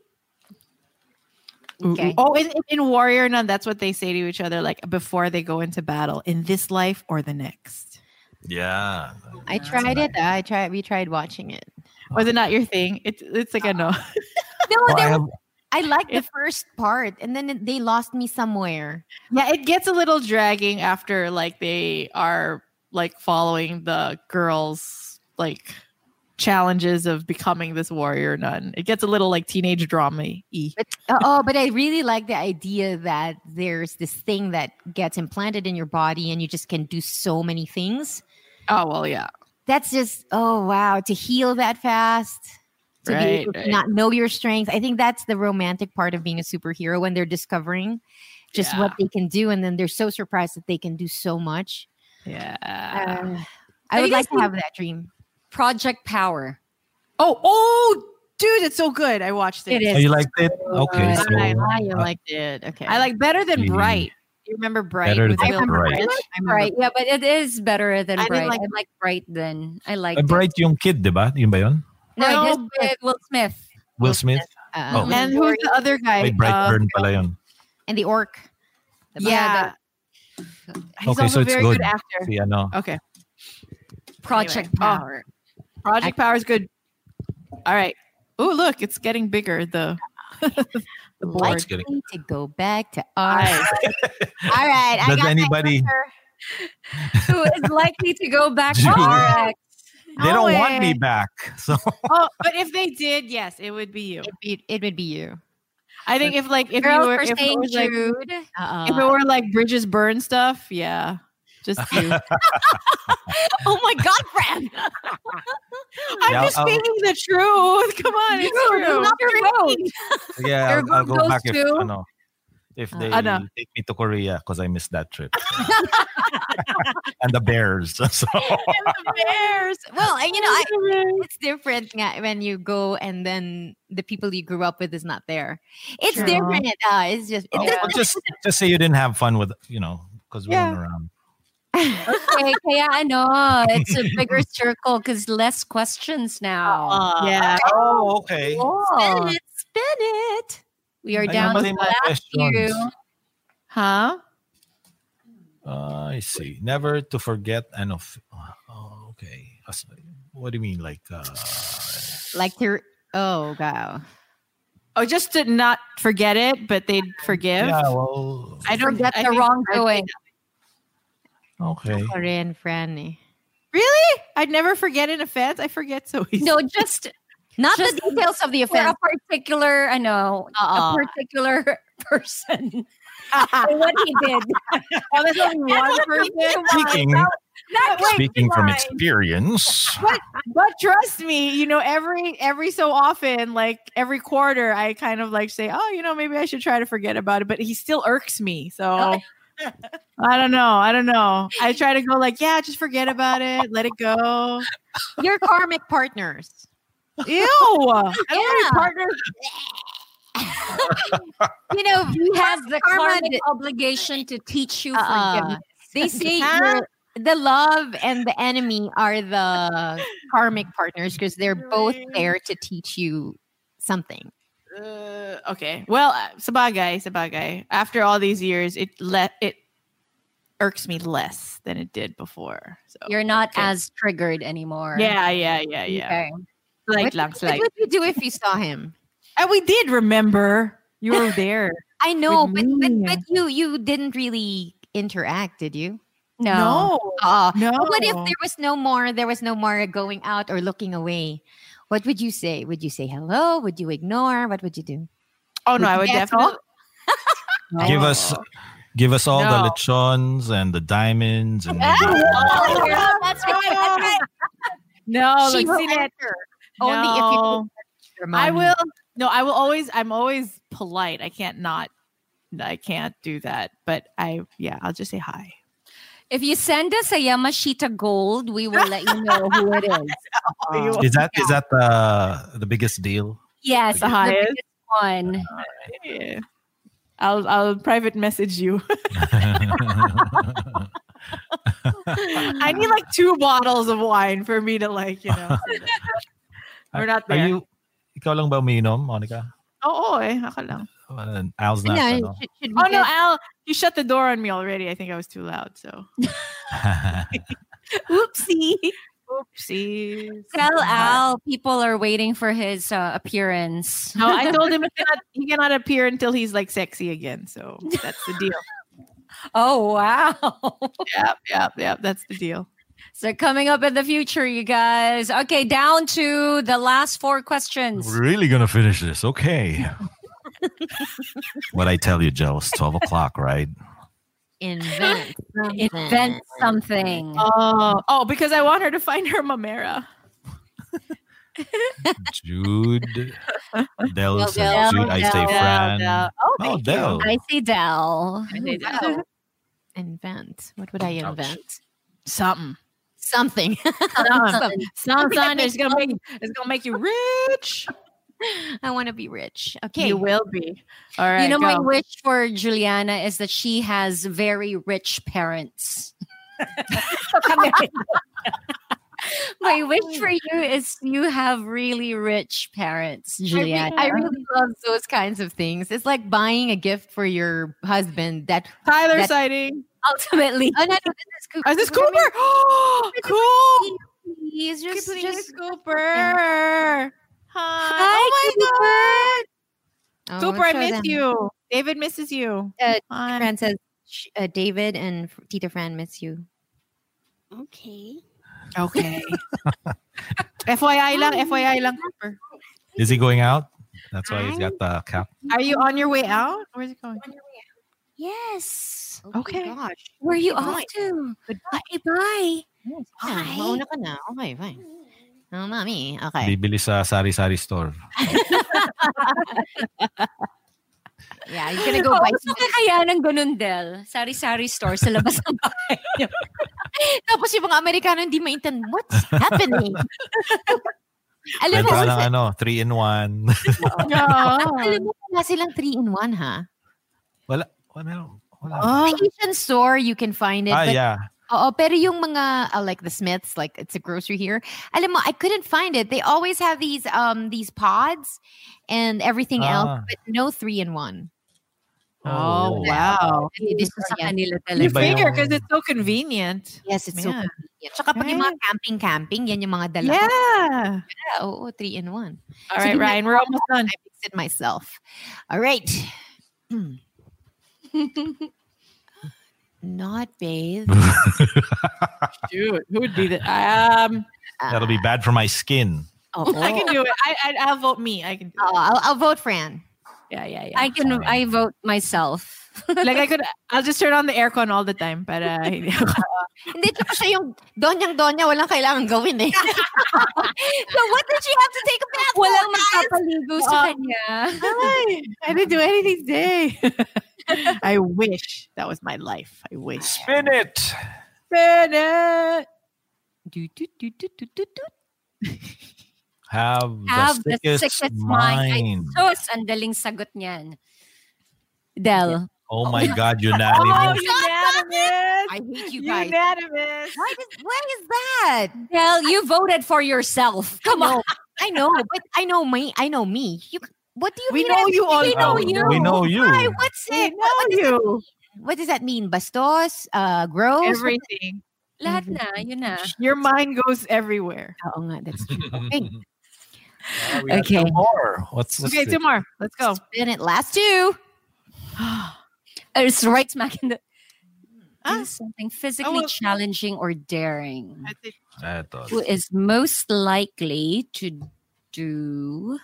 S2: Ooh,
S6: Mm, Okay.
S2: ooh. Oh, in, in- in Warrior Nun, that's what they say to each other, like before they go into battle, in this life or the next.
S5: Yeah.
S6: I tried it. I tried. We tried watching it.
S2: Was it not your thing? It's it's like a no.
S6: No,
S2: Well,
S6: there
S2: I
S6: was-
S2: have-
S6: I liked the first part, and then it- they lost me somewhere.
S2: Yeah, it gets a little dragging after like they are like following the girls like challenges of becoming this warrior nun. It gets a little like teenage drama y.
S6: Uh, oh, but I really like the idea that there's this thing that gets implanted in your body, and you just can do so many things.
S2: Oh well, yeah.
S6: That's just oh wow to heal that fast. To be
S2: Right,
S6: able to
S2: right.
S6: not know your strength. I think that's the romantic part of being a superhero when they're discovering just what they can do, and then they're so surprised that they can do so much.
S2: Yeah.
S6: Uh, I would like to have that dream.
S3: Project Power.
S2: Oh, oh dude, it's so good. I watched it.
S6: It is.
S5: Oh, you liked it? Okay.
S2: good.
S5: So uh,
S2: I like
S6: you liked it. Okay.
S2: I like better than
S5: Mm.
S2: Bright. You remember Bright?
S5: Better
S2: with
S5: than
S2: Will
S5: Bright.
S2: Smith?
S5: I
S3: like
S2: I remember
S3: Bright. Yeah, but it is better than
S2: I didn't
S3: Bright.
S2: like-
S3: I like Bright then. I like
S5: Uh, bright yung kid, diba? Yun ba yun?
S3: No, it
S2: No,
S3: is with Will Smith.
S5: Will Smith?
S6: Uh,
S5: Oh.
S2: And who's the other guy?
S5: May bright
S2: Uh,
S6: Um,
S5: burn pala yun.
S6: and the orc.
S2: yeah. He's
S5: Okay,
S2: also
S5: so
S2: a
S5: it's
S2: very
S5: good.
S2: good actor.
S5: Si ano.
S2: Okay.
S3: Project
S2: Anyway, oh,
S3: Power.
S2: Project Power is good. All right. Oh, look, it's getting bigger. The the
S6: Like
S2: board.
S5: It's getting-
S6: to go back to ours. All right. I
S5: Does
S6: got my
S5: anybody-
S6: answer.
S3: <laughs> Who is likely to go back to
S5: Jude.
S3: RX?
S5: They don't want me
S2: Owen.
S5: back. <laughs> So
S2: <laughs> oh, but if they did, yes, it would be you.
S6: It'd be, it would be you.
S2: I think if like if
S3: Girls
S2: you were
S3: for
S2: if it
S3: saying
S2: was like if
S3: Jude.
S6: Uh-uh.
S2: it were like Bridges Burn stuff, yeah, just you.
S6: oh my God, Fran.
S2: I'm
S5: Yeah,
S2: just
S5: I'll-
S2: speaking the truth. Come on, it's
S3: Jude,
S2: true.
S3: not your
S2: <laughs>
S3: vote.
S5: yeah, I'll,
S3: Your
S5: I'll
S3: vote
S5: go
S3: goes
S5: back if,
S3: to-
S5: ano, if they
S2: Uh, ano?
S5: take me to Korea because I missed that
S2: <laughs>
S5: trip. and the bears. <laughs> So
S2: Bears.
S6: Well, and you know, I, it's different nga when you go and then the people you grew up with is not there. It's
S2: True.
S6: different. Uh, it's just, it
S5: Oh,
S6: doesn't-
S5: just just say you didn't have fun with you know because we
S2: Yeah.
S5: weren't around.
S3: okay, kaya ano, it's
S5: <laughs>
S3: a bigger circle because less questions now.
S2: yeah.
S5: Oh, okay.
S3: Cool. Spin it, spin it. We are
S5: Ayun
S3: down
S5: pala
S3: to
S5: yung mga
S3: last few.
S5: questions.
S2: Huh?
S5: I see. Never to forget and of. Oh, okay. As- What do you mean? Like, uh,
S2: Like to oh wow. Oh, just to not forget it, but they'd forgive.
S5: yeah, well,
S2: I don't
S3: Forget
S2: I
S3: the
S2: think-
S3: wrongdoing.
S5: okay.
S2: Korean Franny. Really? I'd never forget an offense. I forget so easily.
S3: No, just
S2: Not
S3: just
S2: the details of the
S3: for
S2: offense.
S3: a particular, I know,
S2: Uh-uh.
S3: a particular <laughs>
S2: <laughs>
S3: person. and what he did.
S2: Oh, that's only
S3: And
S2: <laughs> one <laughs>
S3: what he
S2: person?
S3: did.
S5: Speaking,
S2: Not like
S5: speaking from
S2: mine.
S5: experience,
S2: But, but trust me, you know, every every so often, like every quarter, I kind of like say, oh, you know, maybe I should try to forget about it. But he still irks me. <laughs> So I don't know. I don't know. I try to go like, yeah, just forget about it. Let it go.
S6: You're karmic partners.
S2: <laughs> Ew. I don't want to be
S3: Yeah.
S2: partners.
S3: <laughs> you know, he has the
S6: Karma
S3: karmic
S6: did-
S3: obligation to teach you
S6: Uh-uh.
S3: forgiveness.
S2: <laughs>
S6: They say
S3: Huh?
S6: you're- the love and the enemy are the karmic partners because they're both there to teach you something.
S2: Uh, okay. Well, uh, sabagay, sabagay. After all these years, it let it irks me less than it did before. So
S3: you're not
S2: Okay.
S3: as triggered anymore.
S2: yeah,
S3: <laughs>
S2: yeah, yeah, yeah.
S3: Okay.
S2: Slight
S6: What-
S2: lang,
S6: What
S2: slight.
S6: would you do if you saw him?
S2: And we did remember you were there.
S6: I know, but,
S2: With
S6: but,
S2: me.
S6: but you you didn't really interact, did you?
S3: No.
S6: Oh,
S2: no.
S6: But what if there was no more? There was no more going out or looking away. What would you say? Would you say hello? Would you ignore? What would you do?
S2: Oh no, I would
S6: you get
S2: definitely.
S5: give us, give us all
S2: Oh. No.
S5: the lechons and the diamonds and
S3: <laughs> Oh, yeah, that's right.
S2: <laughs>
S3: That's right.
S2: No,
S6: She will
S2: like, see that-
S6: enter. Only if you
S2: No.
S6: your
S2: I
S6: mommy.
S2: will. No, I will always. I'm always polite. I can't not. I can't do that. But I, yeah, I'll just say hi.
S3: If you send us a Yamashita gold, we will let you know who it
S2: <laughs>
S3: is.
S2: you-
S5: is that is that the the biggest deal?
S3: Yes,
S2: The highest.
S3: biggest one.
S2: Yeah. I'll I'll private message you.
S3: <laughs>
S2: I need like two bottles of wine for me to like, you know. We're not
S5: Are
S2: there.
S5: you? Ikaw lang ba umiinom, Monica?
S2: oh, eh, ako lang.
S5: Uh, Al's not. ano?
S2: Oh no, Al, you shut the door on me already. I think I was too loud.
S3: <laughs>
S2: So
S3: Oopsie.
S2: oopsies.
S3: Tell Al people are waiting for his uh, appearance.
S2: No,
S3: <laughs>
S2: I told him he cannot, he cannot appear until he's like sexy again. So that's the
S3: <laughs>
S2: deal.
S3: Oh wow.
S2: yep, yep, yep. That's the deal.
S3: so coming up in the future, you guys. Okay, down to the last four questions.
S5: really gonna finish this, <laughs> okay? what I tell you, Joe, it's twelve o'clock, right?
S6: invent.
S3: Invent something.
S2: Oh, oh, because I want her to find her mamera.
S5: Jude, Del,
S3: Del,
S5: says
S3: Del,
S5: Jude. I say
S3: Del,
S5: Fran.
S2: Del.
S5: Oh,
S2: thank you.
S5: Del.
S3: I say Dell.
S6: Invent. What would I
S5: Ouch.
S6: invent?
S2: Something. Something.
S6: Something. <laughs> Something.
S2: Something. It's gonna make it's gonna make you <laughs> rich.
S6: I want to be rich. Okay.
S2: You will be. All right.
S3: you know, my
S2: go.
S3: wish for Juliana is that she has very rich parents. my wish for you is you have really rich parents,
S6: I re-
S3: Juliana.
S6: I really love those kinds of things. It's like buying a gift for your husband that
S2: Tyler
S6: that-
S2: sighting.
S3: ultimately.
S6: Oh, no, no, this is Cooper.
S2: Is this
S6: Cooper
S2: Cooper? cool.
S6: He's just,
S2: Cooper,
S6: just
S2: Cooper. Hi.
S3: Hi,
S2: oh
S6: Oh,
S2: my God. Cooper, I
S6: show
S2: miss
S6: them.
S2: you. David misses you.
S6: Uh,
S2: Hi.
S6: Fran says "Sh- uh, David and F- Tita Fran miss
S2: <laughs>
S6: you.
S4: Okay.
S2: Okay. FYI lang, FYI lang, Cooper.
S5: Is he going out? That's why he's got the cap.
S2: Are you on your way out? Where's it going?
S3: Yes.
S2: Okay.
S6: Oh Gosh.
S3: Where are you
S6: Okay,
S3: off
S6: bye.
S3: to? Bye bye.
S6: Yes, fine.
S3: Hi.
S6: Mauna ka na. Okay, <laughs> fine. Oh, mommy. Okay.
S5: Bibili sa sari-sari store.
S6: Yeah, you're gonna
S3: <laughs>
S6: go
S3: Oo,
S6: buy
S3: Oh, gusto ka kaya ng ganun, Del? Sari-sari store sa labas ng bahay. <laughs> niyo.
S6: Tapos yung mga Amerikano hindi maintindihan what's <laughs> happening. Alam mo,
S5: Benta ka ng ano, three in one.
S6: <laughs> alam mo wala silang 3 in 1 ha.
S5: wala, wala, wala.
S2: Oh.
S6: Asian store you can find it.
S5: ah,
S6: but
S5: yeah.
S6: Oo, pero yung mga uh, like the Smiths, like it's a grocery here. Alam mo, I couldn't find it. They always have these um these pods and everything
S2: Ah.
S6: else, but no three in one.
S2: Oh, wow.
S6: Hindi sa kanila
S2: You
S6: talaga.
S2: figure because it's so convenient.
S6: Yes, it's so
S2: Man.
S6: convenient. Tsaka pag yung mga camping-camping, yan yung mga dala. ko.
S2: Yeah.
S6: Yeah, oo, three in one.
S2: All right, Ryan, we're almost done.
S6: I fixed it myself.
S2: <clears throat>
S6: All right. Not
S2: <laughs>
S6: bathe.
S2: Dude, who would be the um?
S5: That'll be bad for my skin.
S2: I can do it. I, I I'll vote me. I can. Do
S6: it. Oh, I'll, I'll vote Fran.
S2: Yeah, yeah, yeah.
S3: I can I vote myself.
S2: like I could. I'll just turn on the aircon all the time. But uh, <laughs>
S6: Hindi, tsaka siya yung donyang-donya, walang kailangan gawin eh. <laughs> so what did she have to take a bath
S3: Walang
S6: for, guys?
S3: magpapaligo sa
S6: Oo.
S3: kanya.
S2: Hi, <laughs> I didn't do anything today. <laughs> I wish that was my life. I wish.
S5: Spin it.
S2: Spin it.
S6: Do, do, do, do, do, do, do.
S5: Have,
S3: Have
S5: the
S3: the
S5: sickest,
S3: sickest
S5: mind.
S3: mind. Ay, sus, ang daling sagot niyan. Del.
S5: Oh
S3: <laughs>
S5: my God,
S2: <laughs>
S3: Oh,
S5: unanimous.
S3: <laughs>
S2: unanimous.
S6: I hate you guys.
S2: Unanimous.
S6: Why, does, why is that?
S3: Del, you voted for yourself. Come on.
S6: I know, but I know me. I know me. You, what do you
S2: We
S6: mean?
S2: know
S6: I-
S2: you all.
S6: We know
S2: Oh,
S6: you.
S2: we know you.
S6: Why? What's
S2: We
S6: it? What, what does that
S2: you.
S6: mean? What does that mean? Bastos? Uh, gross?
S2: Everything.
S3: Oh, Lahat na,
S5: Mm-hmm.
S3: yun na.
S2: Your mind goes everywhere.
S6: Oo nga, that's
S2: <laughs>
S6: true.
S2: Okay,
S5: We got
S6: Okay.
S5: two more. What's this?
S2: okay two more. Let's go.
S6: Spin it. Last
S2: <gasps>
S6: two.
S3: it's right smack in the. Do something physically
S2: Ah. Oh, well-
S3: challenging or daring.
S5: I thought.
S3: Who is most likely to do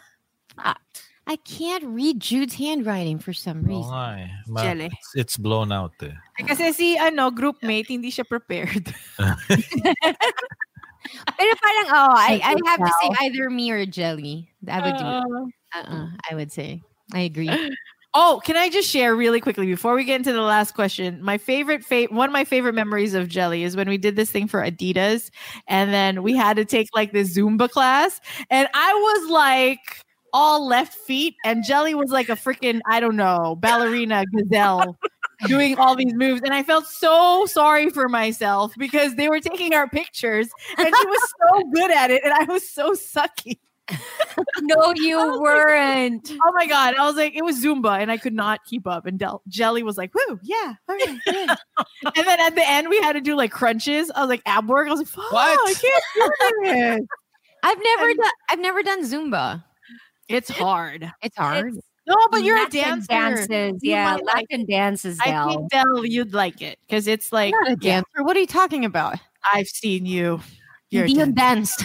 S3: that?
S6: uh, I can't read Jude's handwriting for some
S5: Oh,
S6: reason.
S5: hi. Ma-
S2: Jelly.
S5: it's, it's blown out. Eh.
S2: Kasi si ano, groupmate, hindi siya prepared.
S6: <laughs> Pero parang, oh, I, I
S2: Thank you,
S6: have to say
S2: Val.
S6: either me or Jelly. I would do it. Uh-uh, I would say. I agree.
S2: <laughs> Oh, can I just share really quickly before we get into the last question? My favorite, fa- one of my favorite memories of Jelly is when we did this thing for Adidas, and then we had to take like this Zumba class, and I was like all left feet, and Jelly was like a freaking I don't know ballerina
S6: <laughs>
S2: gazelle. Doing all these moves, and I felt so sorry for myself because they were taking our pictures, and she was so good at it, and I was so sucky.
S3: No,
S2: <laughs>
S3: you weren't.
S2: Oh my god! I was like, it was Zumba, and I could not keep up. And Del- Jelly was like, "Woo, yeah, all
S6: <laughs>
S2: right." yeah." and then at the end, we had to do like crunches. I was like, ab work. I was like, "Fuck, I can't do this.
S6: <laughs> I've never done I've never done Zumba.
S2: It's hard.
S6: It's hard.
S2: No, but you're a
S3: Latin
S2: dancer.
S3: Dances,
S2: You
S3: yeah,
S2: might like
S3: Latin dances.
S2: it. I
S3: Del.
S2: think Del, you'd like it because it's like
S6: not a
S2: yeah,
S6: dancer. What are you talking about?
S2: I've seen you. You're a
S6: Dion
S2: <laughs>
S6: danced. <laughs>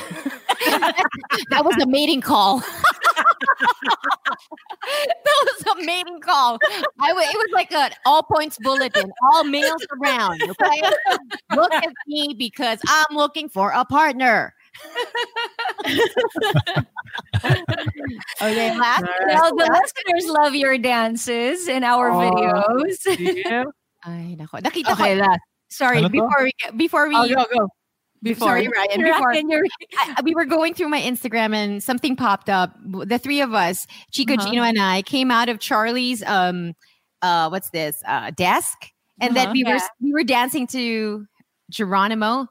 S6: that was a mating call. <laughs> that was a mating call. I w- it was like an all points bulletin, all males around. Okay, look at me because I'm looking for a partner. <laughs> okay, last
S3: Del, the listeners love your dances in our
S6: Oh,
S3: videos. <laughs>
S6: Ay, nako. Nakita
S2: Okay,
S6: ko.
S2: last.
S6: Sorry,
S2: Ano to?
S6: before we get- before we
S2: Oh, go go. Before
S6: Sorry, Ryan. Before,
S3: Ryan,
S6: <laughs> I- we were going through my Instagram and something popped up. The three of us, Chico,
S2: Uh-huh.
S6: Gino, and I, came out of Charlie's um, uh, what's this uh, desk, and
S2: Uh-huh.
S6: then we were
S2: Yeah.
S6: we were dancing to Geronimo.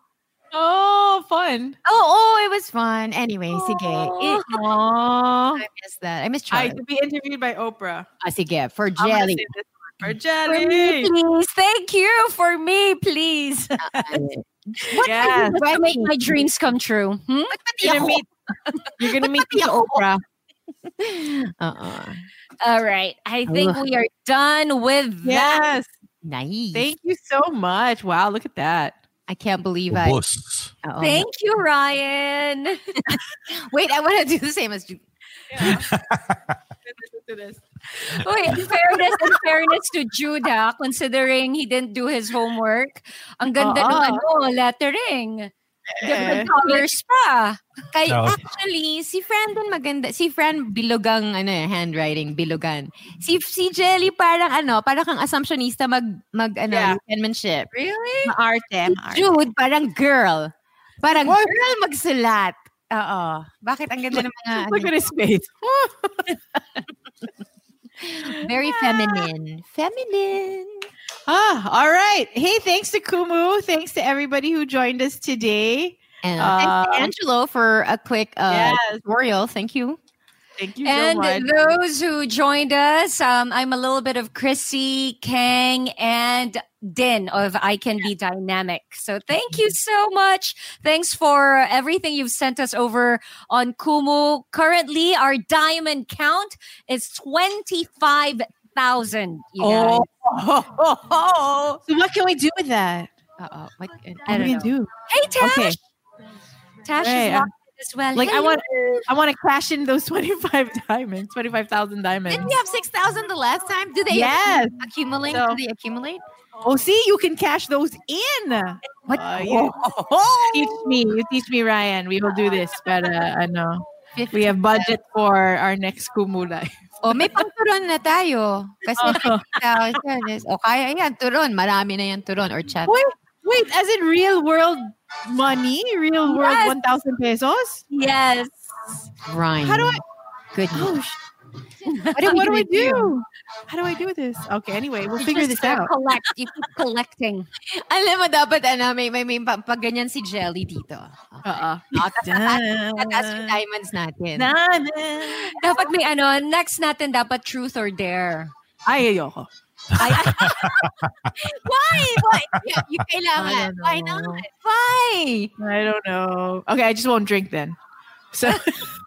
S2: oh, fun.
S6: Oh, oh, it was fun. Anyway, sige. It,
S2: Aww.
S6: I miss that. I miss
S2: I
S6: Charlie.
S2: to be interviewed by Oprah.
S6: Ah, sige, for
S2: I'm gonna
S6: jelly.
S2: save
S6: <laughs>
S2: this one
S3: For
S2: For jelly.
S3: me, please. Thank you for me, please.
S6: Uh,
S3: <laughs>
S6: What
S2: Yes.
S6: are you
S3: to make
S6: writing?
S3: my dreams come true. Hmm?
S6: Ba't pati
S2: You're
S6: ako?
S2: gonna meet. You're gonna meet
S6: Pati
S2: the
S6: ako.
S2: Oprah.
S6: <laughs> Uh-uh.
S3: All right. I think we are done with that.
S2: Yes.
S6: Nice.
S2: Thank you so much. Wow, look at that.
S6: I can't believe I.
S5: Ubus.
S6: Uh-oh.
S3: Thank you, Ryan.
S6: <laughs> Wait, I want to do the same as
S2: <laughs>
S6: you.
S3: Uy, in fairness, in fairness to Judah, considering he didn't do his homework, ang ganda ng
S2: Oo.
S3: ano, lettering.
S2: Eh.
S3: Different colors pa.
S6: Kay
S5: Oh.
S6: actually si Fran din maganda. Si Fran bilugang ano eh, handwriting, bilugan. Si si Jelly parang ano, parang kang assumptionista mag mag ano,
S2: Yeah.
S6: penmanship.
S3: Really?
S2: Maarte.
S6: Si Jude parang girl. Parang girl magsulat. Oo. Bakit ang ganda ng mga
S2: Look at
S6: ano,
S2: his
S6: <laughs>
S2: face.
S6: very feminine. Feminine.
S2: Mm. Ah, all right. Hey, thanks to Kumu. Thanks to everybody who joined us today. Uh,
S6: And thanks to Angelo for a quick uh,
S2: yes.
S6: tutorial. Thank you.
S2: Thank you so much.
S3: And those who joined us, um, I'm a little bit of Chrissy, Kang, and Din of I Can Be Dynamic. So thank you so much. Thanks for everything you've sent us over on Kumu. Currently, our diamond count is 25,000. you guys.
S2: Oh, <laughs> So what can we do with that?
S3: Uh-oh. What,
S2: What do we do?
S3: Hey, Tash.
S2: Okay.
S3: Tash
S2: Hey,
S3: is
S2: uh,
S3: locked in as well.
S2: Like I
S3: Hello.
S2: want, I want to cash in those <laughs> twenty-five diamonds, twenty-five thousand diamonds.
S6: Didn't we have 6,000 the last time? Do they
S2: Yes.
S6: accumulate? Do they accumulate?
S2: Oh, see, you can cash those in. Oh.
S6: What?
S2: <laughs> teach me. Uh, You teach me, Ryan. We will do this. But uh, I know we have budget for our next Kumu life.
S6: O may pangturon na tayo. Kasi
S2: Oo.
S6: 6,000 is, o kaya yan, turon. Marami na yan turon or chat.
S2: Wait, wait, <laughs> as in real world money? Real world
S6: Yes.
S2: 1,000 pesos?
S3: Yes.
S6: Ryan.
S2: How do I?
S6: Goodness.
S2: What
S3: do we
S2: <laughs> do
S3: do
S2: I
S3: with
S2: do? How do I do this? Okay, anyway, we'll
S6: You
S2: figure
S6: just
S2: this out.
S3: collect. You keep collecting.
S6: <laughs> Alam mo, dapat ano, may, may, may pag pag ganyan si Jelly dito.
S2: Oo.
S6: Tataas yung diamonds natin.
S3: dapat may ano, next natin dapat truth or dare.
S2: Ay, ayoko.
S3: <laughs> Why? Why?
S6: You, you kailangan. Why not?
S3: Why?
S2: I don't know. Okay, I just won't drink then. So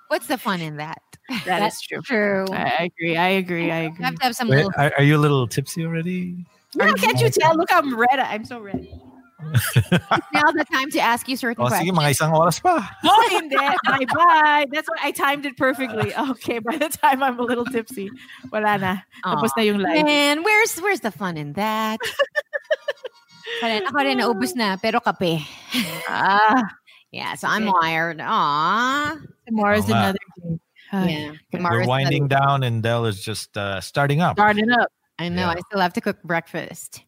S6: What's the fun in that?
S2: that is true. I I agree. I agree. I agree.
S6: You have to have some
S5: Wait,
S6: little...
S5: are, are you a little tipsy already?
S2: No, can't you tell? Look, I'm red. I'm so red.
S6: Now's the time to ask you certain
S5: Oh, sige,
S6: questions.
S5: mga isang oras pa.
S2: Oh, in there. Bye bye. That's why I timed it <laughs> perfectly. Okay, by the time I'm a little tipsy, wala na. Tapos na yung live.
S6: Man, where's, where's the fun in
S2: <laughs>
S6: that? ako rin, ako rin naubos na, pero kape.
S2: Ah,
S6: yeah, so I'm wired. Aww.
S2: Tomorrow's
S5: Oo nga.
S2: another day. Ay.
S6: Yeah.
S5: We're
S6: Tomorrow's
S5: winding
S6: another-
S5: down, and Dell is just uh, starting up.
S2: Starting up.
S6: I know, I still have to cook breakfast.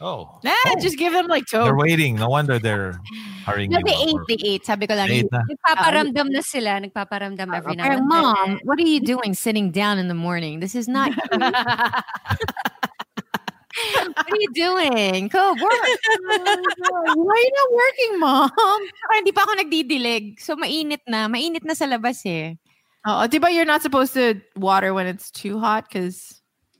S5: Oh,
S2: Nah, just give them like
S5: they're
S2: toe.
S5: waiting. No wonder
S2: <laughs>
S5: they're hurrying. you
S6: No, the
S5: up.
S6: eight, the eight. Sabi ko lang.
S5: Eight
S6: yun.
S5: na.
S3: Nagpaparamdam na sila. Nagpaparamdam every now
S6: Parang,
S3: and
S6: Mom, what are you doing sitting down in the morning? This
S3: <laughs>
S6: is not cute. what are you doing? Go work.
S2: Why are you not working, mom?
S6: Parang hindi pa ako nagdidilig. So, mainit na. Mainit na sa labas eh.
S2: Oh, di ba you're not supposed to water when it's too hot? Because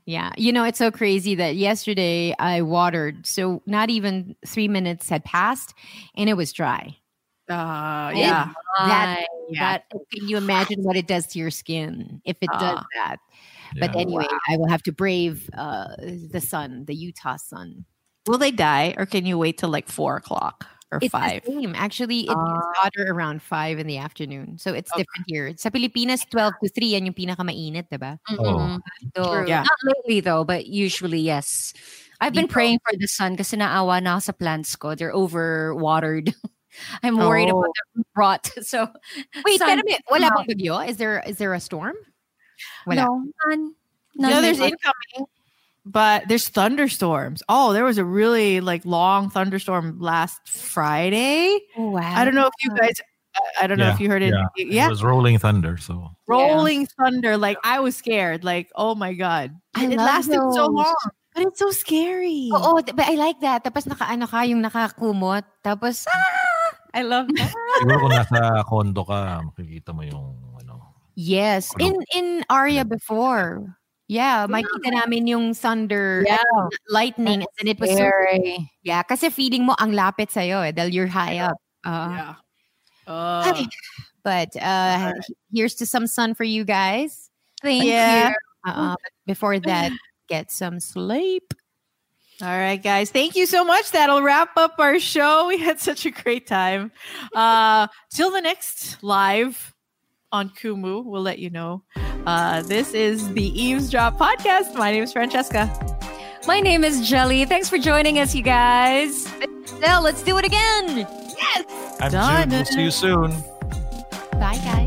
S6: Yeah. You know, it's so crazy that yesterday I watered. So, not even three minutes had passed and it was dry.
S2: uh,
S6: And
S2: yeah,
S6: That,
S2: Yeah.
S6: that, can you imagine what it does to your skin if it does
S2: Ah.
S6: that? But
S2: Yeah.
S6: anyway, I will have to brave uh, the sun, the Utah sun.
S2: will they die or can you wait till like four o'clock or
S6: it's
S2: five?
S6: The same. Actually, it gets
S2: Ah.
S6: hotter around 5 in the afternoon. So it's different here. Sa Pilipinas, 12 to 3, yan yung pinakamainit, diba?
S3: Oh.
S6: So,
S3: True. Not lately though, but usually yes. I've been praying for the sun kasi naawa na ako sa plants ko. They're overwatered. <laughs> I'm worried about
S6: Oh.
S3: the root rot. <laughs> So
S6: Wait,
S3: sun-
S6: pero may, wala bang bagyo? Is there, is there a storm? Wala.
S3: No, none.
S2: No,
S3: None.
S2: there's incoming, but there's thunderstorms. Oh, there was a really like long thunderstorm last Friday.
S6: wow.
S2: I don't know if you guys. I I don't know if you heard it.
S5: Yeah.
S2: Yeah,
S5: It was rolling thunder. So
S2: rolling thunder. Like I was scared. Like oh my god,
S6: I
S2: it
S6: love
S2: lasted so
S6: those.
S2: long, but it's so scary.
S6: Oo, th- but I like that. Tapos nakaano ka, yung nakakumot. Tapos, ah! I love that.
S5: siguro kung nasa <laughs> condo ka, makikita mo yung ano.
S6: yes. In in Aria before. Yeah, makita namin yung thunder,
S3: Yeah.
S6: and lightning, and then it was so-
S3: Scary.
S6: yeah, kasi feeling mo ang lapit sa'yo eh, dahil you're high up. Ah.
S2: Yeah.
S6: Ay, but uh, here's to some sun for you guys.
S3: Thank
S2: Yeah.
S3: you.
S6: Uh, but before that, get some sleep.
S2: All right, guys. Thank you so much. That'll wrap up our show. We had such a great time. Uh, till the next live on Kumu, we'll let you know. Uh, this is the Eavesdrop Podcast. My name is Francesca.
S3: My name is Jelly. Thanks for joining us, you guys. Now let's do it again.
S5: I'm Jude.
S2: Done.
S5: We'll see you soon.
S6: Bye, guys.